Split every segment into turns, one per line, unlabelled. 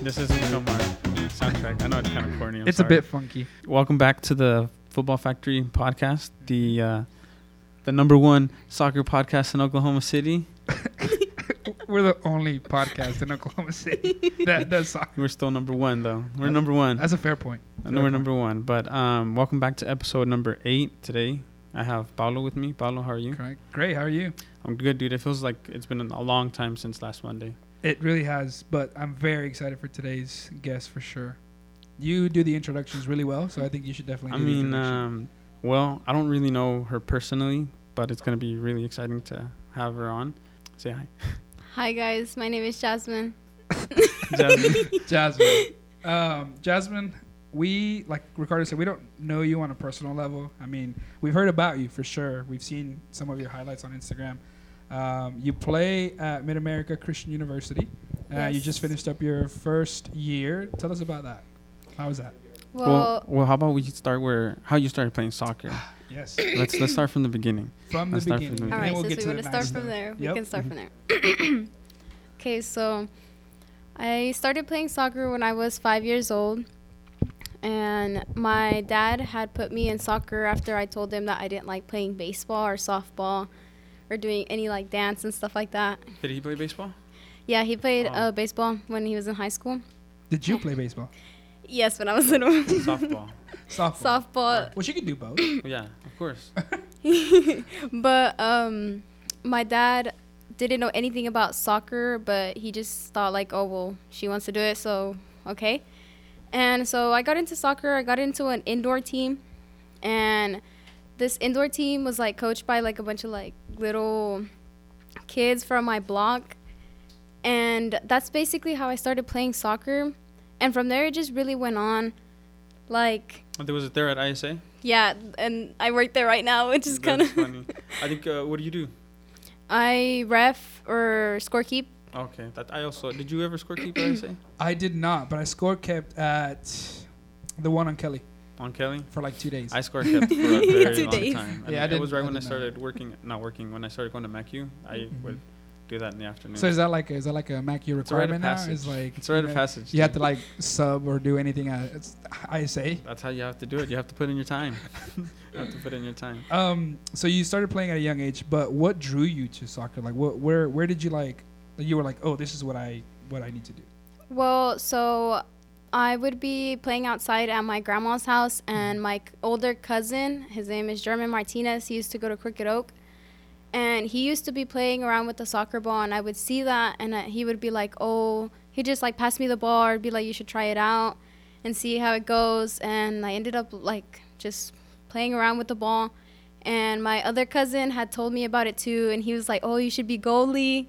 This is Bruno Mars soundtrack. I know it's kind of corny. I'm
it's a
sorry.
bit funky.
Welcome back to the Football Factory podcast, the uh, the number one soccer podcast in Oklahoma City.
We're the only podcast in Oklahoma City that does soccer.
We're still number one though. We're number one.
That's a fair point.
I know we're number one, but um, welcome back to episode number eight today. I have Paolo with me. Paolo, how are you?
Correct. Great. How are you?
I'm good, dude. It feels like it's been a long time since last Monday.
It really has, but I'm very excited for today's guest for sure. You do the introductions really well, so I think you should definitely.
I
do
mean,
the introduction.
um, well, I don't really know her personally, but it's gonna be really exciting to have her on. Say hi,
Hi guys, my name is Jasmine.
Jasmine.
Jasmine. Um, Jasmine, we like Ricardo said, we don't know you on a personal level. I mean, we've heard about you for sure. We've seen some of your highlights on Instagram. Um, you play at Mid America Christian University. Uh, You
Yes.
just finished up your first year. Tell us about that. How was that?
Well,
well, well, how about we start where how you started playing soccer?
Yes,
let's let's start from the beginning.
from the
Let's start from the
beginning.
beginning.
all
and
right,
then we'll
since
get
we
to
want
the
to start
nice stuff.
from there,
Yep. Mm-hmm.
we can start from there. okay, so I started playing soccer when I was five years old, and my dad had put me in soccer after I told him that I didn't like playing baseball or softball or doing any like dance and stuff like that.
Did he play baseball?
Yeah, he played
Oh.
uh, baseball when he was in high school.
Did you play baseball?
Yes, when I was little.
Softball.
Softball.
Softball.
Well, she can do both.
yeah, of course.
but um my dad didn't know anything about soccer but he just thought like oh well she wants to do it so okay and so i got into soccer i got into an indoor team and this indoor team was like coached by like a bunch of like little kids from my block and that's basically how i started playing soccer and from there it just really went on like
There was a there at ISA.
yeah and i work there right now which is kind
That's
of
funny. I think. Uh, what do you do?
I ref or score keep.
Okay, that I also. Did you ever score keep at ISA
I did not, but I score kept at the one on Kelly
on Kelly?
for like two days.
I score kept for a very
Two
long
days.
time. And
Yeah, I
it
didn't-
was right
I
when I
didn't know.
started working. Not working. When I started going to MacU, I
Mhm.
would do Mm-hmm. that in the afternoon.
So is that like is that like a Mac U
It's a rite of
requirement now?
passage.
Is like
it's a rite
you
of
know,
passage.
You have to
dude.
like sub or do anything at it's ISA.
That's how you have to do it. You have to put in your time. you have to put in your time.
Um, so you started playing at a young age, but what drew you to soccer? Like, what where where did you like? You were like, oh, this is what I what I need to do.
Well, so I would be playing outside at my grandma's house,
Mm-hmm.
and my c- older cousin, his name is German Martinez, he used to go to Crooked Oak, and he used to be playing around with the soccer ball, and I would see that, and uh, he would be like, "Oh," he just like pass me the ball, or be like, "You should try it out and see how it goes," and I ended up like just playing around with the ball. And my other cousin had told me about it too, and he was like, "Oh, you should be goalie."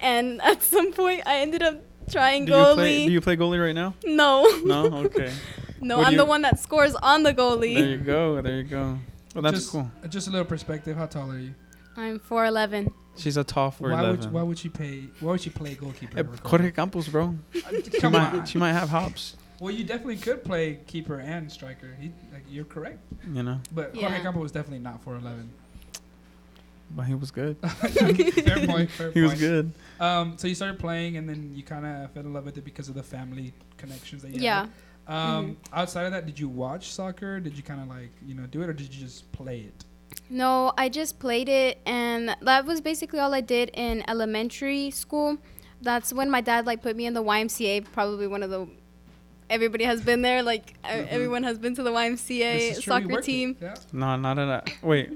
and at some point, I ended up trying
Do
goalie.
you play? Do you play goalie right now?
No.
No. Okay.
no,
What do
I'm
you-
the one that scores on the
there
goalie.
you go. There you go. Well, that's
just, uh,
cool.
Just a little perspective. How tall are you?
I'm 4'11.
She's a tall for
why
eleven.
would why would you pay? Why would you play goalkeeper?
Eh,
over
Jorge Campos, bro.
goalkeeper?
She
Come
might,
on.
she might have hops,
Well, you definitely could play keeper and striker. He, like, you're correct,
you know.
but Jorge
Yeah.
Campo was definitely not 4'11.
But he was good.
fair point. Fair
He was
point.
good.
Um, so you started playing, and then you kind of fell in love with it because of the family connections that you
Yeah. Mm-hmm.
had. Um, Outside of that, did you watch soccer? Did you kind of like you know do it, or did you just play it?
No, I just played it, and that was basically all I did in elementary school. That's when my dad like put me in the YMCA. Probably one of the everybody has been there. Like e-
Mhm.
everyone has been to the YMCA
This is true, you
soccer
worked it.
team.
Yeah.
No, not at a. Wait,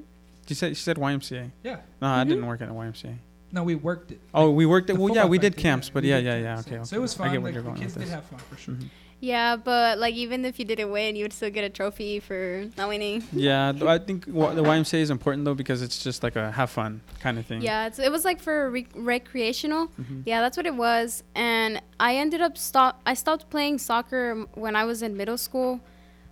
she said she said YMCA.
Yeah.
No, I
Mhm.
didn't work at a YMCA.
No, we worked it.
Oh, we worked at.
Mm-hmm. The
Well, yeah,
football
we did
practice,
camps, but
we
yeah,
did
yeah, yeah.
camps,
Okay, okay.
So it was
I get
fun.
where
Like,
you're
the
going
kids
with
did
this.
have fun for sure.
Mhm.
Yeah, but like even if you didn't win, you would still get a trophy for not winning.
Yeah, th- I think wa- the YMCA is important though because it's just like a have fun kind of thing.
Yeah, it's, it was like for re- recreational.
Mhm.
Yeah, that's what it was. And I ended up stop. I stopped playing soccer m- when I was in middle school,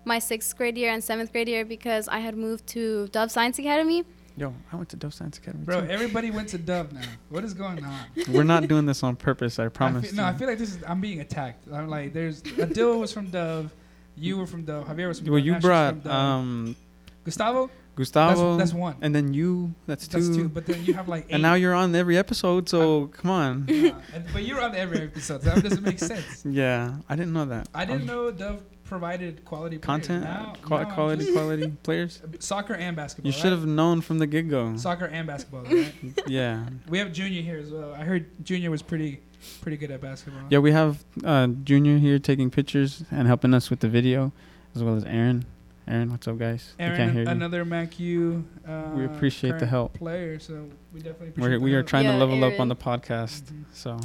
my sixth grade year and seventh grade year, because I had moved to Dove Science Academy.
Yo, I went to Dove Science Academy.
Bro,
too.
everybody went to Dove now. What is going on?
We're not doing this on purpose. I
I feel-
promise.
no, I
you.
feel like this is. I'm being attacked. I'm like, there's Adil was from Dove. You were from Dove. Javier was from
well,
Dove.
you
Ash was from
brought
Dove.
um,
Gustavo,
Gustavo.
that's one.
And then you. That's two.
that's two. But then you have like eight.
and now you're on every episode. So come on.
Yeah, and- but you're on every episode. so That doesn't make sense.
Yeah, I didn't know that.
I didn't
Um,
know Dove provided quality players.
content,
Now-
qua-
now I'm
quality, quality players.
just- soccer and basketball.
You should have known from the get go.
right? soccer and basketball. Right?
Yeah,
we have Junior here as well. I heard Junior was pretty, pretty good at basketball.
yeah. We have uh, Junior here taking pictures and helping us with the video, as well as Aaron. Aaron, what's up, guys? We
Aaron,
can't hear you.
another MacU. Uh,
We appreciate the
current
help.
Player, so we definitely appreciate
We're,
the
we are
help.
trying to
Yeah,
level up on
Aaron.
the podcast.
Mhm.
So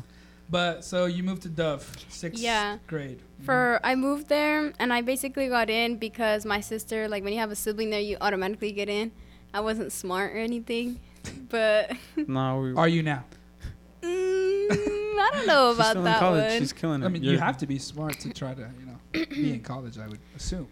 But so you moved to Dove, sixth
Yeah.
grade.
Mm-hmm.
For I moved there and I basically got in because my sister like when you have a sibling there you automatically get in. I wasn't smart or anything, but
now we.
Are you now?
mm, I don't know
she's
about
still in
that
college.
one.
She's killing it.
I mean, you
You're-
have to be smart to try to, you know, be in college. I would assume.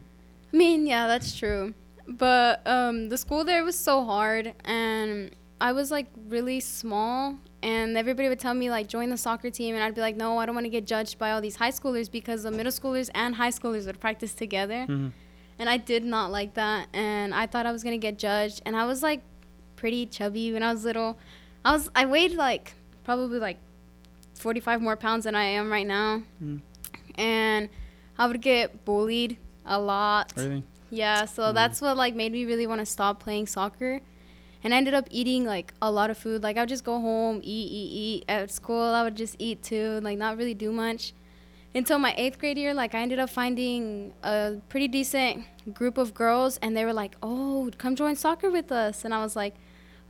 I mean, yeah, that's true. But um, the school there was so hard, and I was like really small, and everybody would tell me like join the soccer team, and I'd be like, no, I don't want to get judged by all these high schoolers because the middle schoolers and high schoolers would practice together,
Mhm.
and I did not like that, and I thought I was gonna get judged, and I was like pretty chubby when I was little. I was I weighed like probably like 45 more pounds than I am right now,
Mm.
and I would get bullied a lot.
Really?
Yeah, so
Mm.
that's what like made me really want to stop playing soccer. And I ended up eating like a lot of food. Like I would just go home, eat, eat, eat. At school, I would just eat too, like not really do much. Until my eighth grade year, like I ended up finding a pretty decent group of girls, and they were like, "Oh, come join soccer with us." And I was like,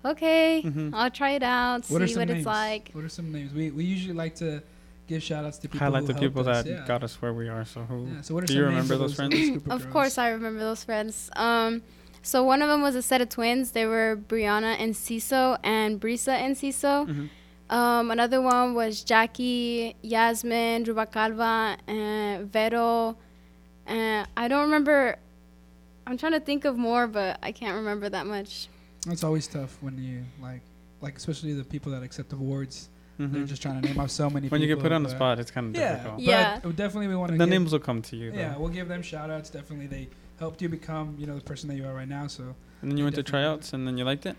"Okay,
Mhm.
I'll try it out, see what it's like."
What are some names? We we usually like to give shout outs to people.
Highlight
who
the
helped
people
us,
that
yeah.
got us where we are. So who?
Yeah, so what are
Do
some
you
names
remember
of
those friends?
group
Of
girls?
course, I remember those friends. Um, so one of them was a set of twins. They were Brianna and Ciso, and Brisa and Ciso.
Mhm.
Um, another one was Jackie, Yasmin, Rubacalva, and Vero. And I don't remember. I'm trying to think of more, but I can't remember that much.
It's always tough when you like, like especially the people that accept awards. They're
Mhm.
just trying to name off so many.
When you get
people,
put on the
but-
spot, it's kind of
Yeah,
difficult.
Yeah.
But definitely we want to.
The names will come to you. Though.
Yeah, we'll give them shout outs. Definitely, they helped you become you know the person that you are right now. So
And then you went to
Definitely.
tryouts, and then you liked it.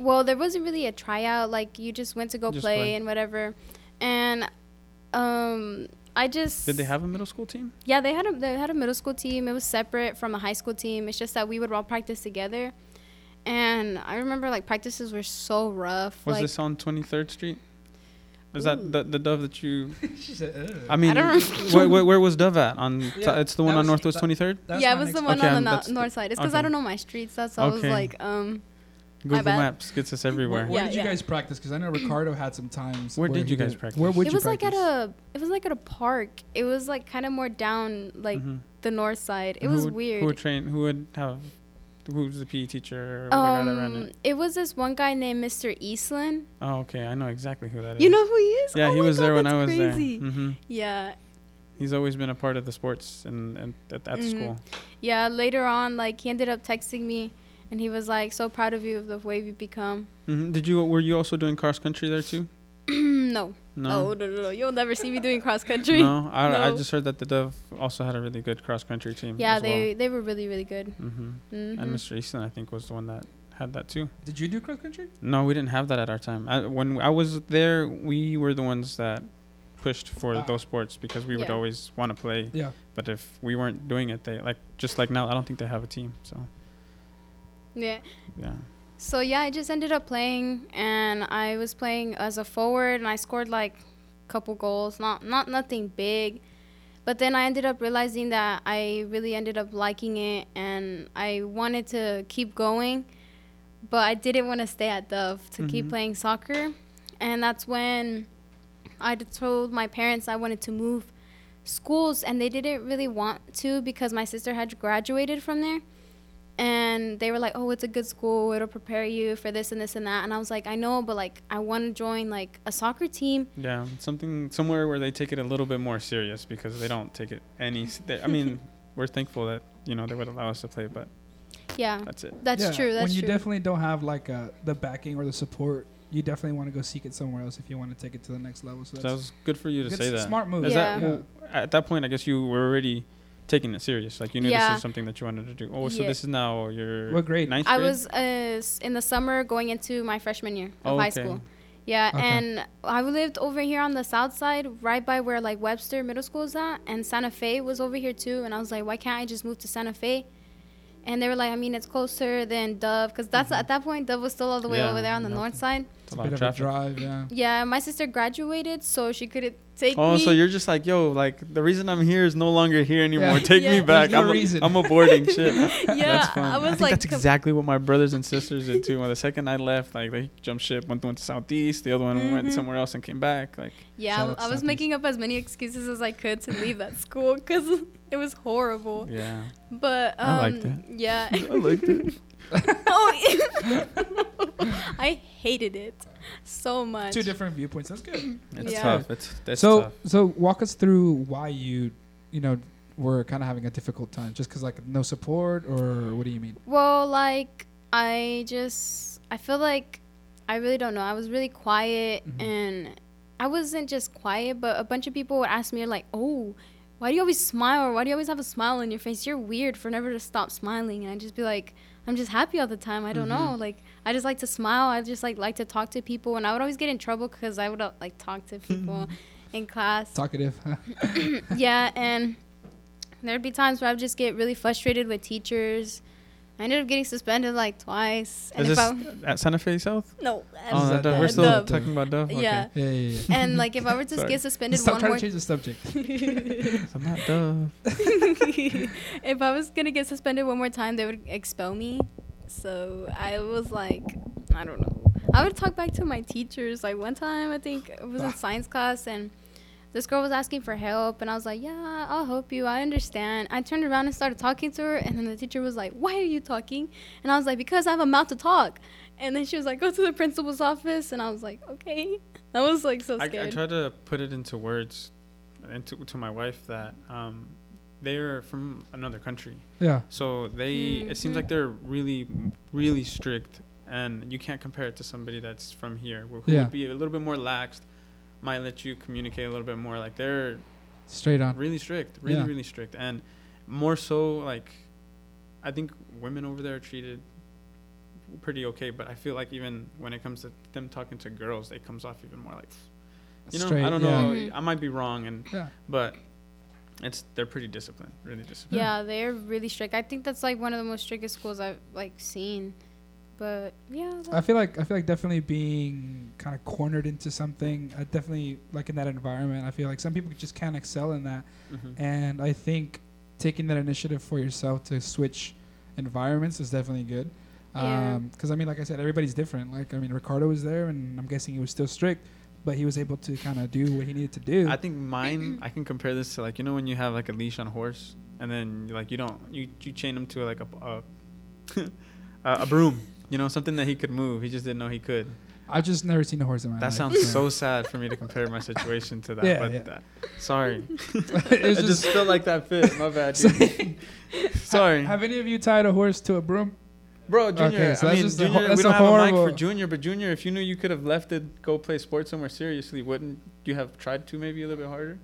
well, there wasn't really a tryout. Like you just went to go
Just
play,
play.
and whatever. And um, I just
Did they have a middle school team?
Yeah, they had a they had a middle school team. It was separate from a high school team. It's just that we would all practice together. And I remember like practices were so rough.
Was
like
this on 23rd Street? Is
Ooh.
that the, the Dove that you?
she said, "Ugh."
I mean,
don't
where, where, where was Dove at? On
Yeah,
it's the
that
one on
was-
Northwest
that-
23rd.
That's
yeah, it
my
was the
next
one
Okay,
on the
I'm-
no-
that's-
north side. It's because
okay.
I don't know my streets. That's so I was
Okay.
like, um,
Google
bad.
Maps gets us
Where,
everywhere.
where
Yeah,
did you
yeah.
guys practice? Because I know Ricardo had some times.
Where did
he
you guys
did-
practice?
Where would
it
you
was like at
practice?
a it was like at a park. It was like kind of more down like
Mhm.
the north side. It
And who
was
would-
weird.
Who would train? Who would have? Who was the PE teacher? Or the guy that ran
um,
it?
it was this one guy named Mr. Eastland.
Oh, okay. I know exactly who that is.
You know who he is?
Yeah,
Oh
he
my
was
God,
there when I
that's
was
crazy.
there. hmm
Yeah,
He's always been a part of the sports and, and at, at
Mhm.
school.
Yeah, later on, like he ended up texting me, and he was like, "So proud of you of the way you've become."
hmm Did you? Were you also doing cross country there too?
no.
No.
Oh no, no, no! You'll never see me doing cross country.
No. I, I
No.
just heard that the Dove also had a really good cross country team.
Yeah,
as well.
they they were really really good.
Mm-hmm.
hmm
And Mr. Easton, I think, was the one that had that too.
Did you do cross country?
No, we didn't have that at our time. I, when I was there, we were the ones that pushed for
Ah.
those sports because we would
Yeah.
always want to play.
Yeah.
But if we weren't doing it, they like just like now. I don't think they have a team. So
Yeah.
yeah.
So yeah, I just ended up playing, and I was playing as a forward, and I scored like a couple goals, not not nothing big, but then I ended up realizing that I really ended up liking it, and I wanted to keep going, but I didn't want to stay at Dove to keep
Mhm.
playing soccer, and that's when I d- told my parents I wanted to move schools, and they didn't really want to because my sister had graduated from there and they were like, "Oh, it's a good school. It'll prepare you for this and this and that." And I was like, "I know, but like, I want to join like a soccer team."
Yeah, something somewhere where they take it a little bit more serious because they don't take it any. s- They, I mean, we're thankful that you know they would allow us to play, but
Yeah,
that's it.
that's
Yeah,
true.
when
That's
you
true.
definitely don't have like uh, the backing or the support, you definitely want to go seek it somewhere else if you want to take it to the next level. So
So
that's
that was good for you to
good
say
s-
that.
smart move.
Is
Yeah.
that well, at that point? I guess you were already taking it serious. Like you knew
Yeah.
this is something that you wanted to do. Oh, so
Yeah.
this is now your
What grade?
Ninth
I
grade?
was uh, s- in the summer going into my freshman year of
Oh,
high
okay.
school. Yeah,
Okay.
and I lived over here on the south side, right by where like Webster Middle School is at, and Santa Fe was over here too. And I was like, why can't I just move to Santa Fe? And they were like, I mean, it's closer than Dove, because that's at that point Dove was still all the way
Mm-hmm. Yeah,
over there on the
yeah.
north side.
It's
It's a bit of a drive, yeah.
Yeah, my sister graduated, so she couldn't take
Oh,
me.
so you're just like, yo, like the reason I'm here is no longer here anymore.
Yeah.
Take me
Yeah.
back.
There's no
I'm,
reason.
A, I'm aborting shit.
yeah,
that's fun.
I was
think
like,
that's
com-
exactly what my brothers and sisters did too. When the second I left, like they jumped ship, went went to southeast. The other one went
Mhm.
somewhere else and came back. Like
yeah, I,
Shout out to
I was
Southeast.
making up as many excuses as I could to leave that school because it was horrible.
yeah,
But um,
I liked it.
yeah.
I liked it.
oh, I hated it so much.
Two different viewpoints. That's good.
It's
Yeah.
tough. It's that's
so
tough.
so walk us through why you you know were kind of having a difficult time just because like no support or what do you mean?
Well, like I just I feel like I really don't know. I was really quiet
Mhm.
and I wasn't just quiet, but a bunch of people would ask me like, "Oh, why do you always smile? Or why do you always have a smile on your face? You're weird for never to stop smiling." And I'd just be like, "I'm just happy all the time. I don't know. Like I just like to smile. I just like like to talk to people." And I would always get in trouble cuz I would uh, like talk to people in class.
Talkative.
yeah, and there'd be times where I'd just get really frustrated with teachers. I ended up getting suspended like twice. And
Is
if
this
I
at Santa Fe South?
no, at
Oh,
at
that- we're
Dove.
still
Dove.
talking about Dove. Okay.
yeah.
yeah, yeah, yeah.
And like if I were to
Sorry.
get suspended
Stop
one
trying
more
to change the subject.
I'm not Dove.
if I was gonna get suspended one more time, they would expel me. So I was like, I don't know. I would talk back to my teachers. Like one time, I think it
Ah.
was in science class, and this girl was asking for help, and I was like, Yeah, I'll help you. I understand. I turned around and started talking to her, and then the teacher was like, Why are you talking? And I was like, Because I have a mouth to talk. And then she was like, Go to the principal's office, and I was like, Okay. I was like so
I,
scared.
I tried to put it into words, into to my wife that um, they're from another country.
Yeah.
So they, it seems
Mhm.
like they're really, really strict, and you can't compare it to somebody that's from here, who
Yeah.
would be a little bit more laxed, might let you communicate a little bit more. Like they're
Straight on.
really strict, really,
Yeah.
really strict, and more so like, I think women over there are treated pretty okay, but I feel like even when it comes to them talking to girls, it comes off even more like, you know,
Straight.
I don't
yeah.
know,
Mhm.
I might be wrong, and
Yeah.
but it's they're pretty disciplined, really disciplined.
Yeah, they're really strict. I think that's like one of the most strictest schools I've like seen. But
Uh,
yeah,
I
that-
feel like I feel like definitely being kind of cornered into something. I definitely like in that environment. I feel like some people just can't excel in that.
Mhm.
And I think taking that initiative for yourself to switch environments is definitely good.
Yeah.
Because I mean, like I said, everybody's different. Like I mean, Ricardo was there, and I'm guessing he was still strict, but he was able to kind of do what he needed to do.
I think mine. I can compare this to like you know when you have like a leash on a horse, and then like you don't you you chain him to like a a, a, a broom. You know something that he could move. He just didn't know he could.
I've just never seen a horse in my
That
life.
sounds so sad for me to compare my situation to that.
Yeah,
but
yeah.
That, sorry,
it was
I
just.
just felt like that fit. My bad. Dude. sorry,
Have any of you tied a horse to a broom?
bro. Junior.
Okay, so
I
that's
mean,
just a
junior.
hor-
we
that's
don't
a
have a mic for
horrible-
Junior, but Junior, if you knew you could have left it, go play sports somewhere seriously, wouldn't you have tried to maybe a little bit harder?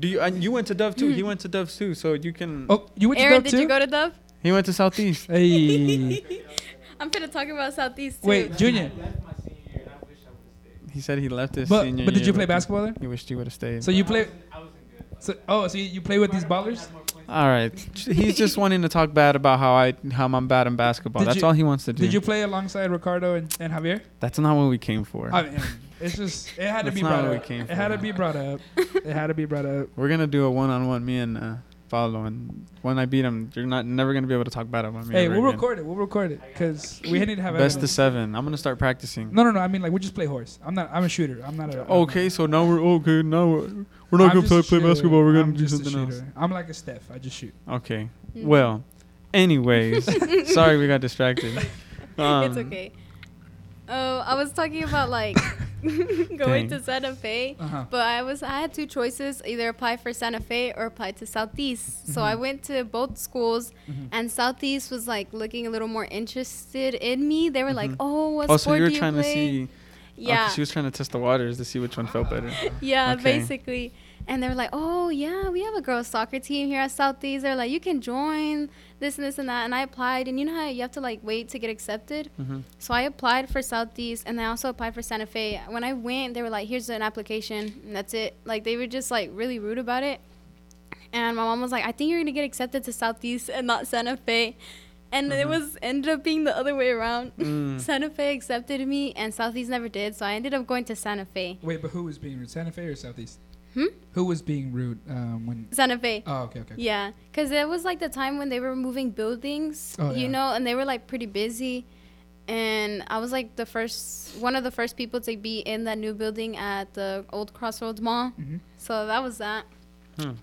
Do you? And you went to Dove too. He went to Dove too. So you can.
Hmm. Oh, you went
Aaron,
to
did
Dove
you go to Dove?
He went to Southeast.
too? Hey.
I'm gonna talk about Southeast. Too.
Wait, Junior.
He said he left his
But
senior
but did
year,
you play basketball there?
He wished he would have stayed.
So you play. So, oh, so you, you play with these ballers?
all right, he's just wanting to talk bad about how I how I'm bad in basketball.
Did
That's
you-
all he wants to do.
Did you play alongside Ricardo and, and Javier?
That's not what we came for.
I mean, it's just it had to
That's
be
not
brought
what we
up.
came
It had
for.
to be brought up. It had to be brought up.
We're gonna do a one-on-one, me and uh, Paulo, and when I beat him, you're not never gonna be able to talk bad about me.
Hey,
ever
we'll
again.
record it. We'll record it because we need to have
Best of
evidence.
seven. I'm gonna start practicing.
No, no, no. I mean, like we just play horse. I'm not. I'm a shooter. I'm not a. I'm
Oh, Okay, so now we're okay. Now we're, we're
not-
not
I'm
gonna
just a
play, play
shooter.
basketball. We're gonna
I'm
do
just a
something else.
shooter. I'm like a Steph. I just shoot.
Okay.
Mm.
Well, anyways, sorry we got distracted.
it's
Um,
okay. Oh, I was talking about like going to Santa Fe,
Uh
Uh-huh.
huh.
but I was I had two choices: either apply for Santa Fe or apply to Southeast. So
Mm-hmm.
I went to both schools,
Mhm.
and Southeast was like looking a little more interested in me. They were like,
Mhm.
"Oh, what
Oh,
sport
so you're
do you
trying
play?"
to see
Yeah.
she was trying to test the waters to see which one felt better.
yeah,
Okay.
basically. And they were like, "Oh yeah, we have a girls' soccer team here at Southeast." They're like, "You can join this and this and that." And I applied, and you know how you have to like wait to get accepted.
Mhm.
So I applied for Southeast, and I also applied for Santa Fe. When I went, they were like, "Here's an application, and that's it." Like they were just like really rude about it. And my mom was like, "I think you're gonna get accepted to Southeast and not Santa Fe." And it was ended up being the other way around.
Mm.
Santa Fe accepted me, and Southeast never did. So I ended up going to Santa Fe.
Wait, but who was being rude? Santa Fe or Southeast?
Hmm?
Who was being rude um, when?
Santa Fe.
Oh, okay, okay.
Yeah, because it was like the time when they were moving buildings,
Oh, yeah.
you know, and they were like pretty busy. And I was like the first, one of the first people to be in that new building at the old Crossroads Mall.
Mhm.
So that was that.
Hmm.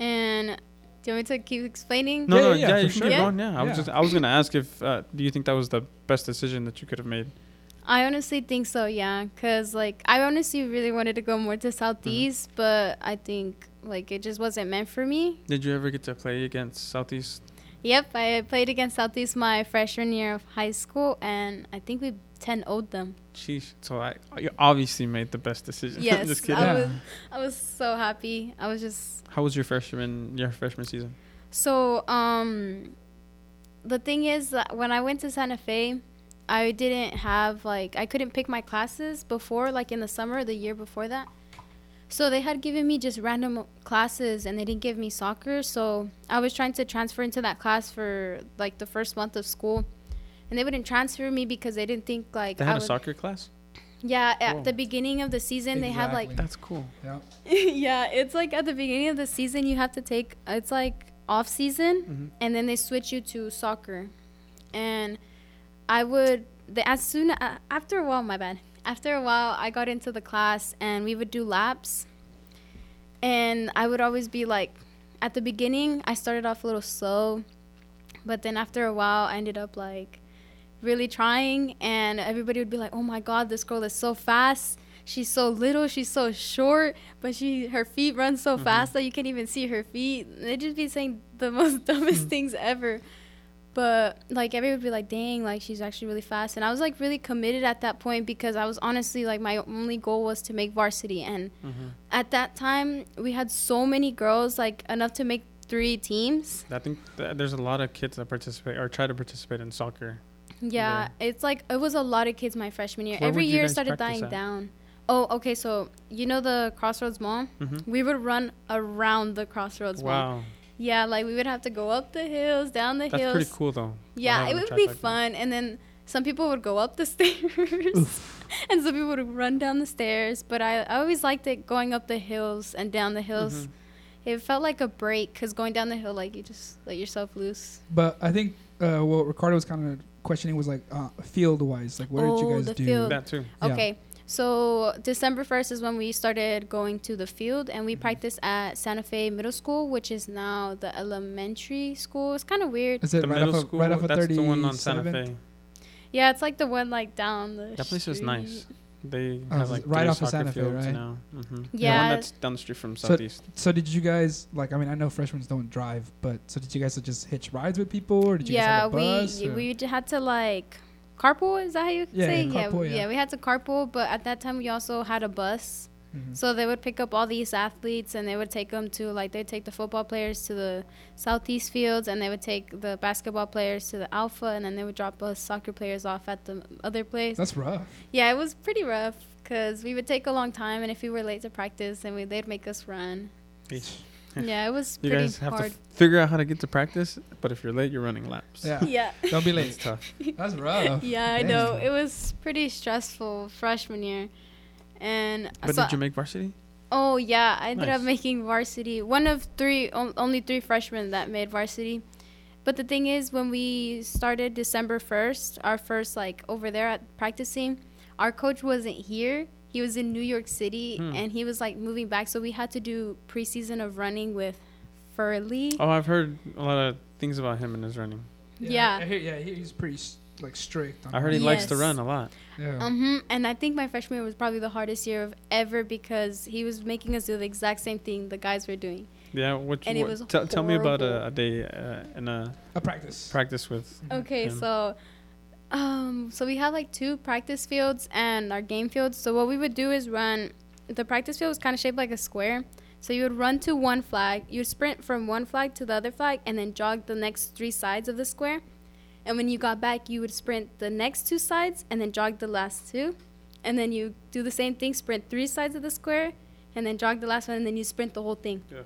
And do you want me to keep explaining?
No,
Yeah,
no,
yeah,
yeah,
for
you
sure.
can keep
Yeah.
going. Yeah, I
Yeah.
was just, I was gonna ask if, uh, do you think that was the best decision that you could have made?
I honestly think so, yeah. Because like I honestly really wanted to go more
Mm-hmm.
to Southeast, but I think like it just wasn't meant for me.
Did you ever get to play against Southeast?
Yep, I played against Southeast my freshman year of high school, and I think we 10 0'd them.
Sheesh. So I, you obviously made the best decision.
Yes, um,
just
I
kidding.
Yeah.
was I was so happy. I was just
How was your freshman, your freshman season?
so um the thing is that when I went to Santa Fe, I didn't have like I couldn't pick my classes before like in the summer the year before that. So they had given me just random classes and they didn't give me soccer, so I was trying to transfer into that class for like the first month of school. And they wouldn't transfer me because they didn't think like
They
I
had a
would-
soccer Oh. class.
Yeah, at
Whoa.
the beginning of the season they had like
Exactly.
That's cool.
Yeah.
yeah, it's like at the beginning of the season you have to take it's like off season and then they switch you to soccer. And I would the, as soon a after a while, my bad. After a while, I got into the class and we would do laps. And I would always be like at the beginning, I started off a little slow, but then after a while, I ended up like really trying and everybody would be like, "Oh my god, this girl is so fast." She's so little, she's so short, but she her feet run so fast that you can't even see her feet. They'd just be saying the most dumbest things ever. But like everyone would be like, "Dang, like she's actually really fast." And I was like really committed at that point because I was honestly like my only goal was to make varsity and
Mm-hmm.
at that time we had so many girls like enough to make 3 teams.
I think th- there's a lot of kids that participate or try to participate in soccer.
Yeah, it's like it was a lot of kids my freshman year.
Where
Every
would you
year it
guys
started
practice
dying
at?
down. Oh, okay. So you know the Crossroads Mall?
Mhm.
We would run around the Crossroads Mall.
Wow,
Yeah, like we would have to go up the hills, down the
that's
hills.
pretty cool though.
Yeah,
I
it
haven't
would
tried
be
like that.
fun. And then some people would go up the stairs, and some people would run down the stairs. But I, I always liked it going up the hills and down the hills.
Mm-hmm.
It felt like a break because going down the hill, like you just let yourself loose.
But I think uh, what Ricardo was kind of questioning was like uh, field wise, like what did you
Oh,
guys
the
do?
field.
That too.
Yeah.
Okay. So December 1st is when we started going to the field and
Mm-hmm.
we practiced at Santa Fe Middle School, which is now the elementary school. It's kind of weird.
Is it
the
right
middle
off,
school.
of, right off of
that's
37th?
the one on Santa Fe.
Yeah, it's like the one like down the
That place was
street.
nice. They
Oh,
have
is
like
it right
three
off of
soccer
Santa Fe,
fields
right?
now. Mm-hmm. the
Yeah.
one that's down the street from
So-
Southeast.
So did you guys like? I mean, I know freshmen don't drive, but so did you guys just hitch rides with people, or did you
yeah,
guys have a bus?
we
or-
we d- had to like carpool. Is that how you
Yeah,
say?
yeah,
yeah,
carpool, yeah.
yeah, we had to carpool, but at that time we also had a bus.
Mhm.
So they would pick up all these athletes and they would take them to like they'd take the football players to the southeast fields and they would take the basketball players to the alpha and then they would drop us soccer players off at the other place.
That's rough.
yeah, it was pretty rough because we would take a long time and if we were late to practice then we, they'd make us run.
Eesh.
Yeah, it was
You
pretty
guys have
hard.
to f- figure out how to get to practice, but if you're late, you're running laps.
Yeah.
yeah.
Don't be
It's
late.
tough.
That's rough.
Yeah, I
Dang.
know. It was pretty stressful freshman year. And
But
so-
did you make varsity?
oh yeah, I ended up
Nice.
making varsity. One of three on- only three freshmen that made varsity. But the thing is when we started December 1st, our first like over there at practicing, our coach wasn't here. He was in New York City
Hmm.
and he was like moving back, so we had to do preseason of running with Furley.
Oh, I've heard a lot of things about him and his running.
Yeah.
I hear, yeah, he- he's pretty s- like strict. On
I heard he
that.
likes to
Yes.
run a lot.
Yeah.
hmm And I think my freshman year was probably the hardest year of ever because he was making us do the exact same thing the guys were doing.
Yeah, what?
And it
what-
was
tell, tell me about a,
horrible.
a day uh, in a
a practice.
practice with.
Okay,
him.
so Um, so we have like two practice fields and our game fields. So what we would do is run. The practice field was kind of shaped like a square. So you would run to one flag, you'd sprint from one flag to the other flag, and then jog the next three sides of the square. And when you got back, you would sprint the next two sides and then jog the last two. And then you do the same thing, sprint three sides of the square, and then jog the last one, and then you sprint the whole thing.
Yeah.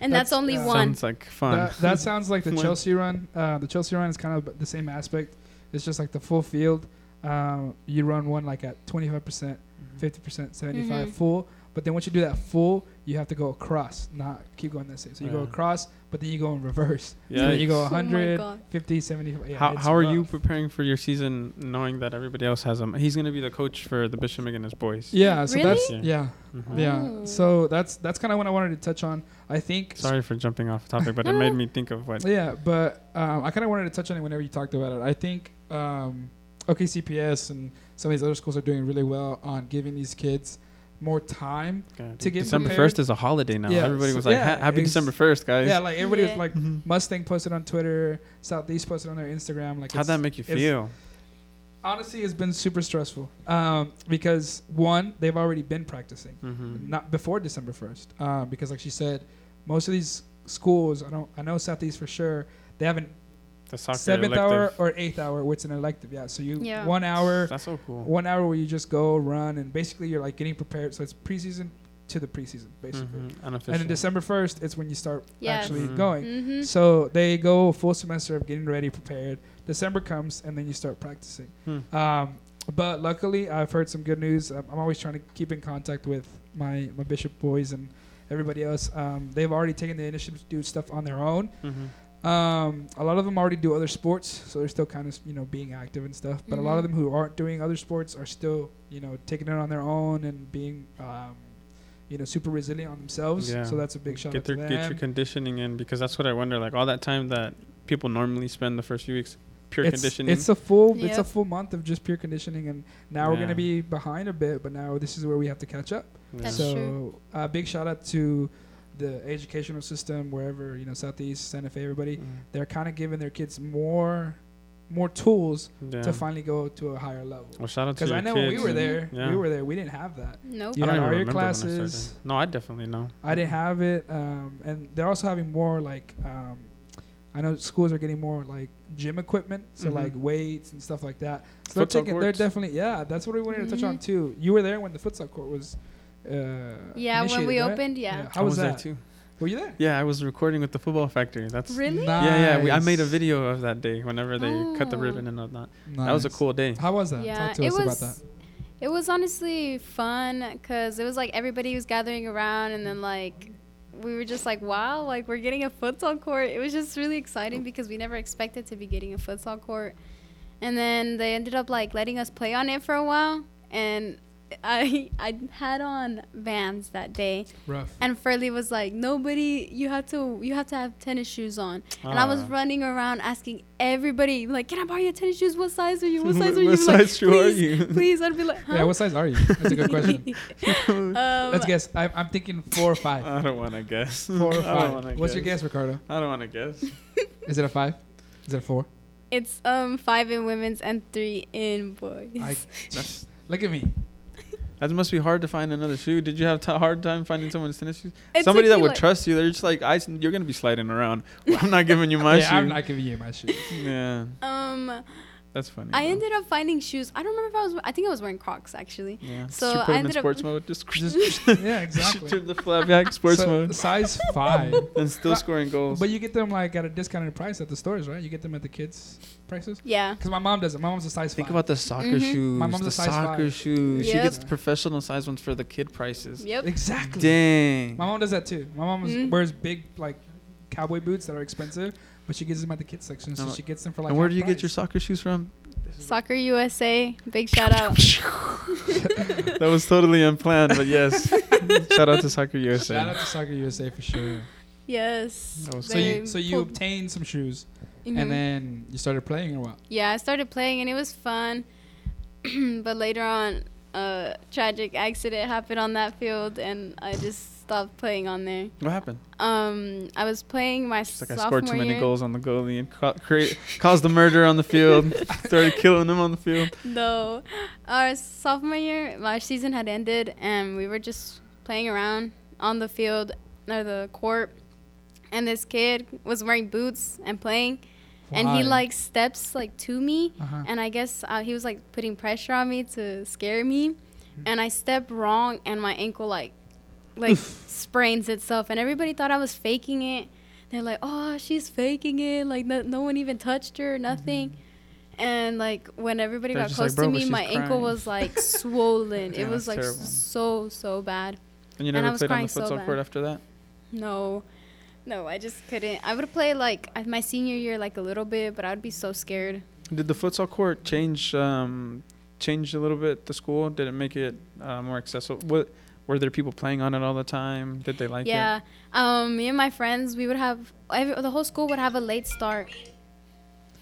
And that's,
That's-
only
yeah.
one.
uh, Sounds like fun.
That, that sounds like the
When-
Chelsea run. Uh, the Chelsea run is kind of the same aspect. It's just like the full field. Um, you run one like at 25%, 50%, 75
Mhm.
full. But then once you do that full, you have to go across, not keep going that same. So you go
Yeah.
across, but then you go in reverse. So then you go
Oh my
100,
God.
50, 70. Yeah,
how,
it's
how are
rough.
you preparing for your season knowing that everybody else has him? He's going to be the coach for the Bishop and his boys.
Yeah, so that's
Really?
yeah,
Mhm.
yeah.
Oh.
So that's that's kind of what I wanted to touch on. I think
Sorry for jumping off topic, but it
No, no,
made
no.
me think of what.
Yeah, but um, I kind of wanted to touch on it whenever you talked about it. I think um, OKCPS and some of these other schools are doing really well on giving these kids more time.
God,
To get
December
prepared.
1st is a holiday now.
Yeah,
Everybody
so-
was like,
yeah,
"Ha- happy
ex-
December 1st, guys.
Yeah, like everybody was
Yeah.
like
Mhm.
Mustang posted on Twitter, Southeast posted on their Instagram. Like,
How'd
it's-
that make you
it's-
feel?
Honestly, it's been super stressful um, because one, they've already been practicing.
Mm-hmm.
not before December first, um, because like she said, most of these schools, I don't, I know Southeast for sure, they have an
The soccer
seventh hour
elective.
or eighth hour, which is an elective. Yeah, so you
Yeah.
one hour, mm-hmm,
That's so cool.
one hour where you just go run and basically you're like getting prepared. So it's preseason to the preseason basically,
Mhm, Unofficial.
and then December first, it's when you start
Yes.
actually
Mhm.
going.
Mm-hmm.
So they go a full semester of getting ready, prepared. December comes, and then you start practicing.
Hmm.
Um, but luckily, I've heard some good news. Um, I'm, I'm always trying to keep in contact with my, my Bishop boys and everybody else. Um, they've already taken the initiative to do stuff on their own.
Mhm.
Um, a lot of them already do other sports, so they're still kind of you know being active and stuff. But a lot of
Mhm.
them who aren't doing other sports are still you know taking it on their own and being um, you know super resilient on themselves.
Yeah.
So that's a big shout
get
out to
their
them.
get your conditioning in because that's what I wonder. Like all that time that people normally spend the first few weeks pure
it's,
conditioning.
It's a full it's a
Yep.
full month of just pure conditioning, and now we're gonna
Yeah.
be behind a bit, but now this is where we have to catch up.
Yeah.
That's
so,
true.
Uh, big shout out to the educational system wherever you know Southeast Santa Fe, everybody.
Mm.
They're kind of giving their kids more more tools
yeah.
to finally go to a higher level.
well, shout out to
Because I
your
know when
kids
we were
and-
there,
Yeah.
we were there. We didn't have that.
Nope.
You
I
had
don't
all
even
your
remember when I started.
classes.
No, I definitely know.
I didn't have it, um, and they're also having more like um, I know schools are getting more like gym equipment, so
Mhm.
like weights and stuff like that. So they're
Futsal
taking, they're
courts.
definitely yeah. That's what we wanted to touch
Mhm.
on too. You were there when the futsal court was. Uh,
Yeah, when
initiated,
we
right?
opened, yeah.
How
I
was,
there
that?
too.
Were you there?
Yeah, I was recording with the Football Factory. That's
Really?
yeah, yeah. We, I made a
Nice.
video of that day whenever they cut the
Oh.
ribbon and whatnot. That was a
Nice.
cool day.
How was that? Talk to us about that.
It was honestly fun because it was like everybody was gathering around, and then like we were just like, wow, like we're getting a futsal court. It was just really exciting because we never expected to be getting a futsal court. And then they ended up like letting us play on it for a while, and I I had on Vans that day,
Rough.
and Furley was like, nobody, you have to you have to have tennis shoes on. And I was
Ah.
running around asking everybody, like, can I borrow your tennis shoes? What size are you? What size are
What-
you?
what
Like,
size shoe are
"Please,
you?"
Please, I'd be like, huh?
Yeah, what size are you? That's a good question.
um,
Let's guess. I, I'm thinking four or five.
I don't want to guess.
four or
I don't wanna
five. What's your guess, Ricardo?
I don't want to guess.
Is it a five? Is it a four?
It's um five in women's and three in boys.
I,
That's,
look at me.
that must be hard to find another shoe. Did you have a hard time finding someone's tennis shoes?
It
Somebody
took
that
me,
would
like-
trust you. They're just like, I, you're gonna be sliding around. I'm not giving you my
yeah,
shoe.
I'm not giving you my shoes.
yeah,
Um,
that's funny.
I
though.
ended up finding shoes. I don't remember if I was. I think I was wearing Crocs actually.
Yeah.
so
Should put
I
him in
ended up-
sports mode. Just,
Just- yeah, exactly.
Shoot the flapjack sports
So,
mode
Size five.
and still
But-
scoring goals.
but you get them like at a discounted price at the stores, right? You get them at the kids' prices.
Yeah.
Because my mom does it. My mom's a size
Think
five.
about the soccer
Mhm.
shoes.
Mm-hmm. My mom's
the
a size
soccer
five.
shoes. She
Yep.
gets professional size ones for the kid prices.
Yep.
exactly.
Dang.
My mom does that too. My mom is,
Mhm.
wears big like cowboy boots that are expensive, but she gets them at the kids section, so
I'm
she gets them for like.
and where
half
do you get your
price.
soccer shoes from?
Soccer USA. Big shout out.
that was totally unplanned, but yes. Shout out to Soccer USA.
Shout out to Soccer USA for sure.
Yes.
That was
So you
They
so you
pulled-
obtained some shoes,
Mhm.
and then you started playing or what?
yeah, I started playing and it was fun. but later on, a tragic accident happened on that field, and I just stopped playing on there.
What happened?
Um, I was playing my
It's like
sophomore
I scored too many
year.
goals on the goalie and ca- create, caused a murder on the field. started killing him on the field.
No, our sophomore year, our season had ended, and we were just playing around on the field or the court, and this kid was wearing boots and playing, and
Why?
he like steps like to me,
Uh-huh.
and I guess uh, he was like putting pressure on me to scare me,
Mm-hmm.
and I stepped wrong, and my ankle like like sprains itself, and everybody thought I was faking it. They're like, "Oh, she's faking it! Like no, no one even touched her, nothing." And like when everybody
Mm-hmm. They're
got
just
close
like, "Bro,
to
but
me,
she's
my ankle
crying."
was like swollen.
Damn,
it was
that's
like
terrible.
so so bad.
And you
And I
never
was
played on
crying
the
so
futsal
bad.
court after that?
No, no, I just couldn't. I would play like at my senior year, like a little bit, but I would be so scared.
Did the futsal court change um, change a little bit the school? Did it make it uh, more accessible? What, were there people playing on it all the time? Did they like
yeah,
it?
um, me and my friends, we would have every, the whole school would have a late start.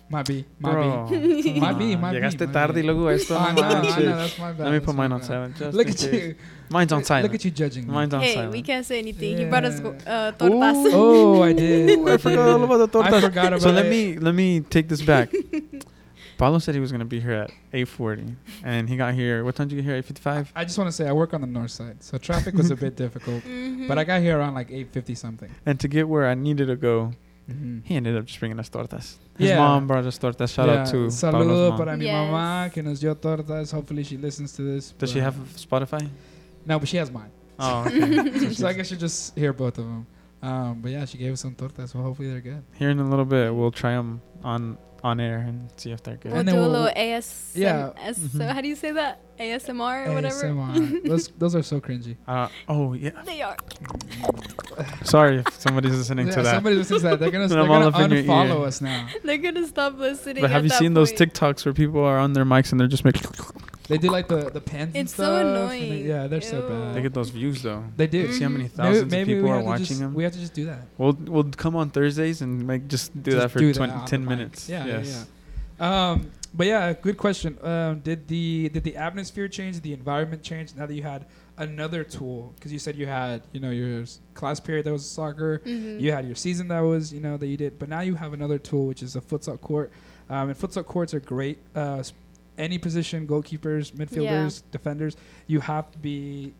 Might be. Might
Bro,
be. Might be, might be,
Llegaste
might
tarde
be. Ah,
y luego esto.
I
no
know, I
manches.
know, that's my bad,
Let me
that's
put
my
mine on
bad.
silent. Just
Look
in
at
case.
you.
Mine's on
Look-
silent.
Look at you judging me.
Mine's on
hey,
silent.
we can't say anything. He brought us
Yeah.
uh, tortas.
Oh, I did.
I forgot all about the
I
tortas.
forgot
so
about
let
it.
me let me take this back. Pablo said he was gonna be here at 8:40, and he got here. What time did you get here? 8:55.
I just want to say I work on the north side, so traffic was a bit difficult.
Mm-hmm.
But I got here around like 8:50 something.
And to get where I needed to go,
Mm-hmm.
he ended up just bringing us tortas. His
Yeah.
mom brought us tortas. Shout out to Pablo's
Saludo
mom.
para mi
Yes.
mamá que nos dio tortas. Hopefully she listens to this.
Does she
but-
have Spotify?
No, but she has mine.
Oh, okay. So
so I
she's-
guess she'll just hear both of them. Um, but yeah, she gave us some tortas, so hopefully they're good.
here in a little bit, we'll try them on on air and see if they're good.
We'll
And
do
then
a
we'll-
little AS.
Yeah.
Mhm.
how do you say that? ASMR or whatever.
ASMR. those those are so cringy.
Uh, oh yeah.
they are.
Sorry if somebody's listening
Yeah,
to that.
Somebody listens to that. They're gonna,
Then
they're
I'm all
gonna
up in your
unfollow
ear.
us now.
They're gonna stop listening.
But have
at
you
that
seen those
point.
TikToks where people are on their mics and they're just making?
They do like the the pens and
It's so
stuff. and
annoying.
they- yeah, they're so
Ew.
bad.
They get those views though.
They do.
See how many
Maybe-
thousands
maybe
of
we
people are
have to
watching
just-
them.
We have to just do that.
We'll we'll come on Thursdays and like just do that
Just
for
do
20,
on
10
the mic.
minutes.
Yeah,
yes.
yeah, yeah. Um, but yeah, good question. Um, did the did the atmosphere change? Did the environment change now that you had another tool? Because you said you had you know your s- class period that was soccer.
Mm-hmm.
You had your season that was you know that you did, but now you have another tool which is a futsal court. Um, and futsal courts are great. Uh, s- any position, goalkeepers, midfielders, defenders, you have to be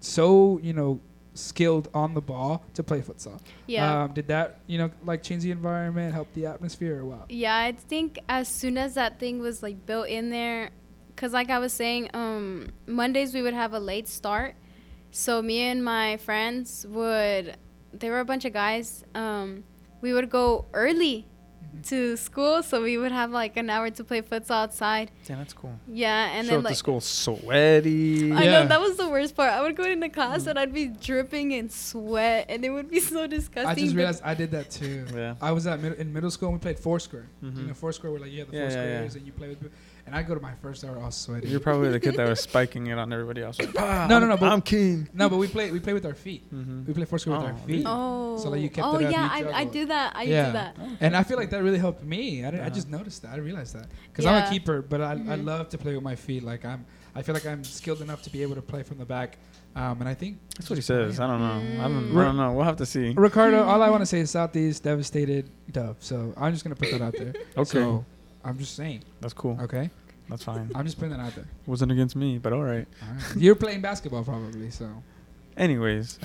so you know skilled on the ball to play futsal.
Yeah.
Um, did that, you know, like change the environment, help the atmosphere, or what?
Yeah, I think as soon as that thing was like built in there, cause like I was saying, um, Mondays we would have a late start, so me and my friends would, there were a bunch of guys, um, we would go early
Mm-hmm.
to school, so we would have like an hour to play futsal outside.
Damn, that's cool.
Yeah, and
Show
then
up
like
to school sweaty.
I
Yeah.
know that was the worst part. I would go into class and I'd be dripping in sweat, and it would be so disgusting.
Mm-hmm. I just
but-
realized I did that too.
Yeah.
I was at mid- in middle school and we played foursquare. You
Mhm.
know, foursquare, where like you have the
Yeah,
four
yeah,
squares
yeah.
and you play with. And I go to my first hour all sweaty.
You're probably the kid that was spiking it on everybody else. Like, "Ah,
No,
I'm-
no, no, but-
I'm king.
no, but we play we play with our feet.
Mm-hmm.
We play foursquare with our
Oh,
feet.
Oh.
So, like, you kept
oh
it up,
yeah,
you
I, I
juggled.
do that. I
Yeah. Mm-hmm.
do that.
And I feel like that really helped me. I, didn't, I
Uh-huh.
just noticed that. I realized that because I'm a
Yeah.
keeper, but I, I
Mhm.
love to play with my feet. Like I'm, I feel like I'm skilled enough to be able to play from the back. Um, and I think
That's what he says. I don't know. I don't,
Mm.
I don't know. We'll have to see.
Ricardo, all I want to say is Southeast devastated Dove. So I'm just gonna put that out there.
Okay.
So I'm just saying.
That's cool.
Okay.
That's fine.
I'm just putting that out there.
Wasn't against me, but all right.
All right. You're playing basketball probably, so
Anyways,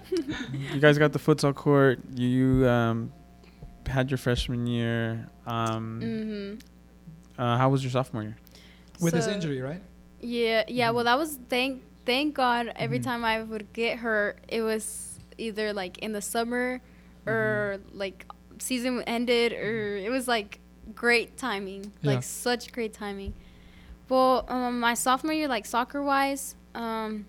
you guys got the futsal court. You um, had your freshman year. Um,
Mm-hmm.
uh, how was your sophomore year?
with this
So-
injury, Mm. right?
Yeah, yeah. Well, that was thank thank God. Every
Mhm.
time I would get hurt, it was either like in the summer, or
Mm-hmm.
like season ended, or it was like great timing,
Yeah.
like such great timing. Well, um, my sophomore year, like soccer wise, um,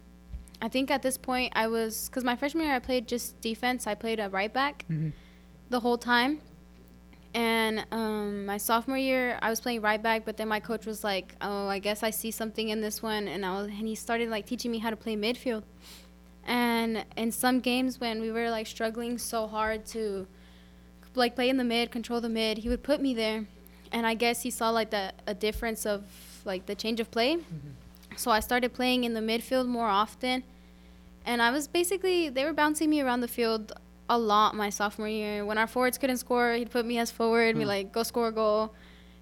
I think at this point I was because my freshman year I played just defense. I played a right back
Mhm.
the whole time. And um, my sophomore year, I was playing right back, but then my coach was like, "Oh, I guess I see something in this one," and I was, and he started like teaching me how to play midfield. And in some games when we were like struggling so hard to like play in the mid, control the mid, he would put me there, and I guess he saw like the a difference of like the change of play, So I started playing in the midfield more often. And I was basically, they were bouncing me around the field a lot my sophomore year. When our forwards couldn't score, he'd put me as forward, me
Hmm.
like, go score a goal.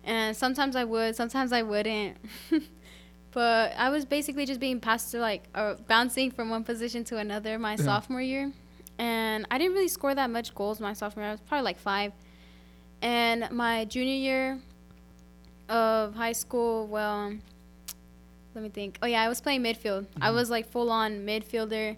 And sometimes I would, sometimes I wouldn't. but I was basically just being passed to like, or bouncing from one position to another my
Yeah.
sophomore year. And I didn't really score that much goals my sophomore year. I was probably like five. And my junior year of high school, well, let me think. Oh yeah, I was playing midfield. I was like full on midfielder,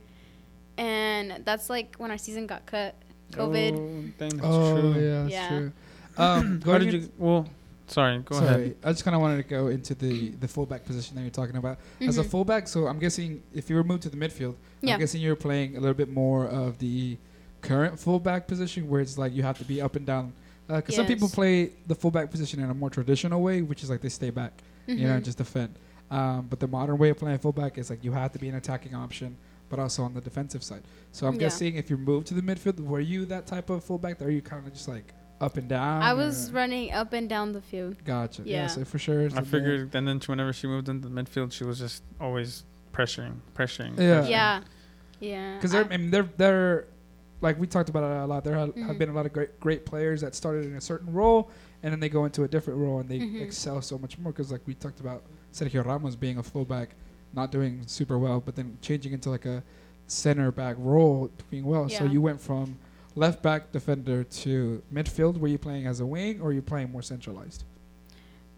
and that's like when our season got cut. COVID.
Oh, dang, that's
oh
true.
yeah, that's
Yeah.
true. Um,
How
going
did
into-
you? Well, sorry. Go
sorry,
ahead.
I just kind of wanted to go into the the fullback position that you're talking about as a
Mhm.
fullback. So I'm guessing if you were moved to the midfield,
Yeah.
I'm guessing you're playing a little bit more of the current fullback position, where it's like you have to be up and down. Because some people
Yes.
play the fullback position in a more traditional way, which is like they stay back, you know,
Mhm.
and just defend. Um, but the modern way of playing fullback is like you have to be an attacking option, but also on the defensive side. So I'm
Yeah.
guessing if you moved to the midfield, were you that type of fullback? Or are you kind of just like up and down?
I was
or-
running up and down the field.
Gotcha. Yeah.
Yeah.
so for sure. it's
I
the
figured, and then she- whenever she moved into the midfield, she was just always pressuring, pressuring.
Yeah.
pressuring.
Yeah, yeah.
because
I-
they're, I mean, they're they're like we talked about it a lot. There ha- have
Mhm.
been a lot of great great players that started in a certain role and then they go into a different role and they
Mhm.
excel so much more. Because like we talked about Sergio Ramos being a fullback, not doing super well, but then changing into like a center back role doing well. So
Yeah.
you went from left back defender to midfield. Were you playing as a wing or were you playing more centralized?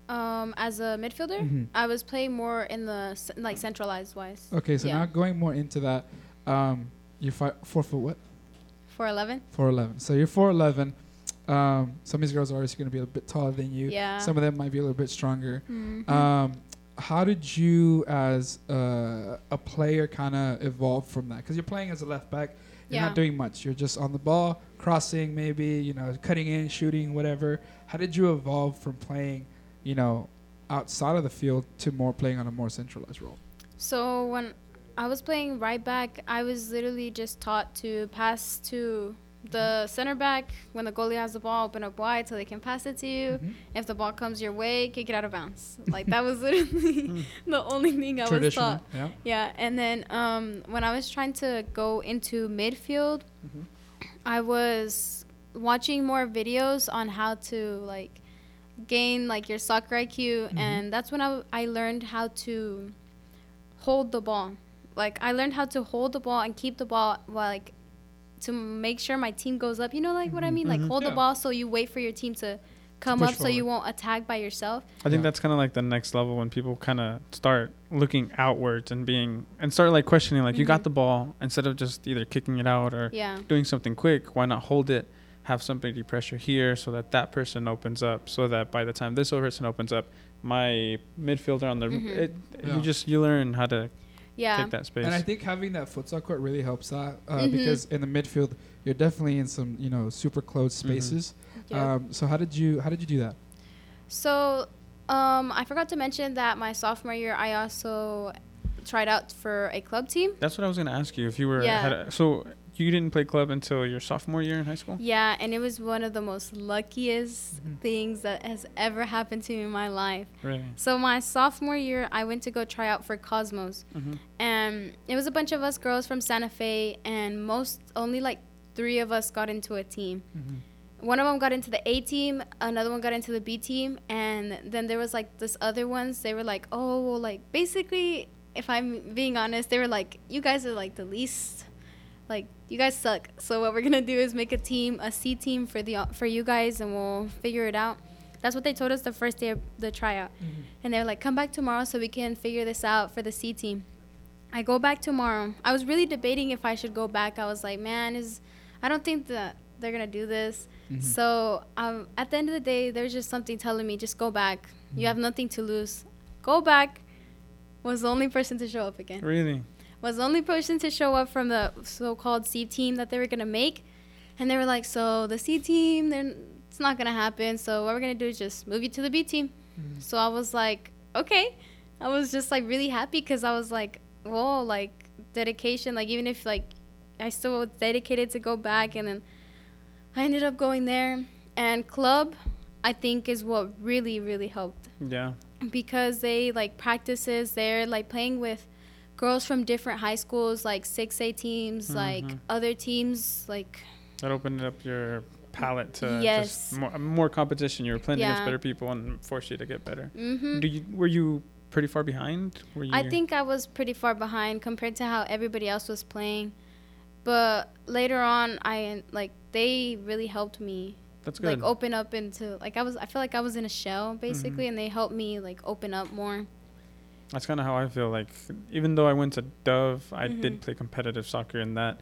um, as a midfielder,
Mhm.
I was playing more in the c- like centralized wise.
Okay, so
Yeah.
now going more into that, um, you're fi- four foot what?
For eleven.
Four eleven. So you're four eleven. Um, some of these girls are obviously going to be a bit taller than you.
Yeah.
Some of them might be a little bit stronger.
Mhm.
Um, how did you, as uh, a player, kind of evolve from that? Because you're playing as a left back. You're
Yeah.
not doing much. You're just on the ball, crossing, maybe you know, cutting in, shooting, whatever. How did you evolve from playing, you know, outside of the field to more playing on a more centralized role?
So when I was playing right back, I was literally just taught to pass to
Mm-hmm.
the center back when the goalie has the ball, open up wide so they can pass it to you.
Mhm.
If the ball comes your way, kick it out of bounds. Like that was
Mm.
literally the only thing I was taught.
Yeah.
Yeah, and then um, when I was trying to go into midfield,
Mhm.
I was watching more videos on how to like gain like your soccer IQ,
Mhm.
and that's when I, w- I learned how to hold the ball. Like I learned how to hold the ball and keep the ball while, like to make sure my team goes up. You know, like what I mean? Like
Mhm.
hold
Yeah.
the ball so you wait for your team to come
push
up so you won't attack by yourself.
I think
Yeah.
that's kind of like the next level when people kind of start looking outwards and being and start like questioning, like you got
Mhm.
the ball instead of just either kicking it out or
Yeah.
doing something quick. Why not hold it? Have somebody pressure here so that that person opens up, so that by the time this person opens up, my midfielder on the
Mhm.
it,
Yeah.
you just you learn how to
Yeah.
take that space.
And I think having that futsal court really helps that uh,
Mhm.
because in the midfield you're definitely in some you know super closed
Mm-hmm.
spaces.
Yeah.
Um, so how did you how did you do that?
So, um, I forgot to mention that my sophomore year, I also tried out for a club team.
That's what I was gonna ask you if you were
Yeah.
had a, so you didn't play club until your sophomore year in high school.
Yeah, and it was one of the most luckiest things that has ever happened to me in my life.
Right.
So, my sophomore year, I went to go try out for Cosmos.
Mhm.
And it was a bunch of us girls from Santa Fe, and most only like three of us got into a team.
Mm-hmm.
one of them got into the A team, another one got into the B team, and then there was like this other ones. They were like, oh, well, like basically, if I'm being honest, they were like, you guys are like the least, like you guys suck. So what we're gonna do is make a team, a C team for the for you guys, and we'll figure it out. That's what they told us the first day of the tryout, and they were like, come back tomorrow so we can figure this out for the C team. I go back tomorrow. I was really debating if I should go back. I was like, man, is I don't think that they're gonna do this.
Mm-hmm.
So um, at the end of the day, there's just something telling me just go back. You have nothing to lose. Go back. Was the only person to show up again.
Really.
Was the only person to show up from the so-called C team that they were gonna make, and they were like, so the C team, then it's not gonna happen. So what we're gonna do is just move you to the B team.
Mm-hmm.
So I was like, okay. I was just like really happy because I was like, whoa, like dedication. Like even if like I still was dedicated to go back, and then I ended up going there. And club, I think, is what really really helped
Yeah.
because they like practices they're like playing with girls from different high schools like 6A teams like
Mhm.
other teams like
That opened up your palette to
Yes.
just more, more competition. You were playing against
Yeah.
better people and forced you to get better.
mhm
Do you were you pretty far behind? Were you?
I think I was pretty far behind compared to how everybody else was playing but later on I like they really helped me
that's good. Mm-hmm.
like oh open up into like I was I feel like I was in a shell basically and they helped me like open up more
That's kind of how I feel. Like, even though I went to Dove, I
Mhm.
did play competitive soccer, and that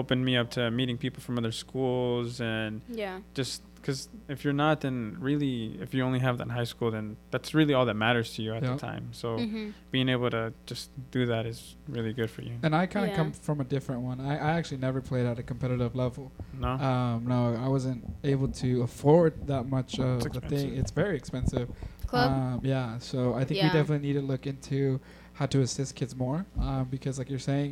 opened me up to meeting people from other schools and
yeah
just because if you're not, then really, if you only have that in high school, then that's really all that matters to you at
Yeah.
the time. So
hmm
being able to just do that is really good for you.
And I kind of
Yeah.
come from a different one. I, I actually never played at a competitive level.
No,
Um, no, I wasn't able to afford that much of
It's
the thing.
expensive.
It's very expensive.
club
Uh,
Um, yeah, so I think we
Yeah.
definitely need to look into how to assist kids more um, because, like you're saying,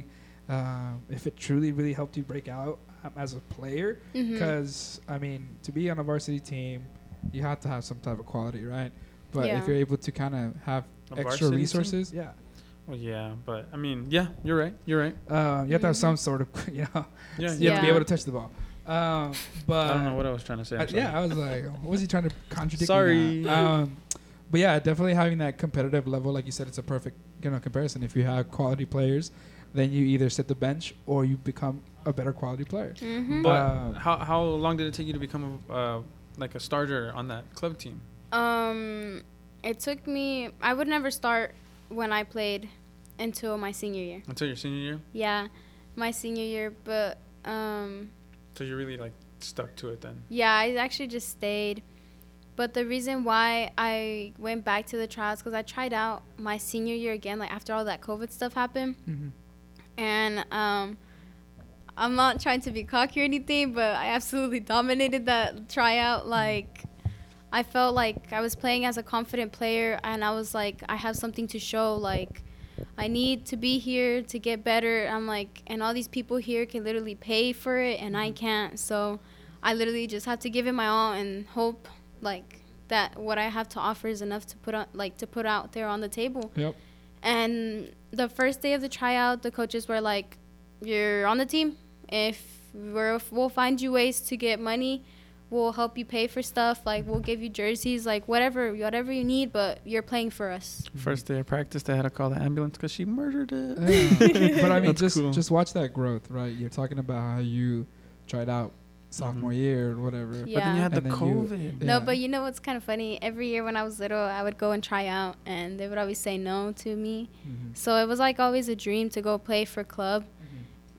um, if it truly, really helped you break out um, as a player,
mhm
because I mean, to be on a varsity team, you have to have some type of quality, right? But
Yeah.
if you're able to kind of have
A
extra
varsity team?
resources, yeah,
Well, yeah, but I mean, yeah, you're right. You're right.
uh, you have to have
Mhm.
some sort of, you know,
Yeah,
you
yeah.
have to be
Yeah.
able to touch the ball. Um, but
I don't know what I was trying to say.
Uh,
I'm sorry.
yeah, I was like, what was he trying to contradict? me
Sorry.
now? Um, but yeah, definitely having that competitive level, like you said, it's a perfect you know comparison. If you have quality players, then you either sit the bench or you become a better quality player.
mhm
But
Um,
how how long did it take you to become a uh, like a starter on that club team?
Um, it took me. I would never start when I played until my senior year.
Until your senior year?
Yeah, my senior year. But um,
So you really like stuck to it
Mm-hmm.
then?
yeah, I actually just stayed. But the reason why I went back to the trials because I tried out my senior year again, like after all that COVID stuff happened,
Mhm.
and um. I'm not trying to be cocky or anything, but I absolutely dominated that tryout. Like, I felt like I was playing as a confident player, and I was like, I have something to show. Like, I need to be here to get better. I'm like, and all these people here can literally pay for it, and I can't. So, I literally just have to give it my all and hope, like, that what I have to offer is enough to put on, like, to put out there on the table.
Yep.
And the first day of the tryout, the coaches were like, "You're on the team. If we're, we'll find you ways to get money, we'll help you pay for stuff. Like we'll give you jerseys, like whatever, whatever you need. But you're playing for us."
First day of practice, they had to call the ambulance because she murdered it.
Yeah. but I mean,
That's
just
cool.
just watch that growth, right? You're talking about how you tried out sophomore year or whatever.
But then
Yeah.
you had Mm-hmm. the
And then you-
COVID.
Yeah.
No, but you know what's kind of funny? Every year when I was little, I would go and try out, and they would always say no to me.
Mhm.
So it was like always a dream to go play for club.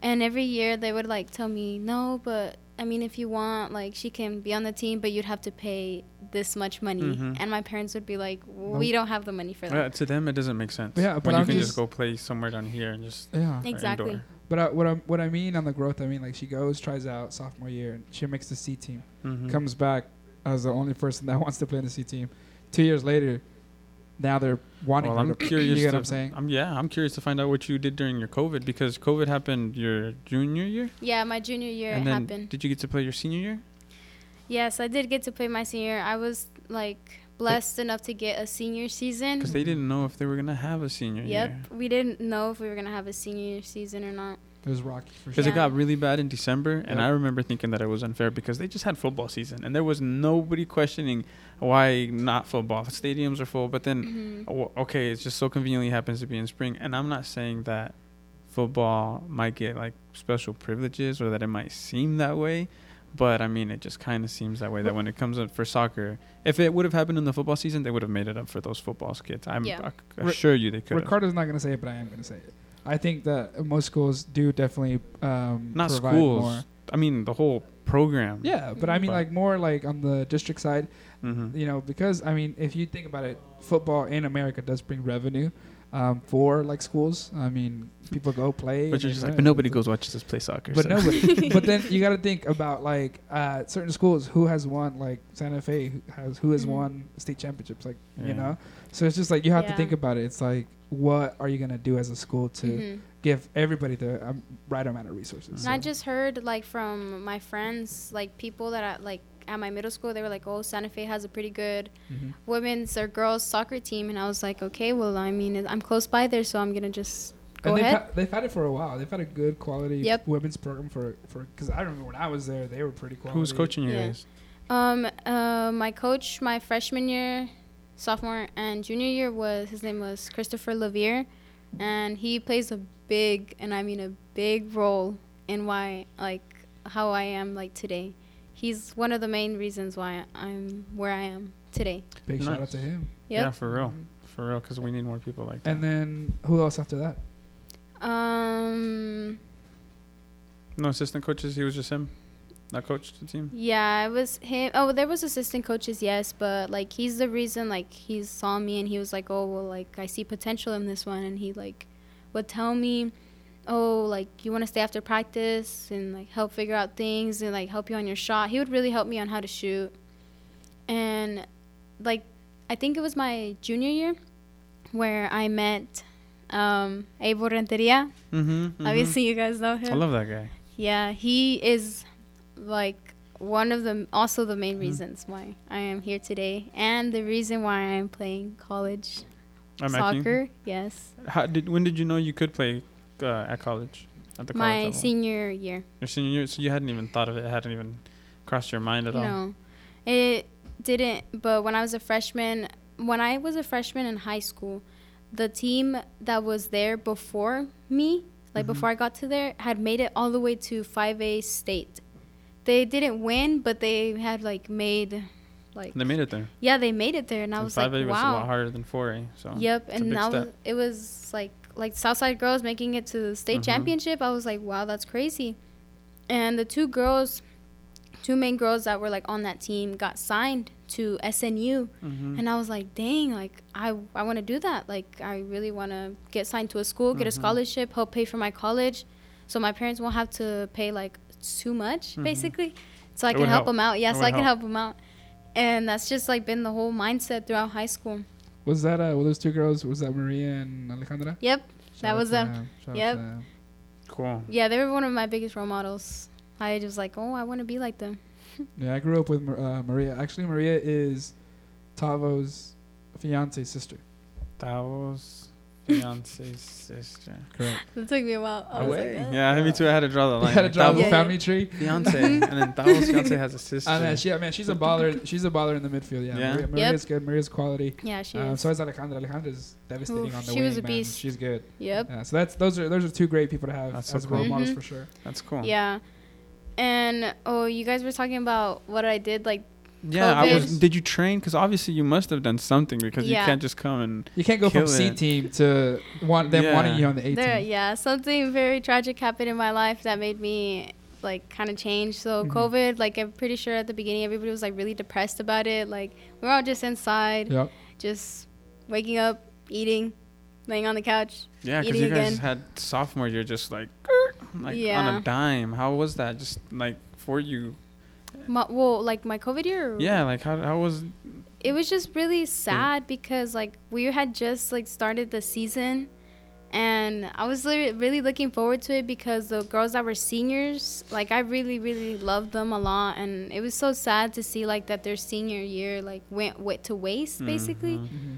And every year they would like tell me, no, but I mean, if you want, like, she can be on the team, but you'd have to pay this much money.
Mhm.
And my parents would be like, we don't have the money for
Yeah,
that.
to them, it doesn't make sense.
Yeah, but
when you
I'm
can
just-
just go play somewhere down here and just
Yeah.
or
Exactly.
indoor.
But I, what I what I mean on the growth, I mean like she goes, tries out sophomore year, and she makes the C team.
Mhm.
comes back as the only person that wants to play in the C team. Two years later, now they're wanting.
Well,
her
I'm
to-
curious.
You get
to,
what I'm saying?
yeah, I'm curious to find out what you did during your COVID because COVID happened your junior year,
Yeah, my junior year
and
it
then
happened. Mm-hmm.
did you get to play your senior year?
Yes, I did get to play my senior. year. I was like blessed enough to get a senior season.
Because they didn't know if they were gonna have a senior
Yep,
year.
we didn't know if we were going to have a senior season or not.
It was rocky for
Because
sure.
it got really bad in December, and
Yeah.
I remember thinking that it was unfair because they just had football season, and there was nobody questioning why not football. Stadiums are full, but then
Mhm.
oh, okay, it's just so conveniently happens to be in spring, and I'm not saying that football might get like special privileges or that it might seem that way, but I mean it just kind of seems that way that when it comes up for soccer, if it would have happened in the football season, they would have made it up for those football kids. I'm
Yeah.
I assure you they could. have.
Ricardo's not going to say it, but I am going to say it. I think that most schools do definitely um,
Not
provide
schools.
More.
I mean the whole program.
Yeah, but I mean
But-
like more like on the district side,
hmm
you know, because I mean if you think about it, football in America does bring revenue um, for like schools. I mean, people go play.
But
and
you're
they
just
rent.
like, but nobody goes watches us play soccer.
But
so.
nobody. but then you got to think about like uh, certain schools who has won like Santa Fe who has who has
Mhm.
won state championships like you
Mm-hmm. Yeah.
know. So it's just like you have to
Yeah.
think about it. It's like what are you gonna do as a school to
Mhm.
give everybody the um, right amount of resources?
And I
So-
just heard like from my friends, like people that I like at my middle school, they were like, "Oh, Santa Fe has a pretty good
Mm-hmm.
Mhm.
women's or girls soccer team," and I was like, "Okay, well, I mean, I'm close by there, so I'm gonna just go
and they've,
ahead."
had, they've had it for a while. They've had a good quality
Yep.
women's program for for because I remember when I was there, they were pretty quality.
Who's coaching you
Yeah.
guys?
Um, uh, my coach, my freshman year, sophomore, and junior year was his name was Christopher Levere, and he plays a big, and I mean a big role in why like how I am like today. He's one of the main reasons why I'm where I am today.
Big shout out
Nice.
to him.
Yep.
Yeah, for real, for real, because we need more people like that.
And then who else after that?
Um.
no assistant coaches. He was just him. That coached the team.
Yeah, it was him. Oh, there was assistant coaches, yes, but like he's the reason. Like he saw me and he was like, "Oh, well, like I see potential in this one," and he like would tell me, "Oh, like you want to stay after practice and like help figure out things and like help you on your shot." He would really help me on how to shoot, and like I think it was my junior year where I met um, Abel Renteria.
Mm-hmm.
Obviously, you guys know him.
I love that guy.
Yeah, he is like one of the also the
Mm-hmm.
main reasons why I am here today and the reason why I'm playing college
I'm acting.
soccer. Yes.
How did when did you know you could play uh, at college? At the college
My
level?
senior year.
Your senior year, so you hadn't even thought of it. It hadn't even crossed your mind at all.
No. It didn't, but when I was a freshman, when I was a freshman in high school, the team that was there before me, like
Mm-hmm.
before I got to there, had made it all the way to 5A state. They didn't win, but they had like made like
They made it there.
Yeah, they made it there, and I
And
was
5A
like,
was a lot
wow.
harder than 4A. So
Yep,
a
and
big
that was
step.
it was like like Southside girls making it to the state
Mhm.
championship. I was like, wow, that's crazy. And the two girls, two main girls that were like on that team, got signed to SNU,
Mhm.
and I was like, dang, like I I want to do that. Like I really want to get signed to a school,
Mm-hmm.
get a scholarship, help pay for my college, so my parents won't have to pay like too much,
Mhm.
basically. So I
It
can
would
help,
help.
them out. Yeah,
It
so
would
I can
help.
help them out. And that's just like been the whole mindset throughout high school.
Was that uh, were those two girls? Was that Maria and Alejandra?
Yep.
Shout
That
out
was
to
them.
Shout out
Yep.
to them.
cool.
Yeah, they were one of my biggest role models. I was like, oh, I want to be like them.
Yeah, I grew up with Mar- uh, Maria. Actually, Maria is Tavo's fiance's sister.
That was fiance's sister.
Correct.
It took me a while. I was like, "Uh."
yeah, me too. I had to draw the line.
had a
Like, that
job with
Yeah.
was
family tree.
fiance, and then that was fiance has a sister.
Ah, man, she, ah, man, she's a baller. She's a baller in the midfield. Yeah,
Yeah.
Maria,
Yep.
Maria's good. Maria's quality.
Yeah, she
Uh,
is.
so is Alejandra. Alejandra's devastating
Oof,
on the
she
wing.
was a
man.
beast.
She's good.
yep.
Yeah, so that's those are those are two great people to have
That's so
as role
cool.
models
Mhm.
for sure.
That's cool.
Yeah. And, oh, you guys were talking about what I did. Like,
Yeah, I was.
COVID.
Did you train? Because obviously you must have done something because
Yeah.
you can't just come and.
You can't go
Kill
from C
it.
team to want them
Yeah.
wanting you on the A
there,
team.
yeah, something very tragic happened in my life that made me, like, kind of change. So,
Mhm.
COVID, like, I'm pretty sure at the beginning everybody was, like, really depressed about it. Like, we were all just inside,
Yep.
just waking up, eating, laying on the couch.
Yeah, because
Eating
you guys
again.
had sophomore year just like, like on
Yeah.
a dime. How was that? Just like for you?
My, well, like, my COVID year?
Yeah, like how how was?
it was just really sad because like we had just like started the season and i was li- really looking forward to it because the girls that were seniors like i really really loved them a lot and it was so sad to see like that their senior year like went, went to waste basically
Mhm.
Mm-hmm.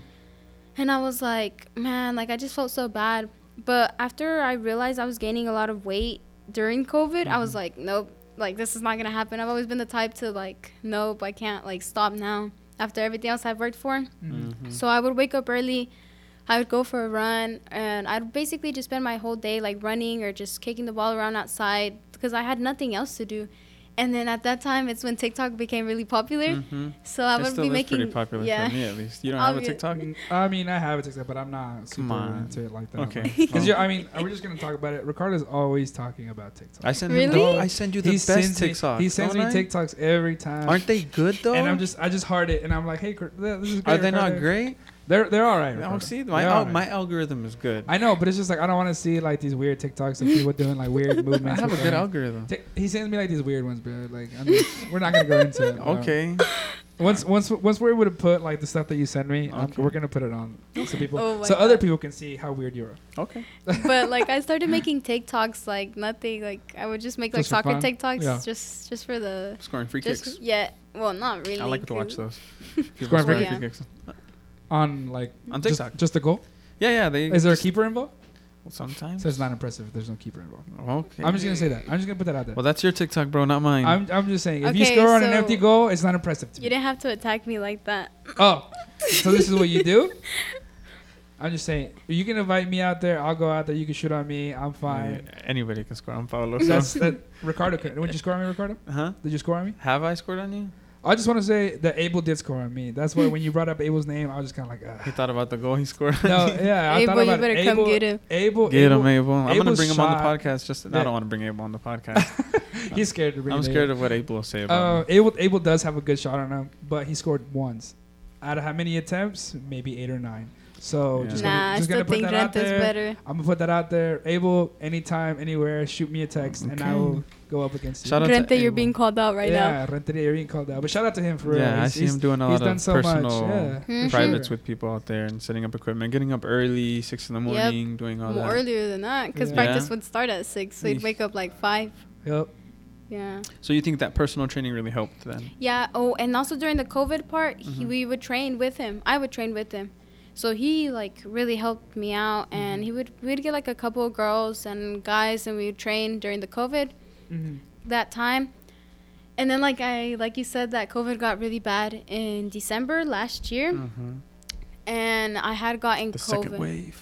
and I was like, man, like I just felt so bad. But after I realized I was gaining a lot of weight during COVID, I
Mm-hmm.
was like, nope, like this is not gonna happen. I've always been the type to like, nope, I can't like stop now after everything else I've worked for.
Mm-hmm.
Mm-hmm.
Mm.
So I would wake up early, I would go for a run, and I'd basically just spend my whole day like running or just kicking the ball around outside because I had nothing else to do. And then at that time, it's when TikTok became really popular.
Mhm.
So I
It
would
still
be
is
making
pretty popular
yeah.
for me at least. You don't
Obvi-
have a TikTok?
I mean, I have a TikTok, but I'm not super
on.
into it like that.
Okay.
Because
well,
I mean, we're just gonna talk about it. Ricardo's always talking about TikTok.
I send him
Really?
the, I send you the
he
best
sends me,
TikToks.
He sends me
don't I?
TikToks every time.
Aren't they good though?
And I'm just, I just heart it, and I'm like, hey, Cor- th- this is great.
Are they not
Ricardo.
great?
They're they're all right.
Oh,
Ricardo.
see, my
They're
al-
all right.
my algorithm is good. I,
I know, but it's just like I don't want to see like these weird TikToks of people doing like weird movements.
have a
with
good
them.
algorithm.
Ti- He sends me like these weird ones, bro. Like I'm just, we're not gonna go into it. bro.
Okay.
Once once once we're able to put like the stuff that you send me, um,
Okay.
we're gonna put it on so people
Oh my
so other
God.
people can see how weird you are.
Okay.
but like I started making TikToks like nothing. Like I would just make like
Just for
soccer
fun?
TikToks
Yeah.
just just for the
Scoring free
just
kicks.
yeah. Well, not really.
I like to watch those.
because-
People
Scoring
scoring
free
free
kick.
kicks.
On like
On
just-
TikTok.
just, the goal.
Yeah, yeah. They
Is there a keeper involved?
sometimes.
So it's not impressive. if There's no keeper involved.
Okay.
I'm just gonna say that. I'm just gonna put that out there.
Well, that's your TikTok, bro, not mine. Uh,
I'm, I'm just saying, if you
Okay,
score on an empty
so-
goal, it's not impressive to
You
me.
didn't have to attack me like that.
Oh, so this is what you do? I'm just saying, you can invite me out there. I'll go out there. You can shoot on me. I'm fine.
Anybody can score. I'm Paolo.
That's
So.
that. Ricardo, could, would you score on me, Ricardo?
huh?
Did you score on me?
Have I scored on you?
I just want to say that Abel did score on me. That's why when you brought up Abel's name, I was just kind of like,
He
Ugh.
thought about the goal he scored.
no, yeah. I
Abel,
thought
you
about
better
it.
come
Abel,
get him.
Abel,
Get
Abel-
him, Abel. I'm gonna
Abel's
bring him on the
shy.
podcast. Just
Yeah.
I don't want to bring Abel on the podcast.
He's scared to bring.
I'm
it in.
scared of what Abel will say about
Uh,
me.
Abel, Abel does have a good shot on him, but he scored once. Out of how many attempts? Maybe eight or nine. So
Yeah.
just gonna,
Nah, I
just
still
gonna put
think
that out
Grant is
there.
better.
I'm gonna put that out there. Abel, anytime, anywhere, shout me a text, and I
Okay.
will go up against you.
Shout out to
Grant, you're
Abel.
being called out right now.
yeah, Renteria being called out, but shout out to him for real.
yeah, I
He's-
see him
he's-
doing a
he's
lot
done
of
so much,
personal
yeah, for
Mhm.
privates
sure.
with people out there and setting up equipment, getting up early, six in the
Yep.
morning, doing all
More
that.
earlier than that, because
Yeah.
practice
Yeah.
would start at six, so you'd
Eesh.
wake up like five.
Yep.
Yeah.
So you think that personal training really helped then?
Yeah. Oh, and also during the COVID part, he,
Mm-hmm.
Mhm.
we would train with him. I would train with him. So he like really helped me out,
Mm-hmm.
and he would we'd get like a couple of girls and guys, and we would train during the COVID
Mhm.
that time. And then like I like you said that COVID got really bad in December last year,
Mm.
Mm-hmm.
and I had gotten
The
COVID.
second wave.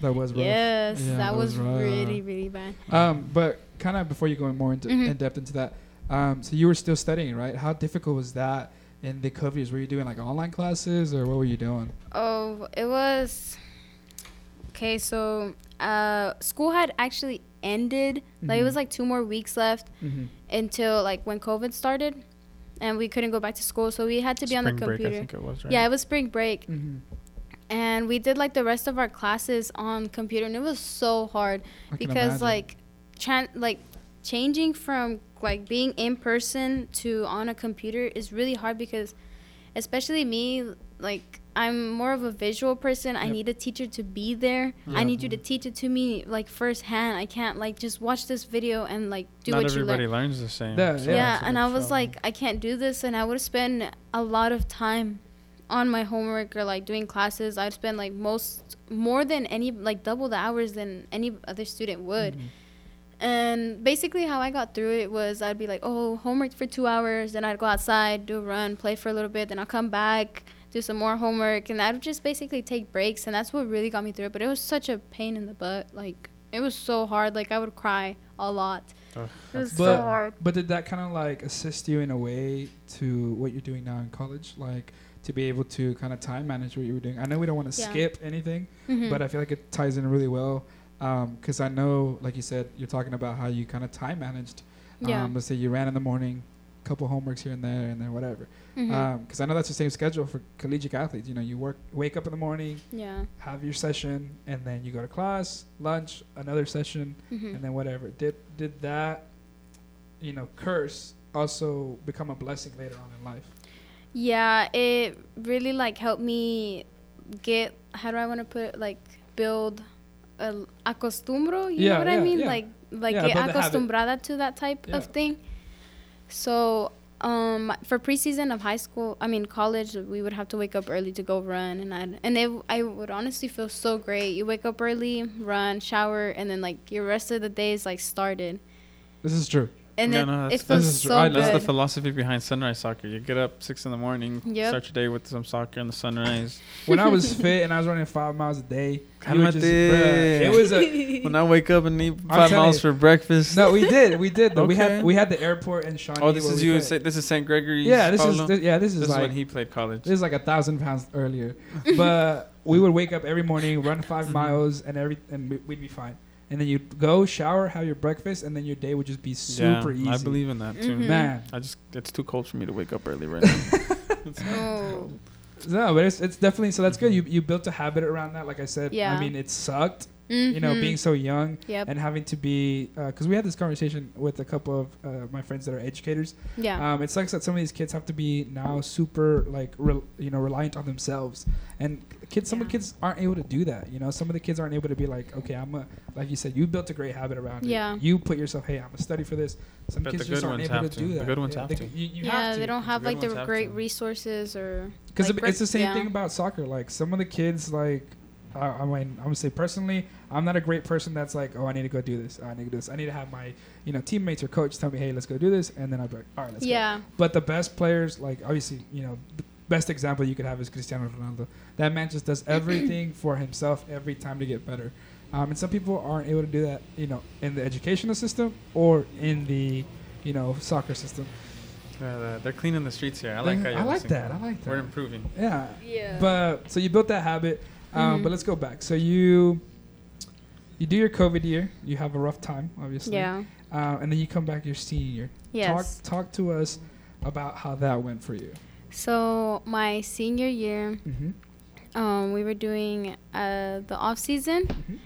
That was rough.
Yes,
Yeah,
that,
that was
was,
rough.
really really bad.
Um, but kind of before you go in more into,
Mhm.
in depth into that, um, so you were still studying, right? How difficult was that in the COVID years? Were you doing like online classes, or what were you doing?
Oh, it was. Okay, so uh, school had actually ended. Like it was
Mm-hmm.
Mhm.
like two more weeks left until like when COVID started, and we couldn't go back to school, so we had to be on the
Spring break,
computer.
I think it was, right?
Yeah, it was spring break,
Mm-hmm.
and we did like the rest of our classes on computer, and it was so hard because like, tran like changing from like being in person to on a computer is really hard because, especially me, like I'm more of a visual person. I
Yep.
need a teacher to be there. I
Yeah.
need you to teach it to me like firsthand. I can't like just watch this video and like do
Not
what you learn.
everybody learns the same.
Yeah,
so-
Yeah,
so
and I
that's
was
how-
like, I can't do this, and I would spend a lot of time on my homework or like doing classes. I'd spend like most more than any like double the hours than any other student would. And basically, how I got through it was I'd be like, oh, homework for two hours, then I'd go outside, do a run, play for a little bit, then I'll come back, do some more homework, and I'd just basically take breaks, and that's what really got me through it. But it was such a pain in the butt. Like, it was so hard. Like, I would cry a lot.
Ugh,
It was so
but,
hard.
but did that kind of like assist you in a way to what you're doing now in college like to be able to kind of time manage what you were doing i know we don't want to
Yeah.
skip anything
Mhm.
but i feel like it ties in really well because i know like you said you're talking about how you kind of time managed
Yeah.
um, let's say you ran in the morning couple homeworks here and there and then whatever because
Mhm.
Um, i know that's the same schedule for collegiate athletes you know you work wake up in the morning
yeah.
have your session and then you go to class lunch another session
Mhm.
and then whatever. Did did that, you know, curse also become a blessing later on in life?
Yeah, it really like helped me get how do I want to put like build a l- acostumbro, you
Yeah,
know what I
yeah,
mean?
yeah.
Like like
Yeah,
get
build the habit.
acostumbrada to that type
Yeah.
of thing. So um for preseason of high school, I mean college, we would have to wake up early to go run and I and it, I would honestly feel so great. You wake up early, run, shower, and then like your rest of the day is like started.
This is true.
And
No,
it,
no,
it
that's-
that's-
feels so
I-
good.
That's the philosophy behind sunrise soccer. You get up six in the morning,
Yep.
start your day with some soccer in the sunrise.
When I was fit and I was running five miles a day, we would just-
Cálmate.
bruh, it was a
when I wake up and eat five
telling
miles
you.
for breakfast.
no. We did, we did. though. We
Okay.
had we had the airport and Shawnee.
oh, this
where
is
we
you.
played.
Say, this is St. Gregory's.
yeah, this
Paulo?
is this, yeah. This is
This is
like
when he played college.
this is like a thousand pounds earlier, but we would wake up every morning, run five miles, and every and we- we'd be fine. And then you'd go shower, have your breakfast, and then your day would just be super
yeah,
easy.
I believe in that too.
Mhm.
man.
I just it's too cold for me to wake up early right now.
Oh.
No, but it's, it's definitely so that's
Mm-hmm.
good. You you built a habit around that. Like I said, I
Yeah. Mm-hmm.
mean it sucked, you know, being so young
Yep.
and having to be because we had this conversation with a couple of uh, my friends that are educators.
yeah.
Um, it sucks that some of these kids have to be now super like re- you know reliant on themselves, and kids. Some of the
Yeah.
kids aren't able to do that. You know, some of the kids aren't able to be like, okay, I'm a like you said, you built a great habit around
Yeah.
it. You put yourself, hey, I'm gonna study for this. Some
But
kids
the
just
good
aren't
ones
able to
have to.
do
The
that.
good ones
They-
have
they-
to.
You, you
yeah,
have to.
they don't have
good
like the
ones have
great
to.
resources or
Because
like,
it's the
brick-
same
yeah.
thing about soccer. Like some of the kids, like I, I mean, I'm gonna say personally, I'm not a great person that's like, oh, I need to go do this. I need to do this. I need to have my you know teammates or coach tell me, hey, let's go do this, and then I'll be like, all right, let's go.
yeah,
But the best players, like obviously, you know, the best example you could have is Cristiano Ronaldo. That man just does everything for himself every time to get better. Um, and some people aren't able to do that, you know, in the educational system or in the, you know, soccer system.
Uh, they're cleaning the streets here. I like
Yeah,
how
I
y'all
like
sing.
that. I like
We're
that.
improving.
Yeah.
yeah,
But so you built that habit. Um, But
Mhm.
let's go back. So you, you do your COVID year. You have a rough time, obviously.
yeah,
Uh, and then you come back your senior year.
yes.
Talk talk to us about how that went for you.
So my senior year,
Mm-hmm.
um, we were doing uh, the off season,
Mhm.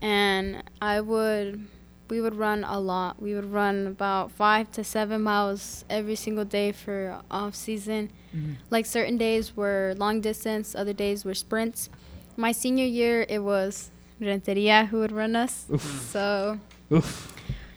and I would, we would run a lot. We would run about five to seven miles every single day for off season.
Mm-hmm.
Like certain days were long distance, other days were sprints. My senior year, it was Renteria who would run us,
Oof.
so
Oof.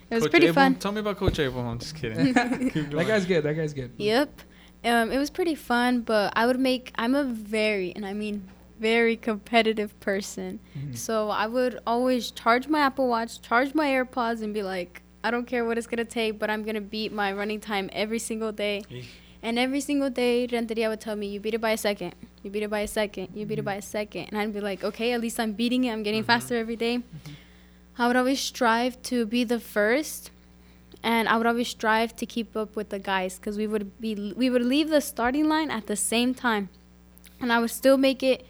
it was
Coach
pretty
Abel,
fun.
Tell me about Coach Abel. I'm just kidding. Keep
That
going.
guy's good. That guy's good.
Yep. Um, it was pretty fun, but I would make, I'm a very, and I mean very competitive person.
Mhm.
So I would always charge my Apple Watch, charge my AirPods, and be like, I don't care what it's going to take, but I'm going to beat my running time every single day.
Eesh.
And every single day, Renteria would tell me, You beat it by a second. You beat it by a second. You beat
Mhm.
it by a second. And I'd be like, Okay, at least I'm beating it. I'm getting faster every day." I would always strive to be the first. And I would always strive to keep up with the guys because we would be we would leave the starting line at the same time, and I would still make it.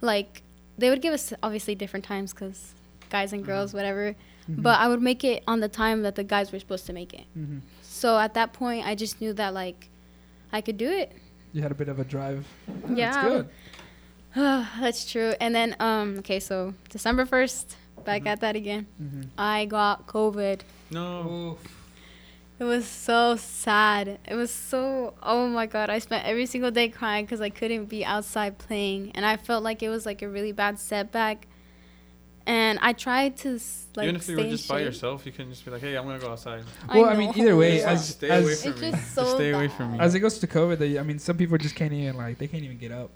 Like they would give us obviously different times because guys and girls whatever,
Mm-hmm.
but I would make it on the time that the guys were supposed to make it.
Mhm.
So at that point, I just knew that like I could do it.
You had a bit of a drive.
Yeah.
That's good.
That's true. And then um okay, so December 1st, back at that again.
Mm-hmm.
I got COVID.
No.
It was so sad. It was so oh my god, I spent every single day crying cuz I couldn't be outside playing and I felt like it was like a really bad setback. And I tried to s- like
Even if you were
stay in
just by
shape.
yourself, you couldn't just be like, "Hey, I'm gonna go outside."
Well, I, mean,
know.
either way,
Just
as
stay away
as,
from
It's
me.
just so
stay away
bad.
from me.
as it goes to COVID, they, I mean, some people just can't even like they can't even get up.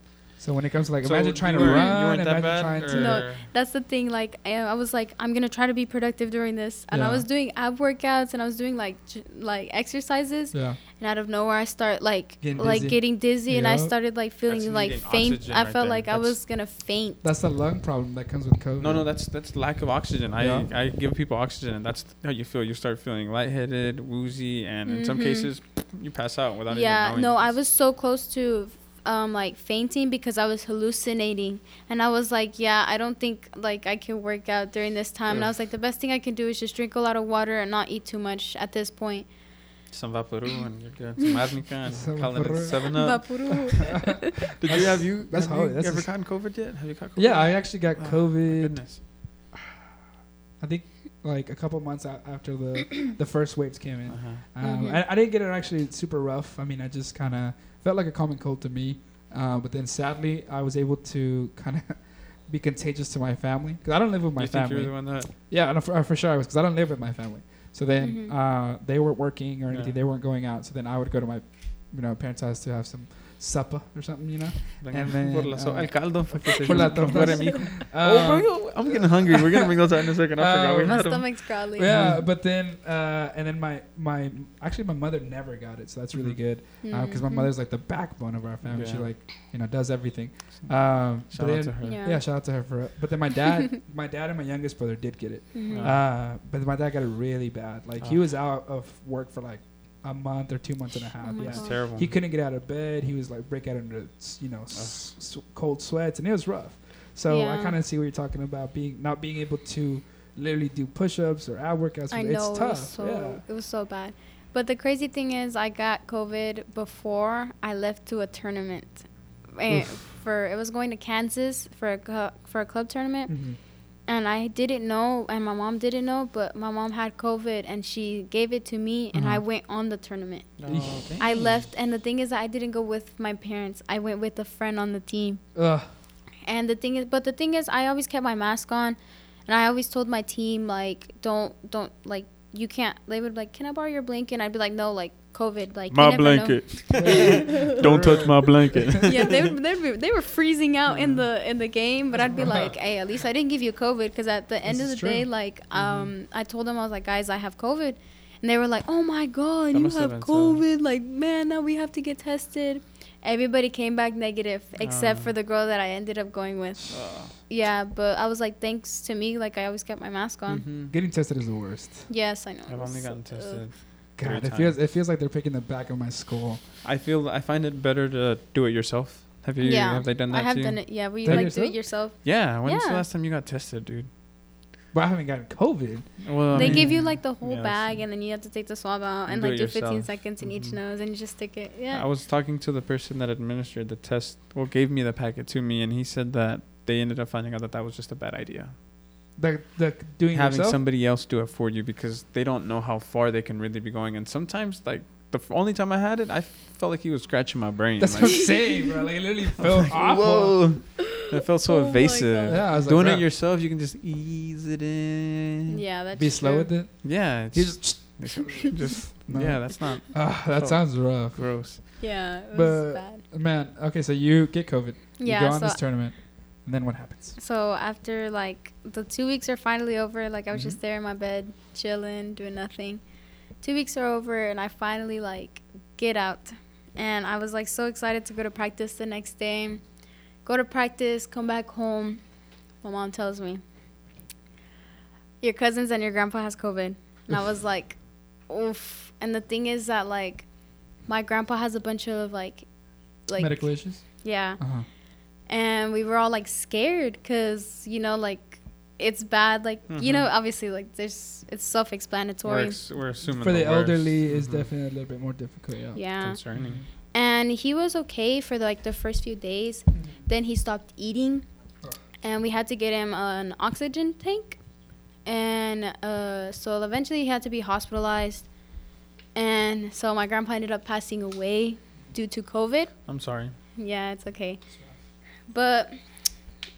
So when it comes to like
So
imagine trying
you
to
weren't-
run,
You weren't that
imagine
bad,
trying
or
to
No. That's the thing. Like I, I was like, I'm gonna try to be productive during this, and
Yeah.
I was doing ab workouts and I was doing like j- like exercises,
yeah.
and out of nowhere I start like
Getting
like
dizzy.
getting dizzy, and I
Yup.
started like
That's
feeling like
needing
faint.
oxygen
I
right
felt
there.
like I
That's-
was gonna faint.
That's the lung problem that comes with COVID.
No, no, that's that's lack of oxygen. I
Yeah.
I give people oxygen, and that's how you feel. You start feeling lightheaded, woozy, and in some
Mhm.
cases, you pass out without
Yeah,
even knowing.
no, I was so close to um like fainting because I was hallucinating, and I was like, yeah, I don't think like I can work out during this time. And I
Ugh.
was like, the best thing I can do is just drink a lot of water and not eat too much at this point.
some vaporu and you're good. Some arnica
Some
and calling it
Vaporub.
seven up.
Vaporu.
Did you have you?
that's
have
how-
you
that's
ever
just-
gotten COVID yet? Have you caught COVID?
Yeah, I actually got
Oh, my
COVID.
goodness.
I think like a couple months a- after the the first waves came in.
Uh-huh.
Um,
Mhm.
I, I didn't get it actually super rough. I mean, I just kind of felt like a common cold to me. Uh, but then sadly, I was able to kind of be contagious to my family because I don't live with my
you think you're
family.
the one that?
yeah, no, for, uh, for sure I was because I don't live with my family. So then
Mhm.
uh, they weren't working or anything.
Yeah.
They weren't going out. So then I would go to my, you know, parents' house to have some supper or something. You know.
Venga,
then,
por la so-
uh,
el caldo, porque se
por la
muere mi hijo. oh,
Um,
bro, I'm getting hungry. We're gonna bring those out in a second. I forgot we
Um,
My
had 'em.
stomach's growling.
yeah,
Mm-hmm.
but then uh, and then my my actually my mother never got it, so that's really
Mhm.
good. because Uh, my
Mhm.
mother's like the backbone of our family. She
Yeah.
like you know does everything. Um, but
Shout out
then-
to her.
Yeah.
Yeah, shout out to her for it. But then my dad, my dad and my youngest brother did get it.
Mhm.
Uh,
Uh, but then my dad got it really bad. Like he
Oh.
was out of work for like a month or two months and a half.
Oh my
yeah.
It's
God.
terrible.
He couldn't get out of bed. He was like break out into s- you know s- s- cold sweats, and it was rough. So I
Yeah.
kind of see what you're talking about being not being able to literally do push-ups or ab workouts.
I
it's
know it
tough.
was so
yeah.
it was so bad. But the crazy thing is, I got COVID before I left to a tournament eh, for it was going to Kansas for a cu- for a club tournament,
Mm. Mm-hmm.
and I didn't know, and my mom didn't know, but my mom had COVID, and she gave it to me, and
Uh-huh.
I went on the tournament. I left, and the thing is, I didn't go with my parents. I went with a friend on the team.
Ugh.
And the thing is, but the thing is, I always kept my mask on, and I always told my team like, don't, don't like, you can't. They would be like, can I borrow your blanket? And I'd be like, no, like COVID, like you
My
never know."
blanket. Don't touch my blanket.
yeah, they would- they were, they were freezing out in the in the game, but I'd be like, hey, at least I didn't give you COVID, because at the end
This
of the
is
day,
true.
like,
Mm-hmm.
um, I told them I was like, guys, I have COVID. And they were like, "Oh my God,
That
you
must have
have
been so-
COVID! Like, man, now we have to get tested." Everybody came back negative except
Ah.
for the girl that I ended up going with. Yeah, but I was like, thanks to me, like I always kept my mask on.
Mhm.
Getting tested is the worst.
Yes, I know.
I've only gotten
So- uh,
tested. Three
God, it
times.
feels it feels like they're picking the back of my skull.
I feel I find it better to do it yourself. Have you?
Yeah,
Have they done that?
I have
to you?
done it. Yeah, we
Done
like
it
do it yourself.
Yeah. When was the
Yeah.
last time you got tested, dude?
But I haven't gotten COVID.
Well, I
they
mean,
give you like the whole
Oh, yeah, that's-
bag, and then you have to take the swab out
You
and
do
like
it
do 15
yourself.
seconds in each
Mhm.
nose, and you just stick it.
I
Yeah.
was talking to the person that administered the test, well, gave me the packet to me, and he said that they ended up finding out that that was just a bad idea.
The the doing it
Having
yourself.
somebody else do it for you because they don't know how far they can really be going. And sometimes, like, the f- only time I had it, I felt like he was scratching my brain.
That's what I'm
like,
saying, bro. Like, it literally felt awful.
It felt so
Oh my
evasive.
God.
Yeah, I was like,
Doing
bro,
it yourself, you can just ease it in.
yeah, that's
be slow
true.
with it.
Yeah. It's
You just
just, just
No.
yeah, that's not
ah, that
Oh.
sounds rough,
gross.
Yeah, it was
But-
bad.
man. Okay, so you get COVID.
Yeah,
you go on
so
this tournament, and then what happens?
so after like the two weeks are finally over, like I was
Mhm.
just there in my bed chilling, doing nothing. Two weeks are over, and I finally like get out, and I was like so excited to go to practice the next day. Go to practice, come back home. My mom tells me, "Your cousins and your grandpa has COVID," and I was like, "Oof!" And the thing is that like my grandpa has a bunch of like like
Medical issues.
yeah
Uh-huh.
and we were all like scared because you know like it's bad like you know obviously like there's it's
We're,
self-explanatory
ex- we're assuming
For the,
worst.
elderly, it's
Mhm.
definitely a little bit more difficult. Yeah.
yeah
concerning.
and he was okay for like the first few days then he stopped eating and we had to get him an oxygen tank and uh, so eventually he had to be hospitalized and so my grandpa ended up passing away due to covid
I'm sorry.
Yeah, it's okay. But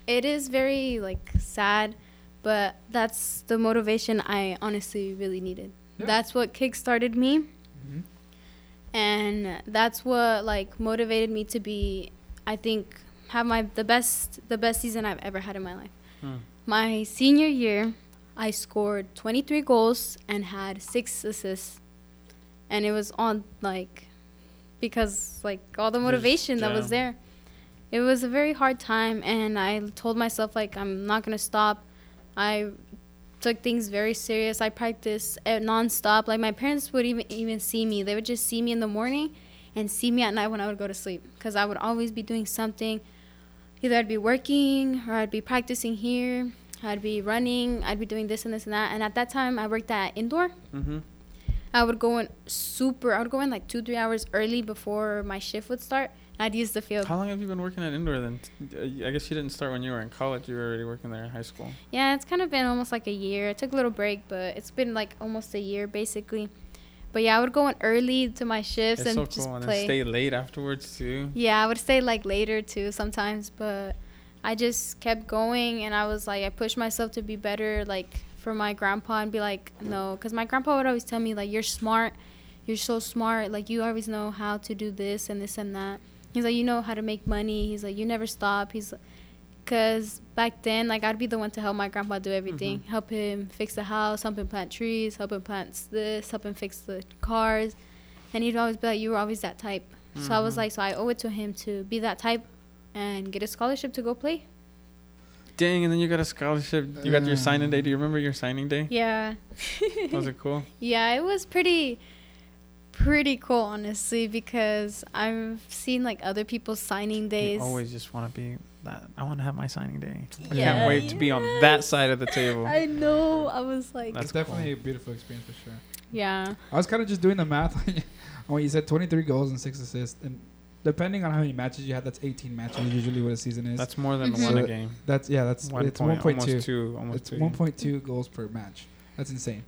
it is very like sad, but that's the motivation I honestly really needed.
Yeah.
That's what kickstarted me.
Mm-hmm.
And that's what like motivated me to be I think have my the best the best season I've ever had in my life.
Hmm.
My senior year, I scored 23 goals and had 6 assists. And it was on like because like all the
There's-
motivation that was
yeah.
there. It was a very hard time and I told myself like I'm not going to stop. I took things very serious. I practiced uh, nonstop. Like my parents would even even see me. They would just see me in the morning and see me at night when I would go to sleep cuz I would always be doing something. Either I'd be working or I'd be practicing here. I'd be running, I'd be doing this and this and that. And at that time, I worked at indoor.
Mm-hmm.
I would go in super, I would go in like two, three hours early before my shift would start. And I'd use the field.
How long have you been working at Indoor then? T- uh, y- I guess you didn't start when you were in college. You were already working there in high school.
Yeah, it's kind of been almost like a year. I took a little break, but it's been like almost a year basically. But yeah, I would go in early to my shifts
It's
and
so
just
cool. And then
play.
stay late afterwards too.
Yeah, I would stay like later too sometimes, but I just kept going and I was like, I pushed myself to be better, like for my grandpa and be like, no, because my grandpa would always tell me, like, you're smart, you're so smart, like, you always know how to do this and this and that. He's like, you know how to make money. He's like, you never stop. He's because back then, like, I'd be the one to help my grandpa do everything help him fix the house, help him plant trees, help him plant this, help him fix the cars. And he'd always be like, you were always that type. So I was like, so I owe it to him to be that type and get a scholarship to go play.
Dang! And then you got a scholarship. You got your signing day. Do you remember your signing day?
Yeah.
Was it cool?
Yeah, it was pretty pretty cool honestly because I've seen like other people's signing days.
You always just want to be that. I want to have my signing day. I
Yeah.
can't wait to be on that side of the table.
I know. I was like,
That's
It's definitely a beautiful experience for sure.
yeah.
I was kind of just doing the math on when you said 23 goals and six assists, and depending on how many matches you had, that's 18 matches usually what a season is. That's,
That's more than
Mhm.
one
So
a game.
yeah, that's
One
it's
point,
1.2.
almost two, almost
It's
two.
1.2 goals per match. That's insane.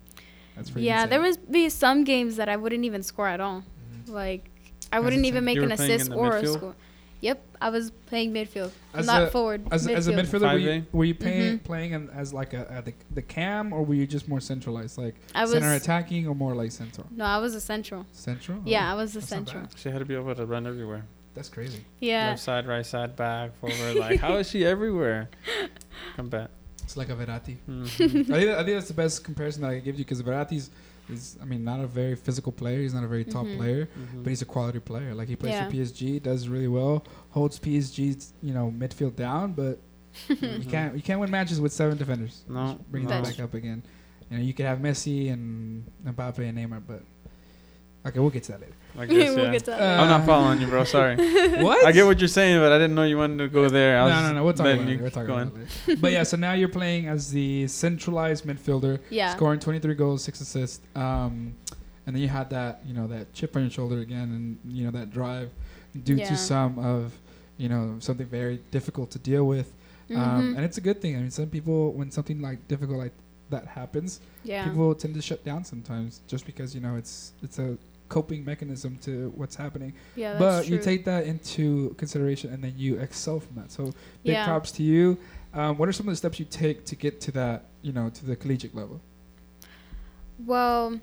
That's pretty
yeah,
insane.
there would be some games that I wouldn't even score at all. Like I
That's
wouldn't
insane.
even make
Mm-hmm. You
an
were playing in
assist
the
or a
midfield?
score. Yep, I was playing midfield,
As
not
a-
forward.
as, as a midfielder, were you,
5A?
were you playing
Mhm.
playing in, as like a, uh the, the cam, or were you just more centralized, like
I was
center attacking, or more like central?
no, I was a central.
Central?
Yeah, I
Oh,
was a
that's not
central.
bad.
She had to be able to run everywhere.
that's crazy.
Yeah,
Left side, right side, back, forward. like, how is she everywhere? Come back.
It's like a Verratti.
Mhm.
I think I think that's the best comparison that I can give you because Verratti's is I mean not a very physical player. He's not a very top
Mhm.
player,
Mhm.
but he's a quality player. Like he plays
Yeah.
for PSG, does really well, holds PSG's you know midfield down, but you
Mhm.
can't you can't win matches with seven defenders.
No,
Just bring
no.
that back up again. You know you could have Messi and Mbappe and Neymar, but okay, we'll get to that later.
I guess,
we'll
yeah. Oh,
get to that.
Uh,
later.
I'm not following you, bro. Sorry.
what?
I get what you're saying, but I didn't know you wanted to go there. I was
no, no, no. We'll talk
letting
about it.
you
later, We'll talk
go
about it later. But yeah, so now you're playing as the centralized midfielder.
yeah,
scoring 23 goals, six assists. Um, and then you had that, you know, that chip on your shoulder again, and you know that drive, due
Yeah.
to some of, you know, something very difficult to deal with. Um,
Mhm.
and it's a good thing. I mean, some people, when something like difficult like that happens,
yeah.
people tend to shut down sometimes, just because you know it's it's a coping mechanism to what's happening.
Yeah, that's
but
true.
you take that into consideration, and then you excel from that. So big
yeah.
props to you. Um, what are some of the steps you take to get to that, you know, to the collegiate level?
Well,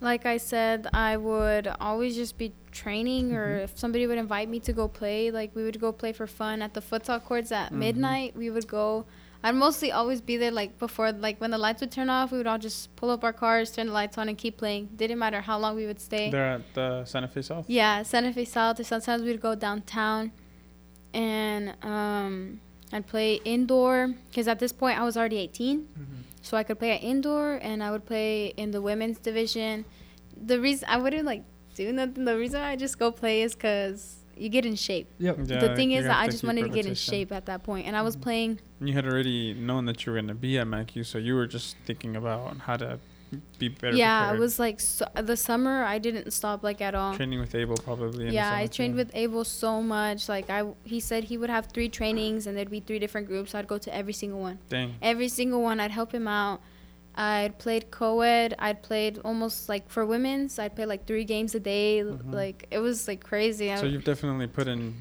like I said, I would always just be training,
Mm-hmm.
or if somebody would invite me to go play, like we would go play for fun at the futsal courts at
Mm-hmm.
Mhm.
midnight. We would go. I'd mostly always be there, like before, like when the lights would turn off, we would all just pull up our cars, turn the lights on, and keep playing. Didn't matter how long we would stay.
They're at the Santa Fe South.
Yeah, Santa Fe South. Or sometimes we'd go downtown, and um, I'd play indoor because at this point I was already 18,
Mm-hmm.
so I could play at indoor and I would play in the women's division. The reason I wouldn't like do nothing. The reason I just go play is because you get in shape.
Yep.
the thing
you
is
have
that I
to
just
keep Mm-hmm.
wanted to get in
repetition.
shape at that point, and I was playing.
You had already known that you were going to be at MacU, so you were just thinking about how to be better.
yeah,
prepared.
it was like so, the summer. I didn't stop like at all.
training with Abel probably. in the
yeah i
summer,
trained
too.
with abel so much like i he said he would have three trainings and there'd be three different groups i'd go to every single one
Dang.
every single one i'd help him out i'd played co-ed i'd played almost like for women's i'd play like three games a day l-
Mhm.
like it was like crazy I-
So you've definitely put in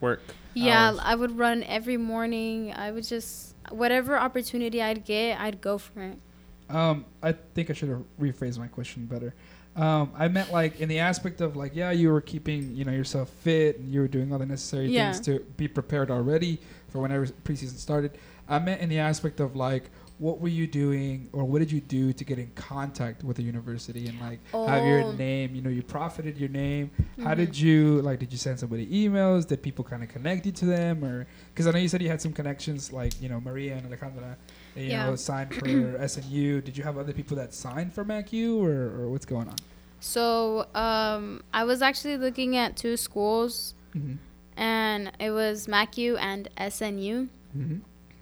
work.
yeah
hours.
i would run every morning i would just whatever opportunity i'd get i'd go for it
Um, I think I should have rephrased my question better. Um, I meant like in the aspect of like, yeah, you were keeping you know yourself fit and you were doing all the necessary
Yeah.
things to be prepared already for whenever preseason started. I meant in the aspect of like, what were you doing or what did you do to get in contact with the university and like have your
Oh.
name? You know, you profited your name. How
Mhm.
did you like? Did you send somebody emails? Did people kind of connect you to them or? Because I know you said you had some connections like you know Maria and Alejandra. You
Yeah.
know, signed for SMU. Did you have other people that signed for MacU, or, or what's going on?
so um, i was actually looking at two schools
Mm-hmm.
and it was macu and snu
Mm-hmm.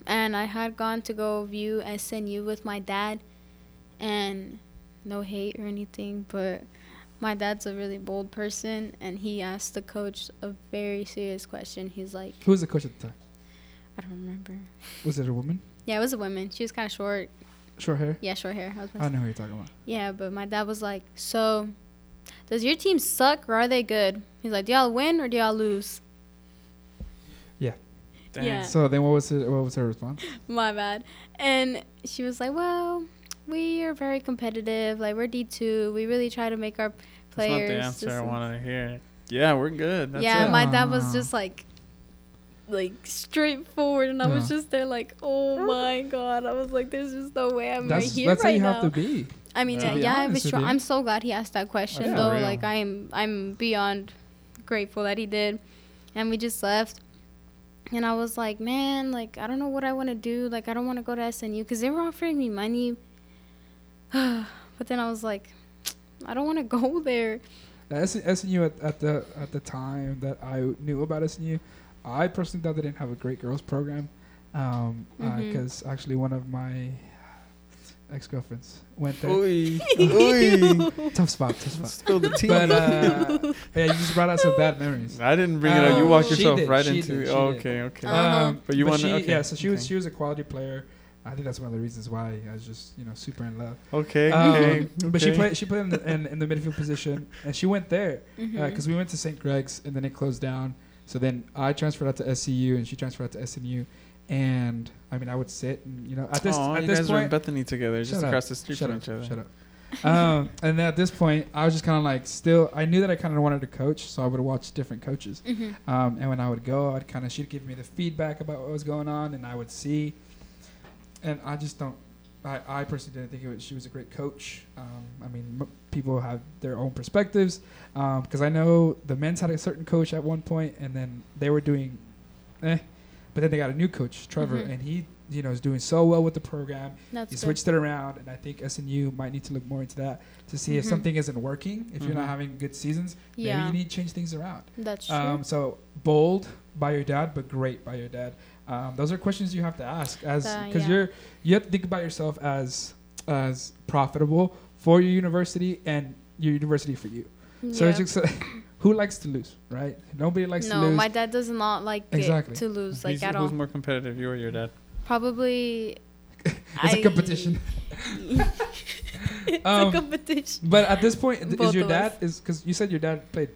and I had gone to go view SNU with my dad, and no hate or anything, but my dad's a really bold person, and he asked the coach a very serious question. He's like,
Who was the coach at the time?
I don't remember.
Was it a woman?
Yeah, it was a woman. She was kind of short.
Short hair.
Yeah, short hair. I was about
I
to-
know who you're talking about.
yeah, but my dad was like, so does your team suck or are they good? He's like, do y'all win or do y'all lose?
Dang.
Yeah.
So then, what was her, what was her response?
My bad. And she was like, well, we are very competitive. Like, we're D2. We really try to make our
That's not
players.
the answer I
just-
wanted to hear. Yeah, we're good. That's
yeah,
it.
my dad
Ah.
was just like, like straightforward, and I was
Yeah.
just there like, oh my god, I was like, there's just no way I'm
that's
right here
that's how
right
you
now.
have to be.
I mean,
To
yeah,
be
yeah, I
honest
was
with
trying.
you.
I'm so glad he asked that question
Yeah.
though.
For real.
Like, I'm I'm beyond grateful that he did, and we just left. And I was like, man, like I don't know what I want to do. Like I don't want to go to SNU because they were offering me money. but then I was like, I don't want to go there.
Now, S- SNU at, at the at the time that I knew about SNU, I personally thought they didn't have a great girls program, because um, uh
Mhm.
'cause actually one of my ex girlfriends went there.
Oy. Oy.
Tough spot, tough spot.
Spill the tea.
But uh, yeah, you just brought out some bad memories. Um,
I didn't bring it up. You
Oh,
walked
she
yourself
did,
right
she
into
did,
it.
she
Oh,
did.
okay, okay.
Uh, Uh-huh.
Um,
But you wanna-
she,
okay,
yeah. So she was
okay.
she was a quality player. I think that's one of the reasons why I was just you know super in love.
okay,
Um,
okay,
But she
okay.
played she played in the, in, in the midfield position, and she went there
Mhm.
because we went to St. Greg's, and then it closed down. So then I transferred out to SCU, and she transferred out to SNU, and I mean I would sit, and you know at this
Aw,
at
you
this
guys were in
point
Bethany together,
Shut
just
up,
across the street
shut
from
up,
each other.
shut up. um, and at this point I was just kind of like still I knew that I kind of wanted to coach, so I would watch different coaches.
Mhm.
Um, and when I would go, I'd kind of she'd give me the feedback about what was going on, and I would see. And I just don't. I, I personally didn't think it was, she was a great coach. Um, I mean, m- people have their own perspectives because I know the men's had a certain coach at one point, and then they were doing, eh, but then they got a new coach, Trevor,
Mhm.
and he you know is doing so well with the program.
That's
He
good.
switched it around, and I think SNU might need to look more into that to see if
Mhm.
something isn't working. If you're
Mhm.
not having good seasons, maybe
Yeah,
you need to change things around.
that's true.
Um, so bold by your dad, but great by your dad. Um, those are questions you have to ask as
Uh,
because
yeah.
you're you have to think about yourself as as profitable for your university and your university for you. So
Yeah.
it's just, who likes to lose, right? Nobody likes to
no,
lose.
my dad does not like it
Exactly.
to lose like
Who's-
at
Who's
all.
more competitive, you or your dad?
Probably.
it's
I-
a competition.
it's
Um,
a competition.
But at this point, th- is
Both
your
of
dad
us.
is because you said your dad played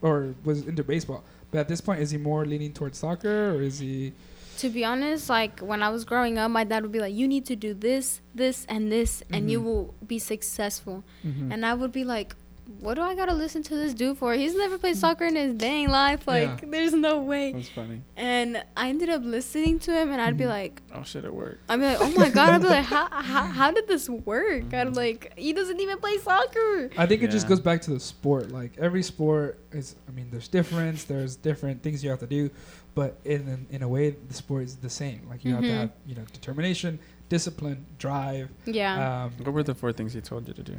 or was into baseball. But at this point, is he more leaning towards soccer or is he?
To be honest, like when I was growing up, my dad would be like, "You need to do this, this, and this, and you
Mhm.
will be successful." And I would be like, "What do I gotta listen to this dude for? He's never played soccer in his dang life. Like,
Yeah.
there's no way."
That's funny.
And I ended up listening to him, and I'd be
Mhm.
like,
Oh shit, it worked.
"I'd be like, oh my god!" I'd be like, "How how, how did this work?" I'm like, "He doesn't even play soccer."
I think it just
Yeah.
goes back to the sport. Like every sport is, I mean, there's difference. There's different things you have to do, but in in a way, the sport is the same. Like you have to
Mhm.
have, you know, determination, discipline, drive.
Yeah.
Um,
What were the four things he told you to do?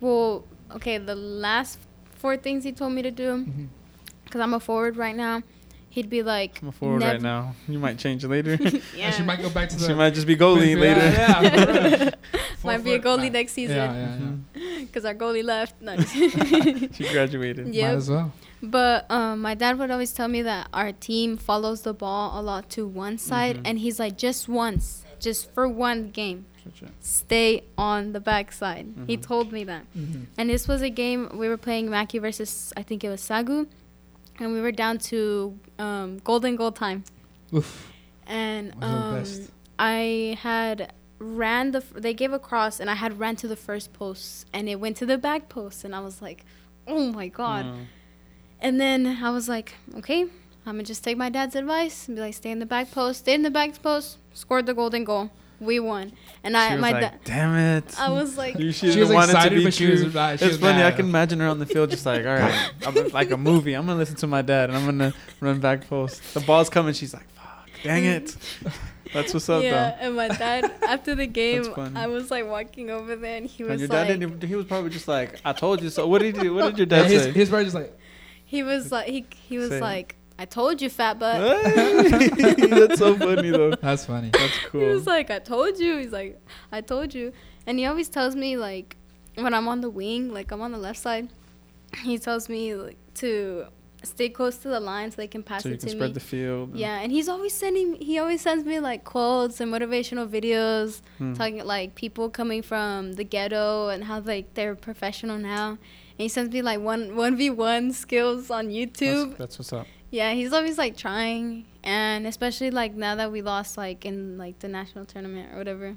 Well, okay, the last four things he told me to do,
mhm.
because I'm a forward right now, he'd be like,
Come forward
nev-
right now. You might change later.
And She
Yeah.
might go back to the
she might just be goalie later.
Yeah, yeah, for real. Four
Might be a
foot
goalie
back.
next
Yeah,
season
yeah,
Mm-hmm.
yeah.
because our goalie left. No.
she graduated.
Yep.
Might as well.
but um, my dad would always tell me that our team follows the ball a lot to one side,
Mm-hmm.
Mhm.
and he's like, just once, just for one game,
Switch it.
stay on the backside. He
Mhm.
Mm-hmm.
told me that.
Mhm.
And this was a game we were playing Mackey versus, I think it was Sagu, and we were down to um, golden goal time.
Oof.
and
One of the
um,
best.
I had ran the. F- they gave a cross, and I had ran to the first post, and it went to the back post, and I was like, "Oh my god!"
Mm.
And then I was like, "Okay, I'm gonna just take my dad's advice and be like, stay in the back post, stay in the back post, scored the golden goal, we won." And I,
she was
my
like,
dad,
damn it.
I was like,
you
She
should
was
have wanted to
excited,
be
but she was,
you.
mad. she
It's
was
funny. I
mad.
can imagine her on the field, just like, all right, I'm like a movie. I'm gonna listen to my dad, and I'm gonna run back post. The ball's coming. She's like, fuck, dang it. That's what's up,
yeah. And my dad, after the game,
funny.
I was like walking over there, and he
though. And
was
your
like,
dad didn't. He was probably just like, I told you so. What did you? What did your
Yeah,
dad
his,
say?
his brother just like
he was like, he he was
Say it.
like, "I told you, fat butt."
That's so funny though.
that's funny.
That's cool.
He was like, I told you. He's like, I told you. And he always tells me, like, when I'm on the wing, like, I'm on the left side, he tells me like, to stay close to the line so they can pass
so you
it
can
to
spread
me.
the field. and-
yeah, and he's always sending, he always sends me, like, quotes and motivational videos
Hmm.
talking, like, people coming from the ghetto and how, like, they're professional now. And he sends me, like, one, 1v1 skills on
That's-
YouTube.
That's what's up.
Yeah, he's always like trying, and especially like now that we lost like in like the national tournament or whatever,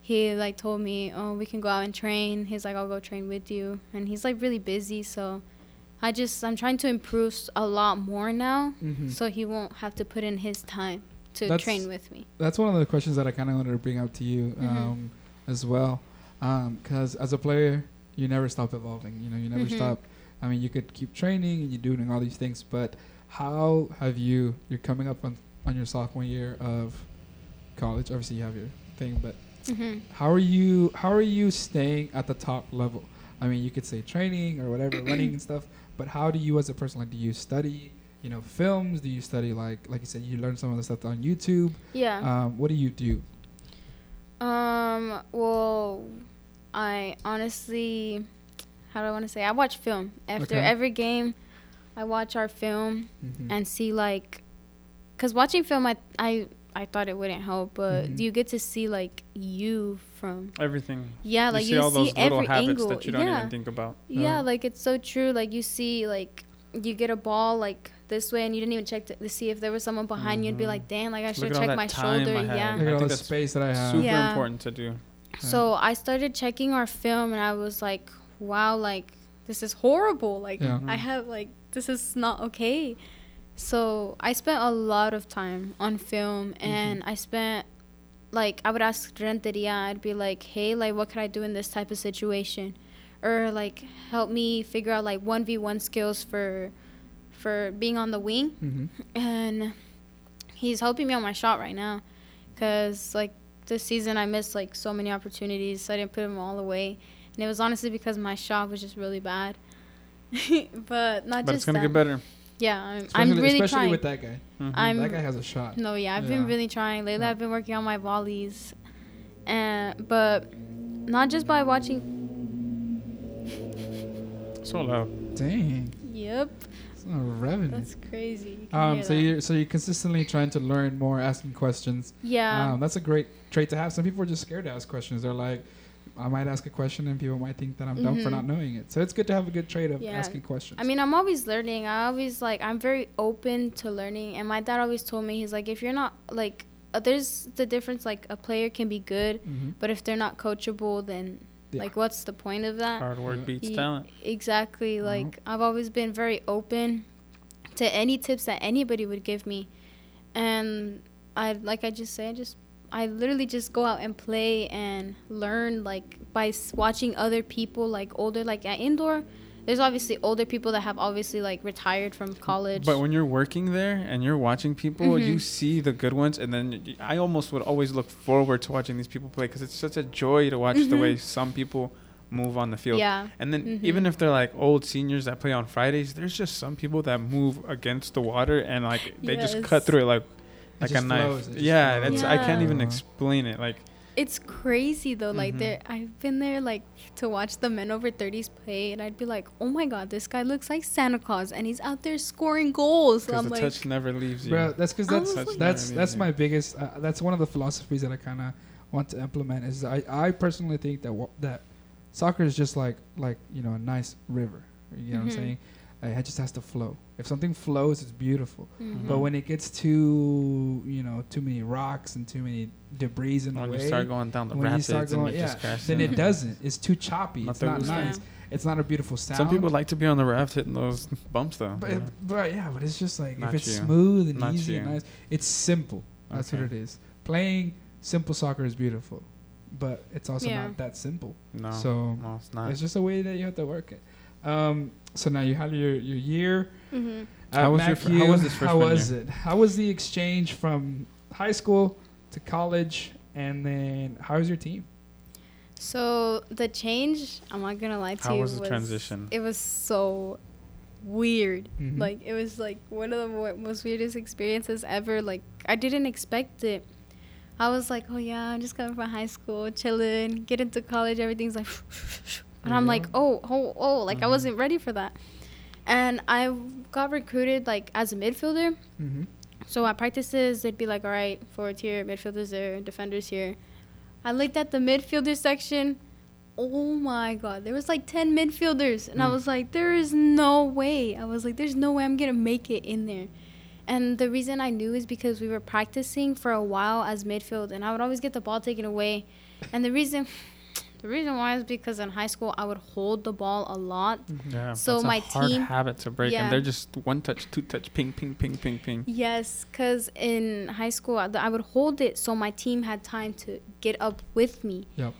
he like told me, "Oh, we can go out and train." He's like, "I'll go train with you," and he's like really busy, so I just I'm trying to improve s- a lot more now,
Mhm.
so he won't have to put in his time to
That's-
train with me.
that's one of the questions that I kind of wanted to bring up to you um, as well, because as a player, you never stop evolving. You know, you never
Mhm.
stop. I mean, you could keep training and you're doing all these things, but how have you? You're coming up on on your sophomore year of college. Obviously, you have your thing, but
Mm-hmm.
how are you? How are you staying at the top level? I mean, you could say training or whatever, running and stuff. But how do you, as a person, like, do you study? You know, films. Do you
Uh,
study like, like you said, you learn some of the stuff on YouTube?
Yeah.
Um, what do you do?
Um. Well, I honestly, how do I want to say? I watch film after
Okay.
every game. I watch our film
Mm.
Mhm.
and see like, cause watching film, I I I thought it wouldn't help, but
Mm-hmm.
Mhm.
you get to see like you from
Everything.
yeah, like you see, every angle.
that you don't
yeah.
even think about.
Yeah,
Uh,
like it's so true. Like you see, like you get a ball like this way, and you didn't even check to, to see if there was someone behind you. You'd be
Mhm.
like, "Damn, like I should
at all
have checked
that
my
time I
shoulder."
had.
yeah.
Look
I
at all
think
the
that's
space that I have.
Super
uh, Yeah.
important to do.
So I started checking our film, and I was like, "Wow, like this is horrible. Like
Yeah.
I have like this is not okay." So I spent a lot of time on film, and I spent like I would ask Renteria, I'd be like, "Hey, like what could I do in this type of situation?" Or like help me figure out like one v one skills for for being on the wing
Mhm.
and he's helping me on my shot right now because like this season i missed like so many opportunities so i didn't put them all away and it was honestly because my shot was just really bad but not
But
just
it's gonna
that.
get better. Mm-hmm.
yeah i'm, I'm
Especially,
really
especially
trying
with that guy.
i'm
that guy has a shot.
no yeah i've
Yeah.
been really trying lately
Yeah.
i've been working on my volleys and but not just by watching
So loud.
Dang,
yep
it's not revenue.
Mm. that's crazy You can
Um,
hear
so
that.
you're so you're consistently trying to learn more, asking questions.
yeah
Um, that's a great trait to have. Some people are just scared to ask questions. They're like, I might ask a question and people might think that I'm dumb for
Mhm.
not knowing it. So it's good to have a good trait of
Yeah.
asking questions.
I mean, I'm always learning. I always like I'm very open to learning, and my dad always told me he's like, if you're not like, uh, there's the difference. Like a player can be good,
Mhm.
but if they're not coachable, then
Yeah.
like, what's the point of that?
Hard work
Yeah.
beats
Ye-
talent. Mm-hmm.
Exactly. Like I've always been very open to any tips that anybody would give me, and I like I just say I just I literally just go out and play and learn like by s- watching other people like older like at indoor. There's obviously older people that have obviously like retired from college. Mm-hmm.
But when you're working there and you're watching people, you see the good ones, and then y- I almost would always look forward to watching these people play because it's such a joy to watch the way some people move on the field.
Mm-hmm. yeah,
And then
Mhm.
even if they're like old seniors that play on Fridays, there's just some people that move against the water and like they just cut
Yes.
through it like
It
like a
just
knife.
flows, it just
yeah,
flows.
that's I can't even
Yeah.
explain it. Like
it's crazy though. Like
Mhm.
there, I've been there like to watch the men over 30s play, and I'd be like, oh my god, this guy looks like Santa Claus, and he's out there scoring goals.
because
I'm
the
like,
touch never leaves you.
Bro, that's because
I
that's
was
that's
like-
that's,
Yeah.
my biggest. Uh, that's one of the philosophies that I kind of want to implement. Is I, I personally think that wa- that soccer is just like like you know a nice river. You know what I'm
Mhm.
saying? Uh, it just has to flow. If something flows, it's beautiful.
mm-hmm.
Mhm.
But when it gets too you know too many rocks and too many debris in the
when
way,
you start going down the
when you
rapids
start going-
and you just
yeah,
crash
then
in.
it doesn't. It's too choppy.
Not
it's
the
not
roof.
nice. It's not a beautiful sound.
Some people like to be on the raft hitting those bumps though.
But,
you know?
but yeah, but it's just like
Not
if it's
you.
smooth and
Not
easy and
you.
nice, it's simple. That's what it
Okay.
is. Playing simple soccer is beautiful, but it's also
Yeah.
not that simple.
No,
so
no, it's not.
it's just a way that you have to work it. Um, so now you had your your year.
Mhm.
at
How was your fir- how
MacU.
was this
How
freshman
was it? How was the exchange from high school to college, and then how was your team?
So the change, I'm not gonna lie to
How
you.
was the transition?
It was so weird.
Mhm.
Like it was like one of the mo- most weirdest experiences ever. Like I didn't expect it. I was like, oh yeah, I'm just coming from high school, chilling, get into college, everything's like, and I'm
Yeah.
like, oh, oh, oh, like I wasn't ready for that. And I got recruited like as a midfielder.
Mm-hmm.
So at practices, they'd be like, all right, forwards here, midfielders there, defenders here. I looked at the midfielder section. Oh my God, there was like 10 midfielders. And I
Mm.
was like, there is no way. I was like, there's no way I'm going to make it in there. And the reason I knew is because we were practicing for a while as midfield, and I would always get the ball taken away. And the reason. The reason why is because in high school I would hold the ball a lot.
Yeah,
So
that's
my
a hard
team-
habit to break,
Yeah.
and they're just one touch, two touch, ping, ping, ping, ping, ping.
Yes, because in high school, I I would hold it so my team had time to get up with me.
Yep.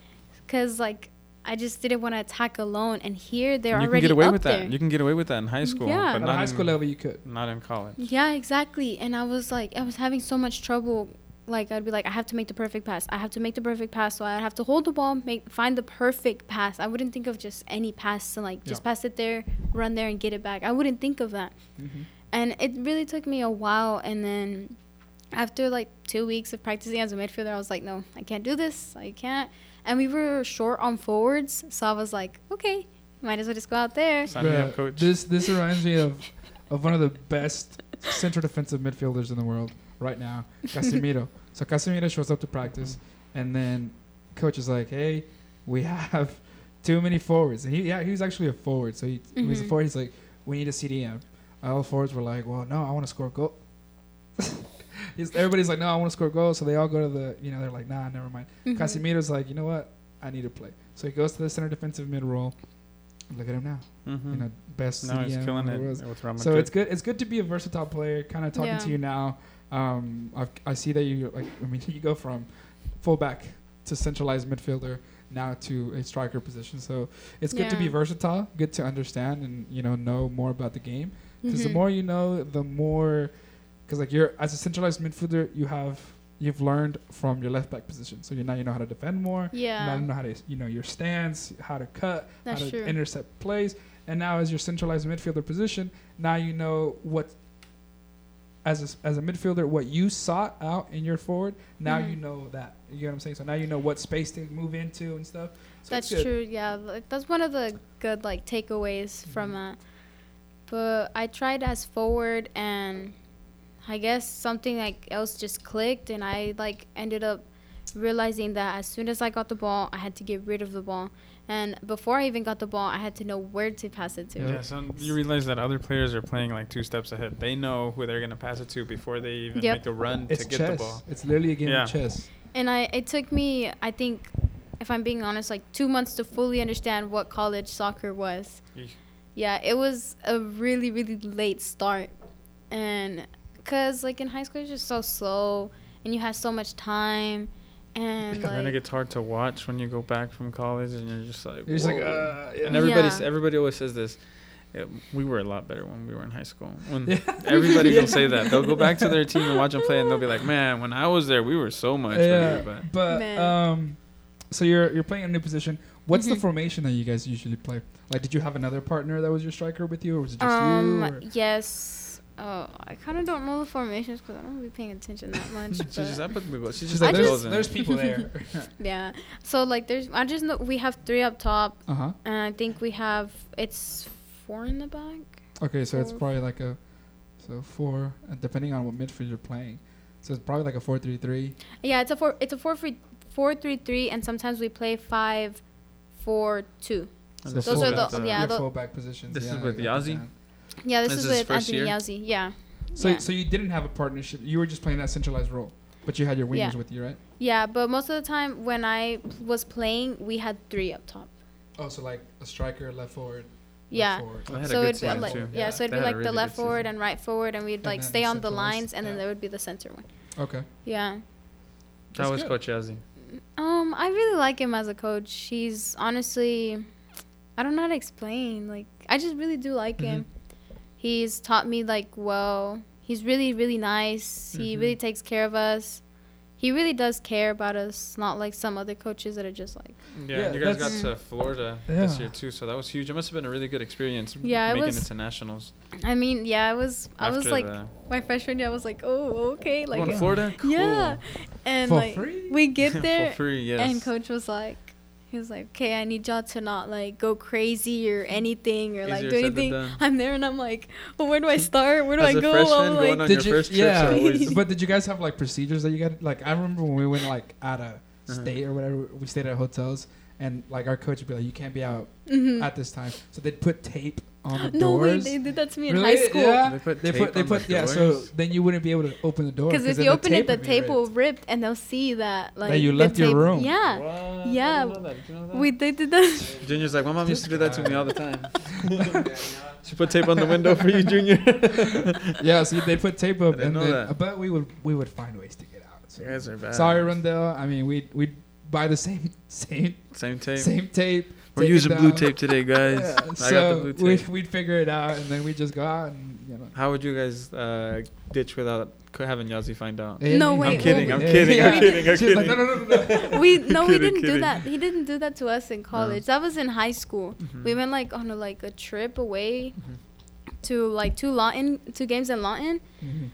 Because, like, I just didn't want to attack alone. And here, they're
And you
already
can get away
up
with
there. Mm,
that. You can get away with that in high school,
Yeah.
but
At a
not
high
in,
school level, you could.
not in college.
Yeah, exactly. And I was like, I was having so much trouble. Like, I'd be like, I have to make the perfect pass. I have to make the perfect pass. So I'd have to hold the ball, make find the perfect pass. I wouldn't think of just any pass and like just
Yeah.
pass it there, run there, and get it back. I wouldn't think of that.
Mhm.
And it really took me a while. And then after like two weeks of practicing as a midfielder, I was like, no, I can't do this. I can't. And we were short on forwards, so I was like, okay, might as well just go out there.
Sign me up,
Bruh,
coach.
This this reminds me of of one of the best center defensive midfielders in the world right now, Casemiro. so Casemiro shows up to practice, and then coach is like, "Hey, we have too many forwards." And he yeah, he was actually a forward, so he, he was a
Mhm.
forward. He's like, "We need a CDM." All forwards were like, "Well, no, I want to score a goal." He's, everybody's like, "No, I want to score goals." So they all go to the you know they're like, "Nah, never mind."
Mhm.
Casemiro's like, you know what? I need to play. So he goes to the center defensive mid role. Look at him now.
mm-hmm.
You know, best
no, he's
CDM
killing
in the
it
world.
with Real
So
Madrid.
it's good. It's good to be a versatile player. Kind of talking
Yeah.
to you now. Um, I've, I see that you like. I mean, you go from fullback to centralized midfielder now to a striker position. So it's good to be
Yeah.
versatile. Good to understand and you know know more about the game because the
Mhm.
more you know the more because like you're as a centralized midfielder you have you've learned from your left back position so you now you know how to defend more you now
yeah,
you know how to you know your stance how to cut how
that's
to
true.
intercept plays and now as your centralized midfielder position now you know what as a, s- as a midfielder what you sought out in your forward now
Mhm.
you know that you get what i'm saying so now you know what space to move into and stuff so it's
That's
good.
true. Yeah, like, that's one of the good like
Mm-hmm.
takeaways from that. But I tried as forward, and I guess something like else just clicked, and I like ended up realizing that as soon as I got the ball, I had to get rid of the ball, and before I even got the ball, I had to know where to pass it to.
Yeah, so you realize that other players are playing like two steps ahead. They know who they're gonna pass it to before they even
Yep.
make the run
it's
to get
chess
the ball.
it's literally a game
Yeah.
of chess
And I it took me, I think, if I'm being honest, like two months to fully understand what college soccer was.
Yeesh.
Yeah, it was a really really late start, and cause like in high school it's just so slow, and you have so much time, and
And then it
like
gets hard to watch when you go back from college, and you're just like,
You're just like,
"Whoa."
uh, yeah.
and everybody,
Yeah.
everybody always says this. "Yeah, we were a lot better when we were in high school. When
Yeah.
everybody
Yeah.
can say that, they'll go back to their team and watch them play, and they'll be like, "Man, when I was there, we were so much
yeah,
better." But
but
Man.
um, so you're you're playing a new position. What's the
Mhm.
formation that you guys usually play? Like, did you have another partner that was your striker with you, or was it just you?
um
or-
yes. Oh, I kind of don't know the formations because I don't be paying attention that much.
she
but-
just, I put Google. She
She's
just
like,
I
there's,
goes in.
there's people there.
yeah. So like, there's I just know we have three up top,
uh huh.
and I think we have it's four in the back.
Okay, so it's
Four.
probably like a so four, uh, depending on what midfield you're playing. So it's probably like a four three three.
Yeah, it's a four. It's a four three four three three, and sometimes we play five four two.
And
So
the
those are
fullback,
the-
uh,
yeah,
your
the-
fullback positions.
This
yeah,
is with
I got
Yazzie?
that.
Yeah, this,
This
is,
is
with
first
Anthony
year?
Yazzie. Yeah,
So
Yeah.
so you didn't have a partnership. You were just playing that centralized role, but you had your
Yeah.
wingers with you, right?
yeah. But most of the time when I was playing, we had three up top.
Oh, so like a striker, left forward.
Yeah.
They had a
So
good
it'd be
season,
like
too.
yeah, so it'd
They
be
had a
like the
really
left
good
forward
season.
and right forward, and we'd
And
like
then
stay
the
on the
centralized,
lines, and then
yeah.
there would be the center one.
Okay.
Yeah.
That
That's
was
good.
Coach Yazzie.
Um, I really like him as a coach. He's honestly, I don't know how to explain. Like, I just really do like
Mm-hmm.
him. He's taught me like well. He's really really nice. He
Mhm.
really takes care of us. He really does care about us, not like some other coaches that are just like.
Yeah,
Yeah,
you guys got
that's-
to Florida this
Yeah.
year too, so that was huge. It must have been a really good experience
Yeah, it
making
was-
it to nationals.
I mean, yeah, I was I was
after
like
the-
my freshman year. I was like, oh okay, like
going to Florida.
yeah,
Cool.
and
For
like
free?
we get
for
there,
free. Yes.
And coach was like, he was like, okay, I need y'all to not like go crazy or anything or like
Easier
do
said than
anything.
done.
I'm there and I'm like, well, where do I start? Where do
As
I
a
go?
freshman
I'm
going
like,
on
did
your
you,
first trips
yeah,
are always-
but did you guys have like procedures that you got? Like I remember when we went like out of
Uh-huh.
state or whatever, we stayed at hotels, and like our coach would be like, "You can't be out
Mhm.
at this time," so they'd put tape on the
no way,
doors.
they did that to me in
Really?
high school.
Yeah,
They put
they
tape
put they
on the
put yeah. So
doors?
then you wouldn't be able to open the door
Because Oh, if
then
you open it,
tape
the
would be
tape will
ripped.
rip, and they'll see that like
you
the
left your
tape-
room.
Yeah,
What?
Yeah.
I didn't know that. Did you know that?
we they did that.
Junior's like, my mom used to do that to
guy.
me all the time. she put tape on the window for you, Junior.
Yeah, so they put tape up,
I didn't
and
know
then,
that.
but we would we would find ways to get out. So.
you guys are bad.
Sorry, Rundell. I mean, we we would buy the same same
Same tape.
same tape.
We're
take it
using blue
down.
tape today, guys.
Yeah,
I got the
so
blue tape.
we'd, we'd figure it out, and then we just go out and you know.
How would you guys uh, ditch without c- having Yazzie find out?
No,
Hey,
wait,
hey,
I'm kidding,
hey,
I'm
hey.
kidding,
I'm kidding,
I'm
She's like,
kidding.
no, no, no, no, no.
we no, we
Kidding,
didn't do
kidding.
that. He didn't do that to us in college. That was in high school. Mm-hmm.
Mm-hmm.
We went like on a, like a trip away to like two Lawton, two games in Lawton,
Mhm.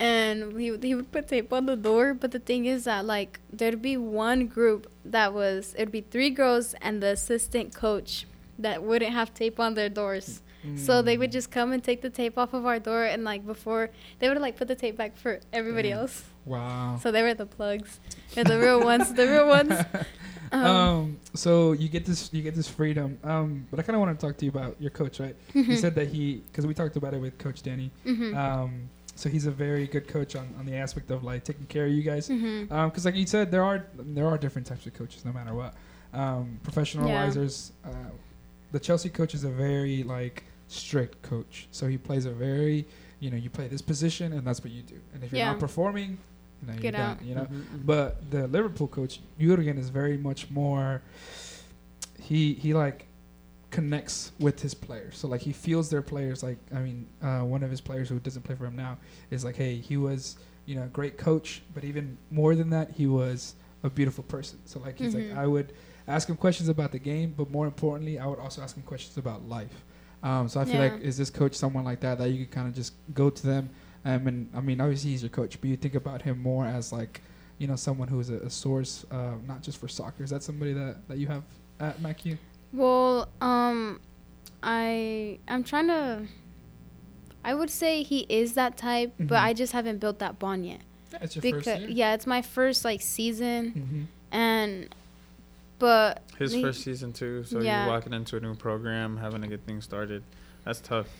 and he would- he would put tape on the door. But the thing is that like there'd be one group that was it'd be three girls and the assistant coach that wouldn't have tape on their doors. So they would just come and take the tape off of our door, and like before they would like put the tape back for everybody
Damn.
else.
Wow.
So they were the plugs, they're the real ones, the real ones.
Um, so you get this, you get this freedom. Um, but I kind of want to talk to you about your coach, right?
mm-hmm.
You said that he, because we talked about it with Coach Danny. Um, so he's a very good coach on, on the aspect of like taking care of you guys.
hmm
because Um, like you said there are there are different types of coaches no matter what um, professional
Yeah.
wise there's uh, the chelsea coach is a very like strict coach so he plays a very you know you play this position and that's what you do and if you're
Yeah.
not performing you know, you're
Get
done
out.
you know
Mm-hmm.
but the liverpool coach jurgen is very much more he he like connects with his players so like he feels their players like i mean uh, one of his players who doesn't play for him now is like hey he was you know a great coach but even more than that he was a beautiful person so like he's
Mhm.
like i would ask him questions about the game but more importantly i would also ask him questions about life um, so i feel
Yeah.
like is this coach someone like that that you could kind of just go to them um, and i mean obviously he's your coach but you think about him more as like you know someone who is a, a source uh, not just for soccer is that somebody that, that you have at macu
Well, um, I I'm trying to. I would say he is that type, but
Mhm.
I just haven't built that bond yet.
that's your
Because yeah, it's my first like season,
hmm
and but
His
Me-
first season too, so
Yeah.
you're walking into a new program, having to get things started. That's tough.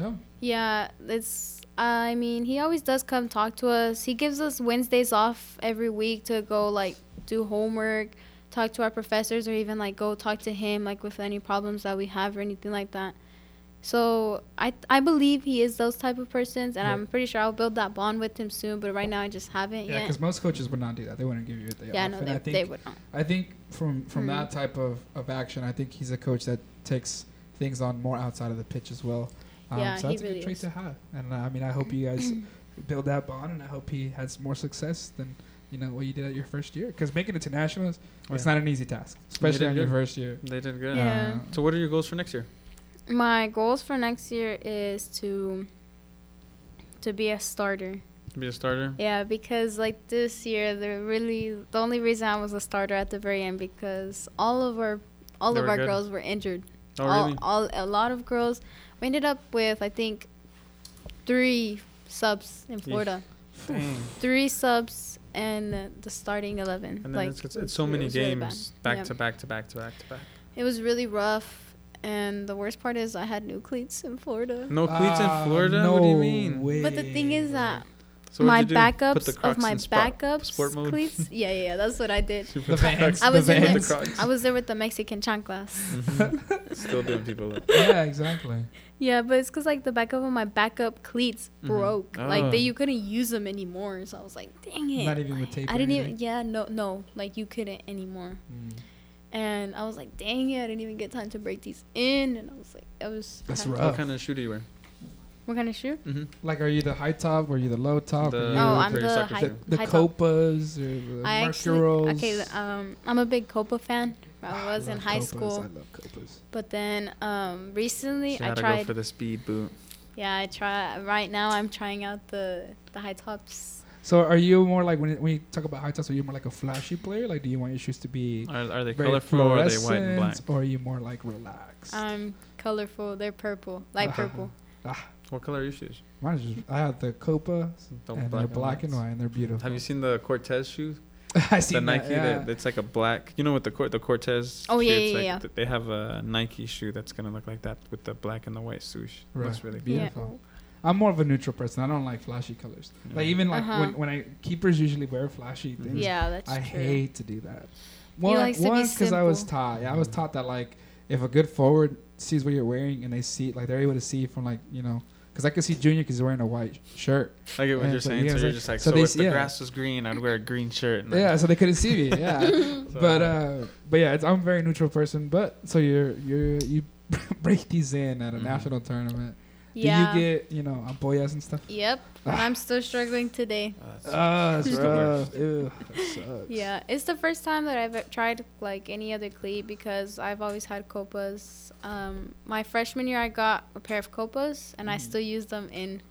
no
yeah, it's. I mean, he always does come talk to us. He gives us Wednesdays off every week to go like do homework, talk to our professors, or even like go talk to him like with any problems that we have or anything like that. So I I believe he is those type of persons, and
Yeah.
I'm pretty sure I'll build that bond with him soon. But right now, I just haven't
yeah
yet.
because most coaches would not do that they wouldn't give you a day
Yeah,
off
no,
and
they,
i think
they would not.
I think from from
Mhm.
that type of, of action, I think he's a coach that takes things on more outside of the pitch as well. Um,
Yeah,
so
he
that's a
really
good trait
is.
to have. And uh, I mean, I hope you guys build that bond, and I hope he has more success than you know what you did at your first year. Because making it to nationals, it's
Oh, Yeah.
not an easy task, especially
did
on your
good.
first year.
They did good.
Yeah.
Uh,
So what are your goals for next year?
My goals for next year is to to be a starter.
To be a starter.
Yeah, because like this year, the really the only reason I was a starter at the very end because all of our all
They
of
were
our
good?
girls were injured.
Oh
all,
really?
all a lot of girls. We ended up with I think three subs in Florida,
Dang.
three subs and the starting eleven.
And then
like
it's, it's, it's so
it
many
was really bad.
games back
Yeah.
to back to back to back to back.
It was really rough, and the worst part is I had new cleats in Florida.
No cleats
Ah,
in Florida. what do you
no
mean?
way.
But the thing is that
So
my
what'd you do? Put the
backups of
Crocs
my
in sport-
backups
sport mode?
cleats. Yeah, yeah, yeah, that's what I did.
You put
The Vans.
Crocs-
I
the
was
put
in the
the
Vans.
Crocs.
I was there with the Mexican chanclas.
Mhm. Still doing people up.
yeah, exactly.
Yeah, but it's because like the backup of my backup cleats
Mhm.
broke. Like
Ah.
they, you couldn't use them anymore. So I was like, dang it.
Not even with
Like,
tape
I
or
didn't even.
anything?
Yeah, no, no. Like you couldn't anymore.
Mm.
And I was like, dang it, I didn't even get time to break these in. And I was like, I was. I
That's
had to-
rough.
What kind of shoe do you wear?
What kind of shoe?
Mm-hmm.
Like, are you the high top? Were you the low top?
The-
Were
Oh,
you
oh, I'm
pretty
the
sucker
high,
the,
shoe.
the
high top.
copas or the
I actually
Mercuros?
okay. Um, I'm a big Copa fan. I
Ah,
was in
love
high
Copas,
school,
I love Copas.
but then um, recently
She
I
had to go
tried.
for the speed boot.
Yeah, I try. Right now, I'm trying out the the high tops.
So are you more like when, when you talk about high tops, are you more like a flashy player? Like, do you want your shoes to be
Are, are they
very
colorful or are they white and black?
fluorescent, or are you more like relaxed?
I'm colorful. They're purple, light
Uh-huh.
purple.
What color are your shoes?
Mine is just, I have the Copa,
The
and they're black and
whites.
white, and they're beautiful.
Have you seen the Cortez shoes?
I seen
the Nike
that, yeah.
that it's like a black. You know what the Cor- the Cortez.
Oh,
shoe,
yeah,
it's
yeah,
like
yeah.
th- they have a Nike shoe that's gonna look like that with the black and the white swoosh.
Right.
Looks really cool.
Yeah. Beautiful. I'm more of a neutral person. I don't like flashy colors. Like
Mm.
even like
Uh-huh.
when, when I keepers usually wear flashy
Yeah,
things.
that's
I
true.
hate to do that. One,
likes to be
because I was
simple.
taught. Yeah, I was taught that like if a good forward sees what you're wearing and they see like they're able to see from like you know because I could see Junior because he's wearing a white shirt.
I get what
Yeah,
you're
so
saying.
you
So
guys
you're
like-
just like,
so
so,
they
if
s-
the
yeah.
grass was green, I'd wear a green shirt. and
Yeah,
then-
so they couldn't see me. Yeah,
so-
but uh, but yeah, it's, I'm a very neutral person. But so you're you're you break these in at a
Mhm.
national tournament.
Yeah.
Do you get you know ampollas and stuff?
yep.
Ah.
I'm still struggling today.
Uh, it's-
Ah, that's
It's the worst.
rough. Ew, that sucks.
Yeah, it's the first time that I've uh, tried like any other cleat because I've always had
Mm.
copas. Um, my freshman year, I got a pair of copas, and I still use them in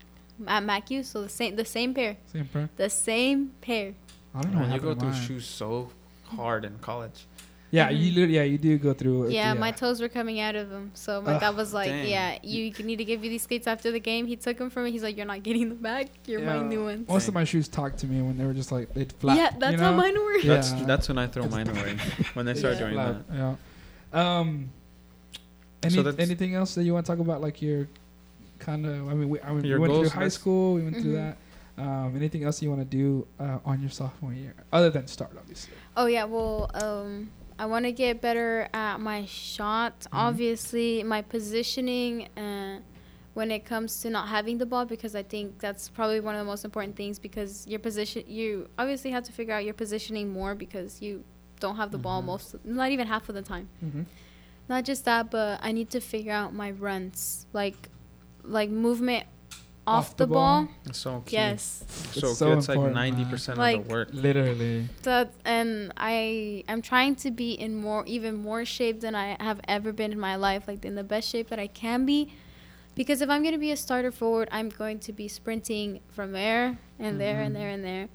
at MacU. So the same the same pair,
Same pair.
the same pair.
I don't know.
Man,
what
you go
happened
through
to mine.
shoes so hard in college.
Yeah, you literally, yeah, you do go through.
Mm-hmm. Yeah, my toes were coming out of them. So my
Ugh,
dad was like,
dang.
"Yeah, you need to give me these skates after the game." He took them from me. He's like, "You're not getting them back. You're buying
Yeah.
new ones."
most of my shoes talked to me when they were just like they'd flap.
yeah,
you
that's
know?
how mine were.
Yeah.
That's that's when I throw
It's-
mine away when they start
Yeah.
doing
Flap,
that.
Yeah. Um. Any,
So that's-
anything else that you want to talk about? Like your kind of, I mean, we, I mean, we
Your
went through
goals,
high
that's-
school. We went through
Mhm.
that. Um, anything else you want to do uh, on your sophomore year, other than start, obviously.
Oh yeah, well, um, I want to get better at my shot. Obviously, my positioning uh, when it comes to not having the ball, because I think that's probably one of the most important things. Because your position, you obviously have to figure out your positioning more because you don't have the ball
Mhm.
most, not even half of the time.
Mm-hmm.
Not just that, but I need to figure out my runs, like, like movement off, the, ball.
It's so key.
Yes.
So,
It's
it's
so
like
important, man.
ninety percent
Like-
of the work.
Literally.
That and I am trying to be in more even more shape than I have ever been in my life, like in the best shape that I can be. Because if I'm gonna be a starter forward, I'm going to be sprinting from there and there
Mm-hmm.
and there and there.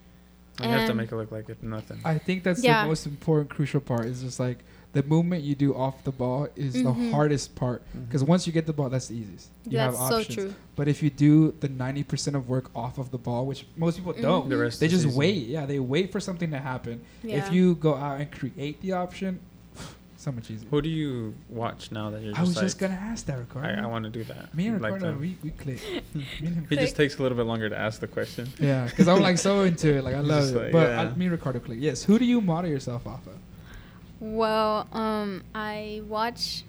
I have to
And-
make it look like it's nothing.
I think that's
Yeah.
the most important, crucial part. Is just like the movement you do off the ball is the
Mhm.
hardest part because once you get the ball, that's the easiest. You
That's
have
so
options.
true.
But if you do the ninety percent of work off of the ball, which most
Mm-hmm.
people don't,
The rest
they
is
just
easy.
wait. Yeah, they wait for something to happen.
Yeah.
If you go out and create the option, so much easier.
Who do you watch now that you're just
I was
like?
just gonna ask that, Ricardo.
I, I want to do that.
Me and
like
Ricardo,
that.
we, we click. Me and him
He
click.
just takes a little bit longer to ask the question.
yeah, because I'm like so into it. Like I
He's
love
just
it.
like,
but
yeah.
I, me and Ricardo click. Yes. Who do you model yourself off of?
well, um, I watch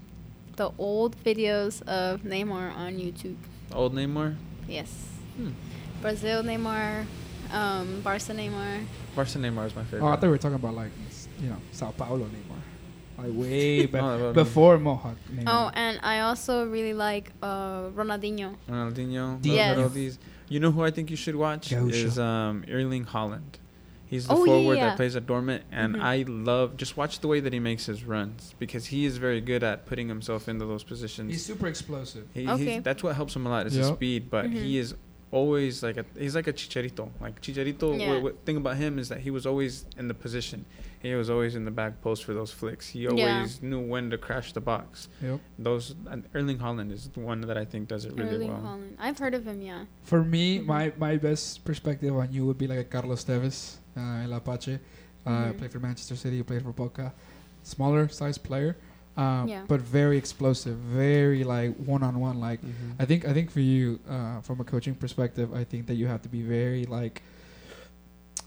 the old videos of Neymar on YouTube.
Old Neymar,
Yes.
Hmm.
Brazil Neymar, um, Barca Neymar.
Barca Neymar is my favorite.
Oh, I thought we were talking about like s- you know Sao Paulo Neymar, like way back
No, no, no.
before Mohawk
Oh,
Neymar.
and I also really like uh, Ronaldinho.
Ronaldinho,
Yes.
yes. all these. You know who I think you should watch
Yeah, who
is
should?
um, Erling Holland. He's the
Oh, yeah,
forward
yeah.
that plays at Dortmund, and
Mhm.
I love just watch the way that he makes his runs because he is very good at putting himself into those positions.
he's super explosive.
He,
Okay.
he's, that's what helps him a lot is his
Yeah.
speed, but he
Mhm.
is always like a he's like a chicharito. Like chicharito,
Yeah.
what, what thing about him is that he was always in the position. He was always in the back post for those flicks. He
Yeah.
always knew when to crash the box.
Yep.
Those and Erling Holland is the one that I think does it really
Erling
well.
Haaland. I've heard of him, yeah.
For me,
Mhm.
my my best perspective on you would be like a Carlos Tevez, uh, El Apache. Uh,
Mhm.
Played for Manchester City. Played for Boca. Smaller size player, um,
Yeah.
but very explosive. Very like one on one. Like I think I think for you, uh, from a coaching perspective, I think that you have to be very like,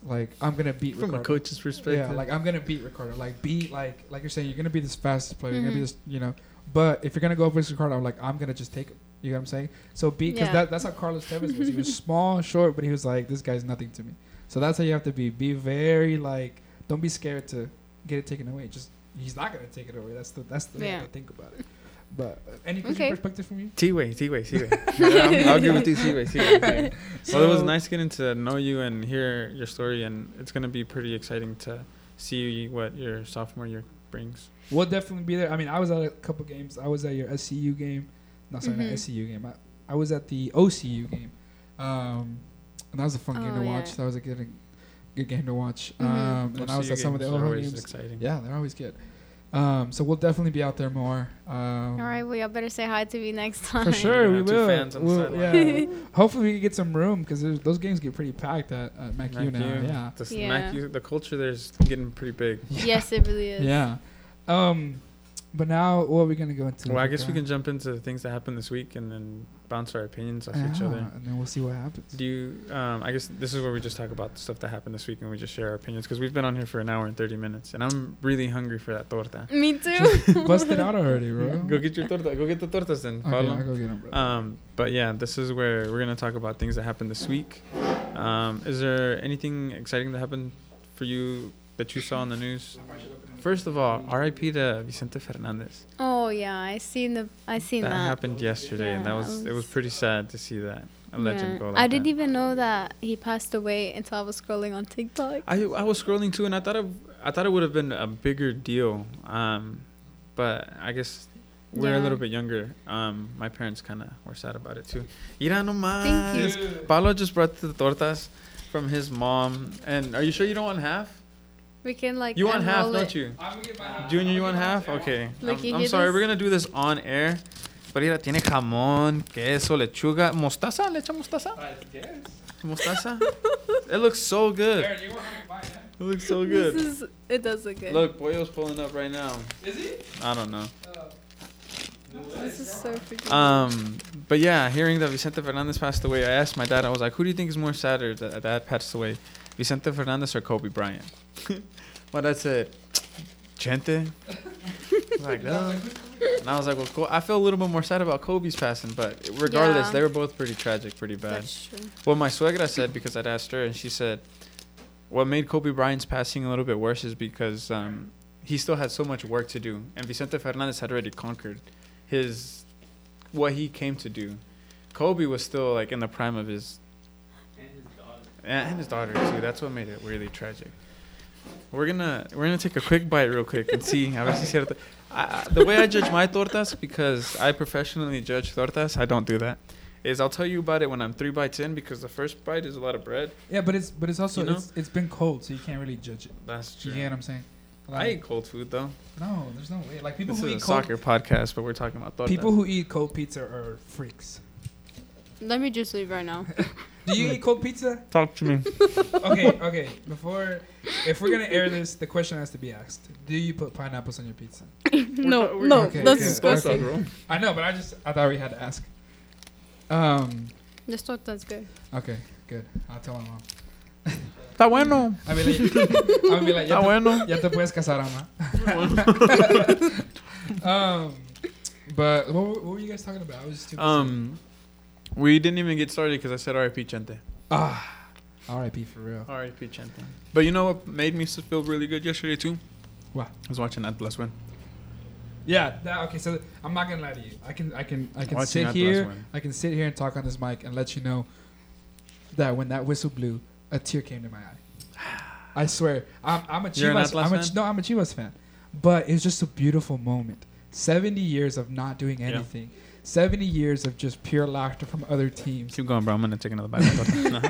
like I'm gonna beat
From a
Ricardo.
coach's perspective,
Yeah, like I'm gonna beat Ricardo. Like beat like like you're saying, you're gonna be this fastest player. You're gonna be
Mhm.
this, you know. But if you're gonna go up against Ricardo, I'm like I'm gonna just take him. You know what I'm saying? So beat because
Yeah.
that, that's how Carlos Tevez was. He was small, short, but he was like this guy's nothing to me. So that's how you have to be. Be very like don't be scared to get it taken away. Just he's not gonna take it away. That's the that's the way
Yeah.
to think about it. But uh, any coaching
Okay.
perspective from you?
T-way, T-way, T-way. I'll, I'll give it to you, T-way, T-way. T-way. well, it was
So-
nice getting to know you and hear your story, and it's gonna be pretty exciting to see what your sophomore year brings.
We'll definitely be there. I mean, I was at a couple games. I was at your SCU game. No, sorry,
Mhm.
not SCU game. I, I was at the OCU game. Um, and that was a fun game
Oh,
to
yeah.
watch. That was a good, good game to watch.
Mhm.
Um, and I was
OCU
at some of the
games are
other
always
games.
exciting.
Yeah, they're always good. Um, so we'll definitely be out there more. Um,
Oh.
All right, well, y'all better say hi to me next time.
For sure,
You're
we
gonna have two
will.
fans on the
We'll- yeah.
sideline.
Hopefully, we can get some room because those games get pretty packed at, at MacU
Mac
now.
U.
Yeah.
The, s-
Yeah.
Mac U- the culture there's getting pretty big.
Yes, it really is.
Yeah. Um, but now, what are we gonna go into?
Well, I guess we
Luca?
can jump into the things that happened this week and then bounce our opinions off each
Yeah,
other.
and Ah, then we'll see what happens.
Do you? Um, I guess this is where we just talk about the stuff that happened this week and we just share our opinions because we've been on here for an hour and thirty minutes and I'm really hungry for that torta.
Me too.
Just bust it out already, bro.
Go get your torta. Go get the tortas then,
Okay,
Pablo.
I'll go get 'em, bro.
Um, but yeah, this is where we're gonna talk about things that happened this week. Um, is there anything exciting that happened for you that you saw in the news? First of all, R.I.P. to Vicente Fernandez.
oh yeah, I seen the I seen
That
that.
happened yesterday, and that
Yeah,
was
I
it was
was-
pretty sad to see that a legend
Yeah.
go like
I didn't
that.
even know that he passed away until I was scrolling on TikTok.
I I was scrolling too, and I thought it, I thought it would have been a bigger deal, um, but I guess We're a
Yeah.
little bit younger. Um, my parents kind of were sad about it too. Ira nomás.
Thank you.
Paolo just brought the tortas from his mom. And are you sure you don't want half?
We can like
You want half,
unroll
don't
it.
you?
I'm gonna get my
Junior, you want half? Okay.
Like, you
I'm, I'm
hear
sorry,
this?
we're gonna do this on air. But mira, tiene jamón, queso, lechuga, mostaza. ¿Le echa mostaza?
I guess.
Mostaza. it looks so good.
Aaron, you want to buy that?
It looks so
This
good.
is it does look good.
Look, Boyo's pulling up right now.
Is he?
I don't know.
This is so freaking
Um, but yeah, hearing that Vicente Fernandez passed away, I asked my dad. I was like, "Who do you think is more sadder that that passed away, Vicente Fernandez or Kobe Bryant?" my dad said, "Gente." like, "Duh." and I was like, "Well, cool. I feel a little bit more sad about Kobe's passing, but regardless,
Yeah.
they were both pretty tragic, pretty bad."
That's true.
Well, my suegra said because I'd asked her, and she said, "What made Kobe Bryant's passing a little bit worse is because um, he still had so much work to do, and Vicente Fernandez had already conquered his what he came to do. Kobe was still like in the prime of his and his daughter too. That's what made it really tragic. We're gonna we're gonna take a quick bite real quick and see. A ver si es cierto. I, I- the way I judge my tortas because I professionally judge tortas, I don't do that. Is I'll tell you about it when I'm three bites in because the first bite is a lot of bread.
Yeah, but it's but it's also
You know?
it's, it's been cold, so you can't really judge it.
That's
You get what I'm saying?
I eat cold food though.
no, there's no way. Like people
This
who
is
eat
a
cold
soccer podcast, but we're talking about tortas.
people who eat cold pizza are freaks.
Let me just leave right now.
Do you eat cold pizza?
talk to me.
Okay, okay. Before, if we're gonna air this, the question has to be asked: Do you put pineapples on your pizza?
ta-
no,
we're-
no,
Okay,
that's
okay.
disgusting.
Okay. I know, but I just I thought we had to ask. Um.
This thought that's good.
Okay. Good. I'll tell my mom.
Está bueno.
I'll be like, I'll be
Está
like, ya te,
Ah, bueno.
ya te puedes casar, ama. um. But what, were- what were you guys talking about? I was just too busy.
Um, we didn't even get started because I said R.I.P. Chente.
Ah. R.I.P. for real.
R.I.P. Chente. But you know what made me s- feel really good yesterday too?
What?
I was watching Atlas win.
Yeah. That, okay. So I'm not gonna lie to you. I can. I can. I can
Watching
sit
Atlas
here.
win.
I can sit here and talk on this mic and let you know that when that whistle blew, a tear came to my eye. I swear, I'm, I'm a
You're an
Chivas.
Atlas
I'm a,
fan?
Ch- no, I'm a Chivas fan, but it's just a beautiful moment. Seventy years of not doing
Yeah.
anything. Seventy years of just pure laughter from other teams,
Keep going, bro. I'm gonna take another bite. of torta. No.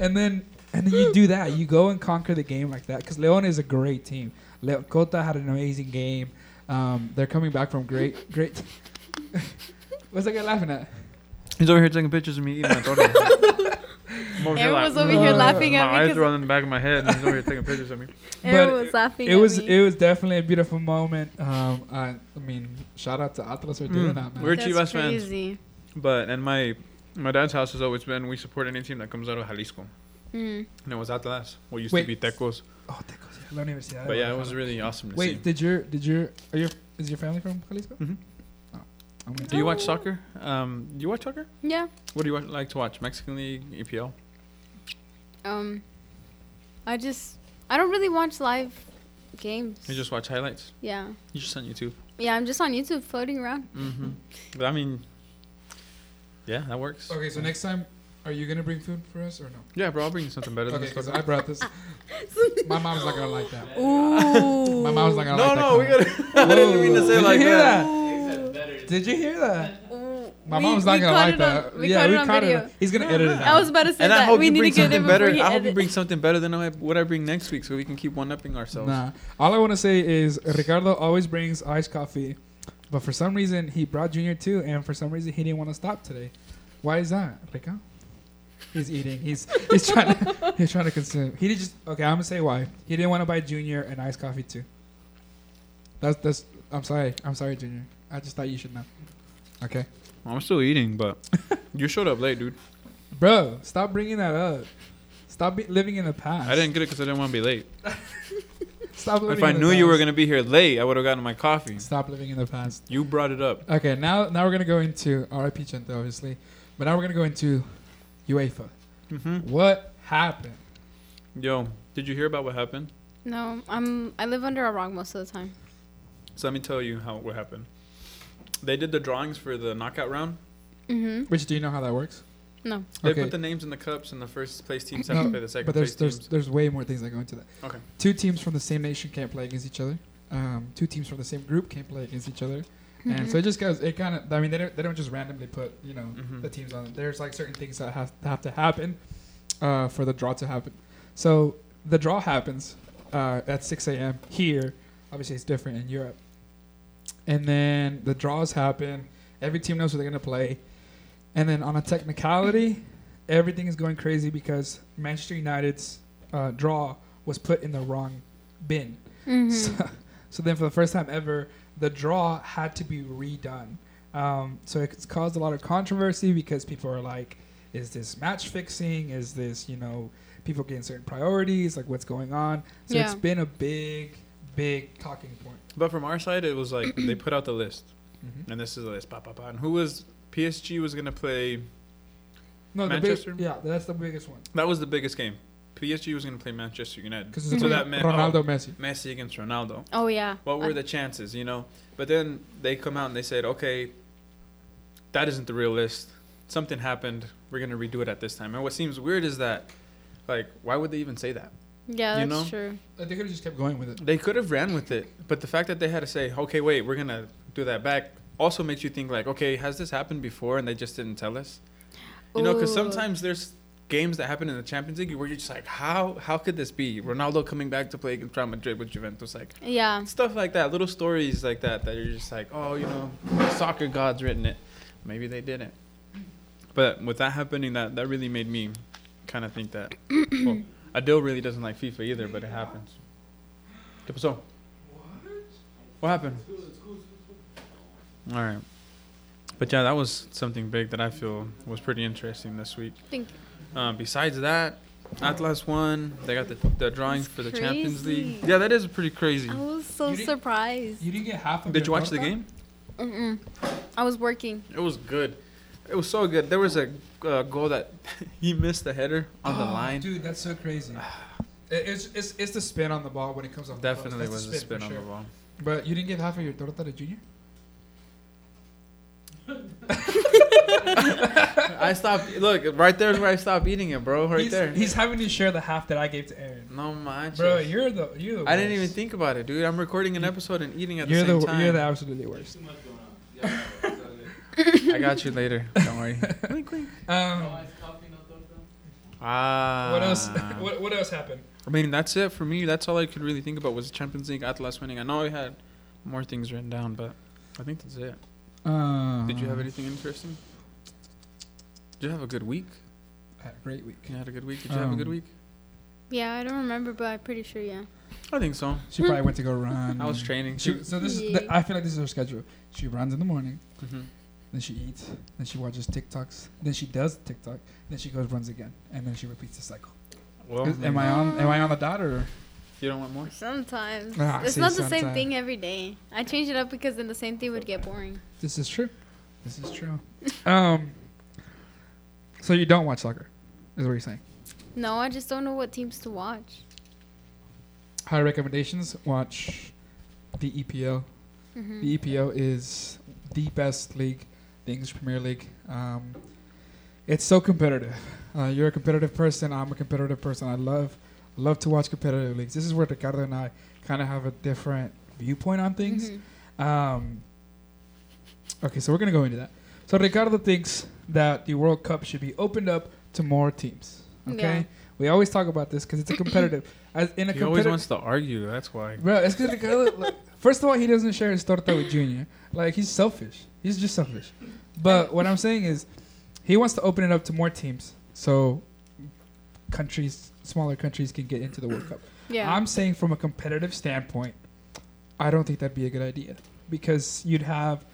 and then and then you do that. You go and conquer the game like that because León is a great team. Le- Cota had an amazing game. Um, they're coming back from great great. What's that guy laughing at?
He's over here taking pictures of me eating my torta. I'm over here
Everyone's
like,
over here
"Ugh."
laughing at
My
me
eyes
because
are running the back of my head, and he's over here taking pictures of me.
But
everyone was laughing
it was
at
it
me.
was definitely a beautiful moment. Um, I, I mean, shout out to Atlas for doing
Mm.
that, man.
We're
that's
Chivas fans.
crazy.
But and my my dad's house has always been we support any team that comes out of Jalisco.
Mm.
And it was Atlas. What used
Wait.
to be Tecos.
oh, Tecos, yeah, La Universidad.
But yeah, it was really awesome to
Wait,
see.
did your did your are your is your family from Jalisco?
Mhm.
Oh, I'm gonna
Do you watch
Oh.
soccer? Um, do you watch soccer?
Yeah.
What do you watch, like to watch? Mexican League, E EPL.
Um, I just I don't really watch live games.
You just watch highlights.
yeah,
You just on YouTube.
yeah. I'm just on YouTube floating around.
Mm-hmm. But I mean, yeah, that works.
Okay, so next time, are you gonna bring food for us or no?
Yeah, bro, I'll bring you something better
Okay,
than this.
because I brought this. My mom's not gonna like that.
Ooh.
My mom's not gonna
No,
like that.
no, we
comment.
gotta. I didn't mean to
Did
say it
you
like
hear
that.
Did you hear that?
Ooh.
My
We-
mom's not
we
gonna
caught
like
it on-
that.
we
yeah,
caught
we
it on
caught
video.
it. He's gonna edit it
I
out.
was about to say
And I
that.
hope
we
you
need
bring
to get
something
him
better.
Before he
I hope you
edits.
bring something better than I, what I bring next week, so we can keep one upping ourselves.
Nah. All I want to say is Ricardo always brings iced coffee, but for some reason he brought Junior too, and for some reason he didn't want to stop today. Why is that, Rico? He's eating. He's he's trying to he's trying to consume. He did just okay. I'm gonna say why he didn't want to buy Junior an iced coffee too. That's that's. I'm sorry. I'm sorry, Junior. I just thought you should know. Okay,
I'm still eating, but you showed up late, dude.
bro, stop bringing that up. Stop be- living in the past.
I didn't get it because I didn't want to be late.
Stop living
If I
in the
knew you were
past.
gonna be here late, I would have gotten my coffee.
stop living in the past.
You brought it up.
Okay, now now we're gonna go into RIP Chente, obviously, but now we're gonna go into UEFA.
Mm-hmm.
What happened?
Yo, did you hear about what happened?
No, I'm I live under a rock most of the time.
So let me tell you how what happened. They did the drawings for the knockout round.
Mm-hmm.
Which do you know how that works?
No.
They
Okay.
put the names in the cups, and the first place teams have to
No,
play the second
But there's
place
there's
teams.
there's way more things that go into that.
Okay.
Two teams from the same nation can't play against each other. Um, two teams from the same group can't play against each other.
Mm-hmm.
and so it just goes. It kind of. I mean, they don't. They don't just randomly put you know
Mhm.
the teams on. it. There's like certain things that have have to happen uh, for the draw to happen. So the draw happens uh, at 6 a.m. here. Obviously, it's different in Europe. And then the draws happen. Every team knows who they're gonna play. And then on a technicality, everything is going crazy because Manchester United's uh, draw was put in the wrong bin.
Mhm.
So, so then, for the first time ever, the draw had to be redone. Um, so it's caused a lot of controversy because people are like, "Is this match fixing? Is this you know people getting certain priorities? Like what's going on?" So it's
Yeah.
been a big, big talking point. Mm-hmm.
But from our side, it was like they put out the list, and this is the list. Bah, bah, bah. And who was PSG was gonna play?
No,
Manchester?
The big, yeah, that's the biggest one
That was the biggest game. PSG was gonna play Manchester United.
because it's
So
Ron-
that meant
Ronaldo,
oh,
Messi.
Messi against Ronaldo.
Oh yeah.
What
I-
were the chances, you know? But then they come out and they said, okay, that isn't the real list. Something happened. We're gonna redo it at this time. And what seems weird is that, like, why would they even say that?
Yeah,
you
that's
know?
true.
Like, they could have just kept going with it.
They could have ran with it, but the fact that they had to say, "Okay, wait, we're gonna do that back," also makes you think like, "Okay, has this happened before?" And they just didn't tell us. You know, because
Ooh.
sometimes there's games that happen in the Champions League where you're just like, "How? How could this be?" Ronaldo coming back to play against Real Madrid with Juventus, like
Yeah.
stuff like that, little stories like that that you're just like, "Oh, you know, soccer gods written it." Maybe they didn't. But with that happening, that that really made me kind of think that. well, Adil really doesn't like FIFA either, but it happens. ¿Qué pasó? What happened? All right. But yeah, that was something big that I feel was pretty interesting this week.
Think
Uh, besides that, Atlas won. They got the, the drawing
That's
for the Champions League.
crazy.
Yeah, that is pretty crazy.
I was so
You didn't-
surprised.
You didn't get half of.
Did
your
you watch the
nota?
game?
Mm-mm. I was working.
It was good. It was so good. There was a uh, goal that he missed the header on the
Oh,
line.
dude. That's so crazy. It- It's, it's, it's the spin on the ball when it comes off. the post.
Definitely was
That's the
Oh, a spin
for
on the
sure.
ball.
But you didn't give half of your torta to Junior?
I stopped. Look, right there is where I stopped eating it, bro. Right
he's,
there.
He's having to share the half that I gave to Aaron.
no manches.
Bro, you're the you're the
I didn't even
worst.
think about it, dude. I'm recording an episode and eating at the
you're
same
the
time.
you're the absolutely worst.
I got you later. Don't worry. Clink, clink.
Um,
Ah.
what else? what, what else happened?
I mean, that's it for me. That's all I could really think about was Champions League Atlas winning. I know I had more things written down, but I think that's it.
Um,
Did you have anything interesting? Did you have a good week?
I had a great week.
You had a good week. Did you have a good
Um,
week?
Yeah, I don't remember, but I'm pretty sure. Yeah.
I think so.
She probably went to go run.
I was training.
She, so this is the, I feel like this is her schedule. She runs in the morning,
hmm
then she eats, then she watches TikToks, then she does TikTok, then she goes runs again, and then she repeats the cycle.
Well,
Is- am I on am I on the dot or?
you don't want more?
Sometimes
Ah,
it's
see,
not the same
sometime.
thing every day. I change it up because then the same thing would get boring.
This is true. This is true. um. So you don't watch soccer, is what you're saying?
No, I just don't know what teams to watch.
High recommendations. Watch the EPL.
hmm
The EPL is the best league, the English Premier League. Um, it's so competitive. Uh, you're a competitive person. I'm a competitive person. I love love to watch competitive leagues. This is where Ricardo and I kind of have a different viewpoint on things.
Mm-hmm.
Um, okay, so we're gonna go into that. So Ricardo thinks that the World Cup should be opened up to more teams. Okay,
Yeah.
we always talk about this because it's a competitive. as in a
He always
competitive,
wants to argue. That's why.
bro. It's because Ricardo. like, first of all, he doesn't share his torta with Junior. Like he's selfish. He's just selfish. But what I'm saying is, he wants to open it up to more teams, so countries, smaller countries, can get into the World Cup.
Yeah.
I'm saying from a competitive standpoint, I don't think that'd be a good idea because you'd have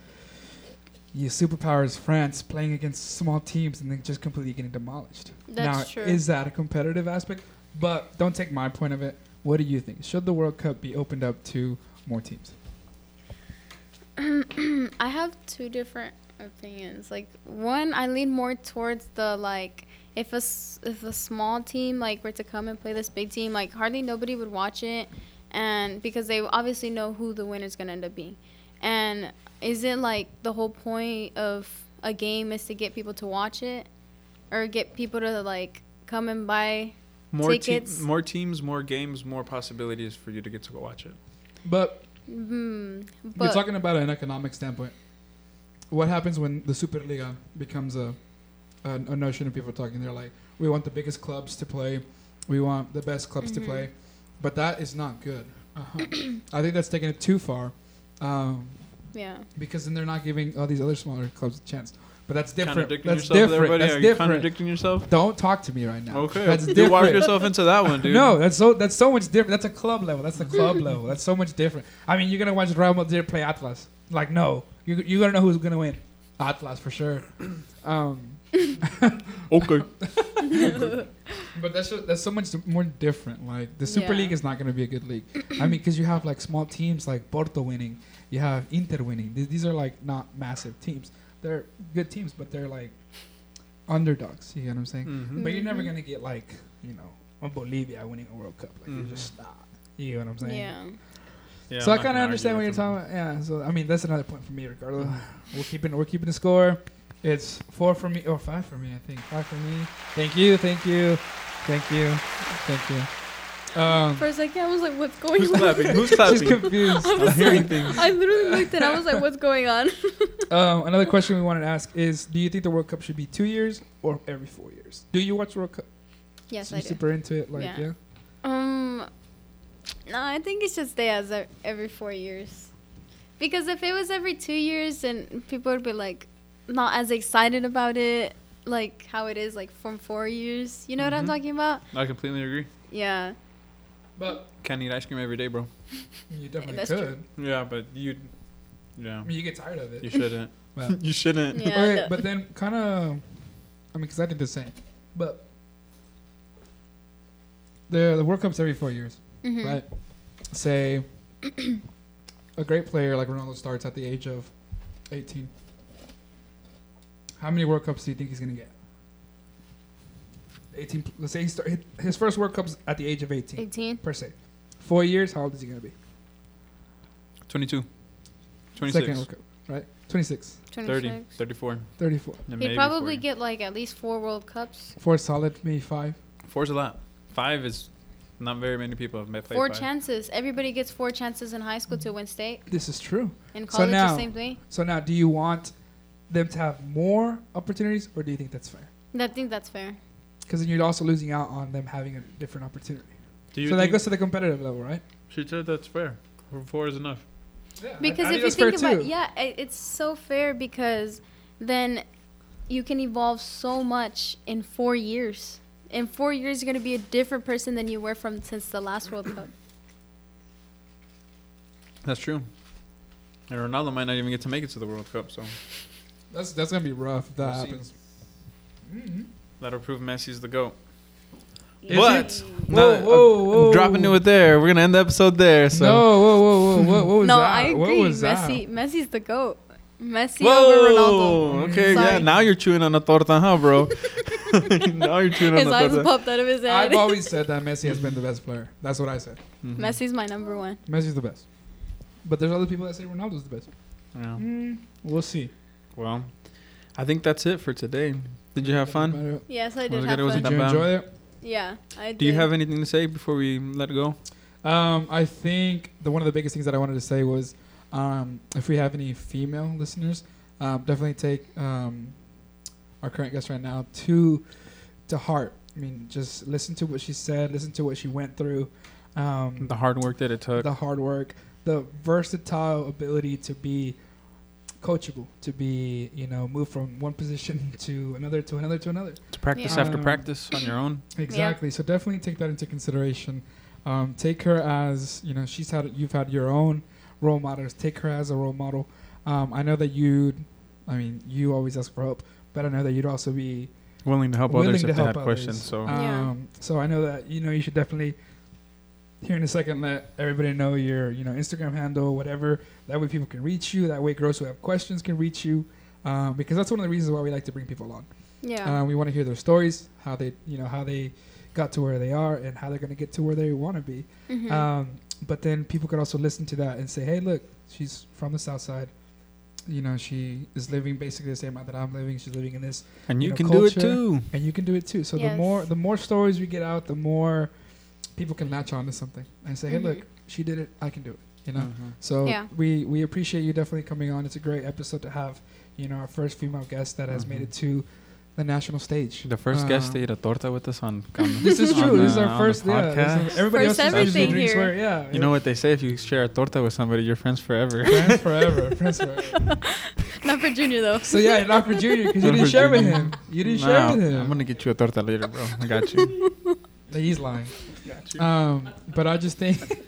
your superpowers France playing against small teams and then just completely getting demolished. now,
That's true.
is that a competitive aspect? But don't take my point of it. What do you think? Should the World Cup be opened up to more teams?
I have two different opinions. Like one, I lean more towards the like if a s- if a small team like were to come and play this big team, like hardly nobody would watch it, and because they obviously know who the winner's gonna end up being, and is it like the whole point of a game is to get people to watch it, or get people to like come and buy?
More, te-
Tickets.
more teams, more games, more possibilities for you to get to go watch it.
But
Hmm.
You're
But
talking about an economic standpoint. What happens when the Superliga becomes a, a, a notion of people talking? They're like, we want the biggest clubs to play, we want the best clubs
Mhm.
to play, but that is not good. Uh-huh. I think that's taking it too far, um,
yeah.
because then they're not giving all these other smaller clubs a chance. But that's different.
Contradicting
That's
yourself with
different.
everybody?
That's
Are you
different.
contradicting yourself?
Don't talk to me right now.
Okay.
that's
you walked
different.
yourself into that one, dude.
No, that's so that's so much different. That's a club level. That's the club level. That's so much different. I mean, you're gonna watch Real Madrid play Atlas. Like, no, you you're gonna know who's gonna win. Atlas for sure. Um,
Okay.
but that's so- that's so much more different. Like the Super
Yeah.
League is not gonna be a good league. I mean, because you have like small teams like Porto winning, you have Inter winning. These, these are like not massive teams. They're good teams, but they're like underdogs. You get what I'm saying?
hmm
But you're never
Mhm.
gonna get like you know a Bolivia winning a World Cup. Like
Mhm.
you're just not. You know what I'm saying?
Mm-hmm. Yeah.
Yeah,
so I
I'm not
kind
gonna
of
argue
understand what
with
you're
them.
talking about. Yeah. So I mean, that's another point for me, Ricardo. We're keeping we're keeping the score. It's four for me or five for me, I think. Five for me. Thank you, thank you, thank you, thank you. Um,
For a second, I was like, "What's going
Who's
on?"
clapping? Who's
she's
clapping?
confused.
I
I'm
was
hearing
like,
things.
I literally looked and I was like, "What's going on?"
um, another question we wanted to ask is: Do you think the World Cup should be two years or every four years? Do you watch World Cup?
yes,
You're
I do.
super into it, like yeah.
Yeah. Um, no, I think it should stay as a, every four years, because if it was every two years, then people would be like, not as excited about it, like how it is, like from four years. You know what I'm
Mhm.
talking about?
I completely agree.
Yeah.
But
Can't eat ice cream every day, bro.
you definitely
That's
could.
true.
Yeah, but you, yeah,
I mean, you get tired of it.
you shouldn't.
Well.
you shouldn't.
Yeah.
Okay, but then kind of, I mean, because I did the same, but the the World Cup's every four years,
Mhm.
right? Say a great player like Ronaldo starts at the age of eighteen. How many World Cups do you think he's gonna get? Eighteen. pl- Let's say he start, hit- his first World Cup's at the age of eighteen.
Eighteen.
Per se, four years. How old is he gonna be?
22, 26,
Second World Cup, right? 26,
30,
26.
34. and
34.
He'd
maybe 40.
probably get like at least four World Cups,
Four solid, maybe five.
Four's a lot. Five is not very many people have met played
four
five.
chances. Everybody gets four chances in high school to win state.
This is true.
In
So
college,
now-
the same thing.
So now, do you want them to have more opportunities, or do you think that's fair?
I think that's fair.
Because then you're also losing out on them having a different opportunity.
Do you
so that
think
goes to the competitive level, right?
she said that's fair? Four is enough.
Yeah.
because if you think about yeah i- it's so fair because then you can evolve so much in four years in four years you're going to be a different person than you were from since the last world cup
That's true. And Ronaldo might not even get to make it to the World Cup, so
that's that's gonna be rough. If that
We'll see. Mm-hmm.
happens. Mhm.
that'll prove Messi's the goat.
Is
But-
Whoa,
No,
whoa,
I'm- I'm
whoa.
dropping it with there. We're gonna end the episode there. So
No, whoa, whoa, whoa, what, what was
no
that?
i agree
What was
messi messi's the goat messi over ronaldo
Okay, yeah.
Sorry.
Now you're chewing on a torta, huh, bro? now you're chewing on
his
a
eyes
torta.
popped out of his
that? I've
head
always said that Messi has been the best player. That's what I said.
Mhm.
messi's my number one
Messi's the best. But there's other people that say Ronaldo's the best.
Mm-hmm. Yeah.
Mm, we'll see.
Well, I think that's it for today. Did you have fun?
Did
yes i did
Well,
have
Oh it was
fun
Not
you
bad.
enjoy it?
yeah i did
Do you have anything to say before we let go?
Um, I think the one of the biggest things that I wanted to say was, um, if we have any female listeners, um, definitely take um, our current guest right now to to heart. I mean, just listen to what she said, listen to what she went through, um,
The hard work that it took.
the hard work, the versatile ability to be coachable, to be you know move from one position to another to another to another.
to practice
Yeah.
after
Um,
practice on your own.
Exactly. So definitely take that into consideration. Um, take her as you know she's had you've had your own role models. Take her as a role model. Um, I know that you, I mean, you always ask for help, but I know that you'd also be
Willing to help
willing
others
to
if they
help
had
others.
questions. So
um,
Yeah.
so I know that you know you should definitely here in a second let everybody know your you know Instagram handle, whatever. That way people can reach you. That way girls who have questions can reach you. Um, because that's one of the reasons why we like to bring people on.
yeah
Uh, we want to hear their stories, how they, you know, how they got to where they are, and how they're going to get to where they want to be.
Mhm.
Um, but then people could also listen to that and say, "Hey, look, she's from the South Side. You know, she is living basically the same amount that I'm living. She's living in this,
and you,
you know,
can do
culture.
it too.
and you can do it too." So the
Yes.
more the more stories we get out, the more people can latch on to something and say, "Hey, look, she did it. I can do it." you
Mm.
know. So
Mm-hmm. Yeah.
we we appreciate you definitely coming on. It's a great episode to have, you know, our first female guest that has made
Mhm.
it to the national stage.
The first guest
Um,
ate a torta with us on. on
This is
the-
true. this is
on
our
the
first. Yeah, this is-
podcast.
everybody
First
else is
everything
drinks
here.
where- yeah,
You know what they say: if you share a torta with somebody, you're friends forever.
friends forever, friends forever.
Not for junior though.
So yeah, not for Junior because you
Not
didn't
for
share with
Junior.
him. You didn't
Nah,
share with him.
I'm gonna get you a torta later, bro. I got you.
He's lying. Um, but I just think,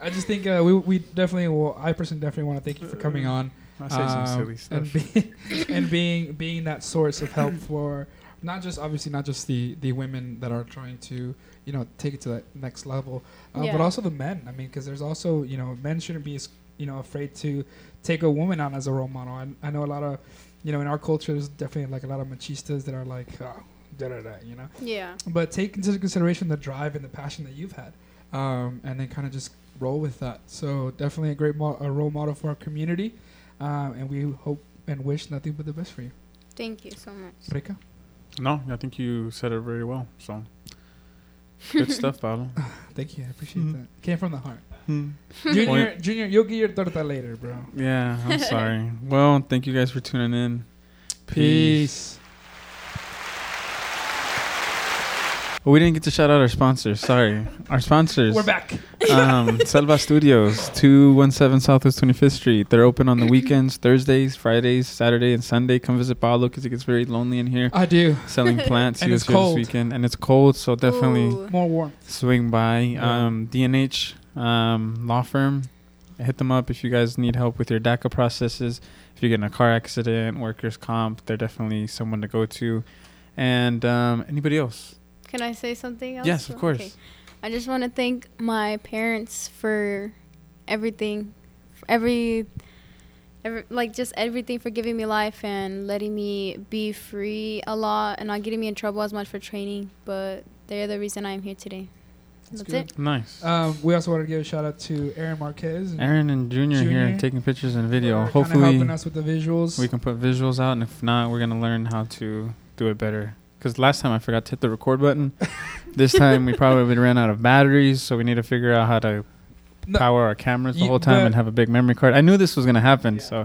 I just think uh, we we definitely will. I personally definitely want to thank you for coming on.
I say some
um,
silly stuff.
and, be, and being being that source of help for not just obviously not just the the women that are trying to you know take it to that next level, uh,
Yeah.
but also the men. I mean, because there's also you know men shouldn't be as, you know afraid to take a woman on as a role model. I, I know a lot of you know in our culture there's definitely like a lot of machistas that are like oh, da da da you know
Yeah.
but take into consideration the drive and the passion that you've had, um, and then kind of just roll with that. So definitely a great mo- a role model for our community, um, and we hope and wish nothing but the best for you.
Thank you so much.
Rika,
No, I think you said it very well. So good stuff, Paolo.
thank you, I appreciate
Mhm.
that. Came from the heart.
Hmm.
Junior, Junior, you'll get your torta later, bro.
Yeah, I'm sorry. Well, thank you guys for tuning in.
Peace.
Well, we didn't get to shout out our sponsors. Sorry, our sponsors.
We're back.
um, Selva Studios, 217 Southwest 25th Street. They're open on the weekends, Thursdays, Fridays, Saturday, and Sunday. Come visit Paolo because it gets very lonely in here
I do
selling plants.
And
He
it's
was here
cold.
This weekend, and it's cold, so definitely
Ooh.
more warm.
swing by.
Yeah.
Um, DNH um, Law Firm. Hit them up if you guys need help with your DACA processes. If you get in a car accident, workers' comp, they're definitely someone to go to. And um, anybody else?
Can I say something else?
yes, of course.
Okay. I just want to thank my parents for everything, for every, every, like just everything for giving me life and letting me be free a lot and not getting me in trouble as much for training. But they're the reason I'm here today. That's,
good.
it.
Nice.
Um, we also want to give a shout out to Aaron Marquez. and
Aaron and Junior,
Junior.
here taking pictures and video.
for kinda
Hopefully,
helping us with the visuals.
we can put visuals out, and if not, we're gonna learn how to do it better. Because last time I forgot to hit the record button. this time we probably ran out of batteries, so we need to figure out how to
No.
power our cameras the
Ye-
whole time
but-
and have a big memory card. I knew this was gonna happen, so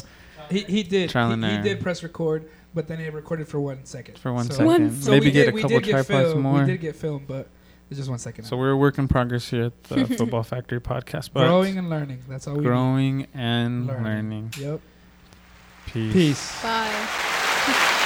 he, he did.
Trial and
he, he
error.
did press record, but then it recorded for one second.
for one
So-
second,
One
maybe
we
get
did-
a
we
couple
did get
tripods
filmed-
more.
We did get filmed, but it's just one second.
so we're a work in progress here at the Football Factory Podcast, but
growing and learning. That's all we
growing and
Learning.
learning.
need. Yep.
Peace.
Peace.
Bye.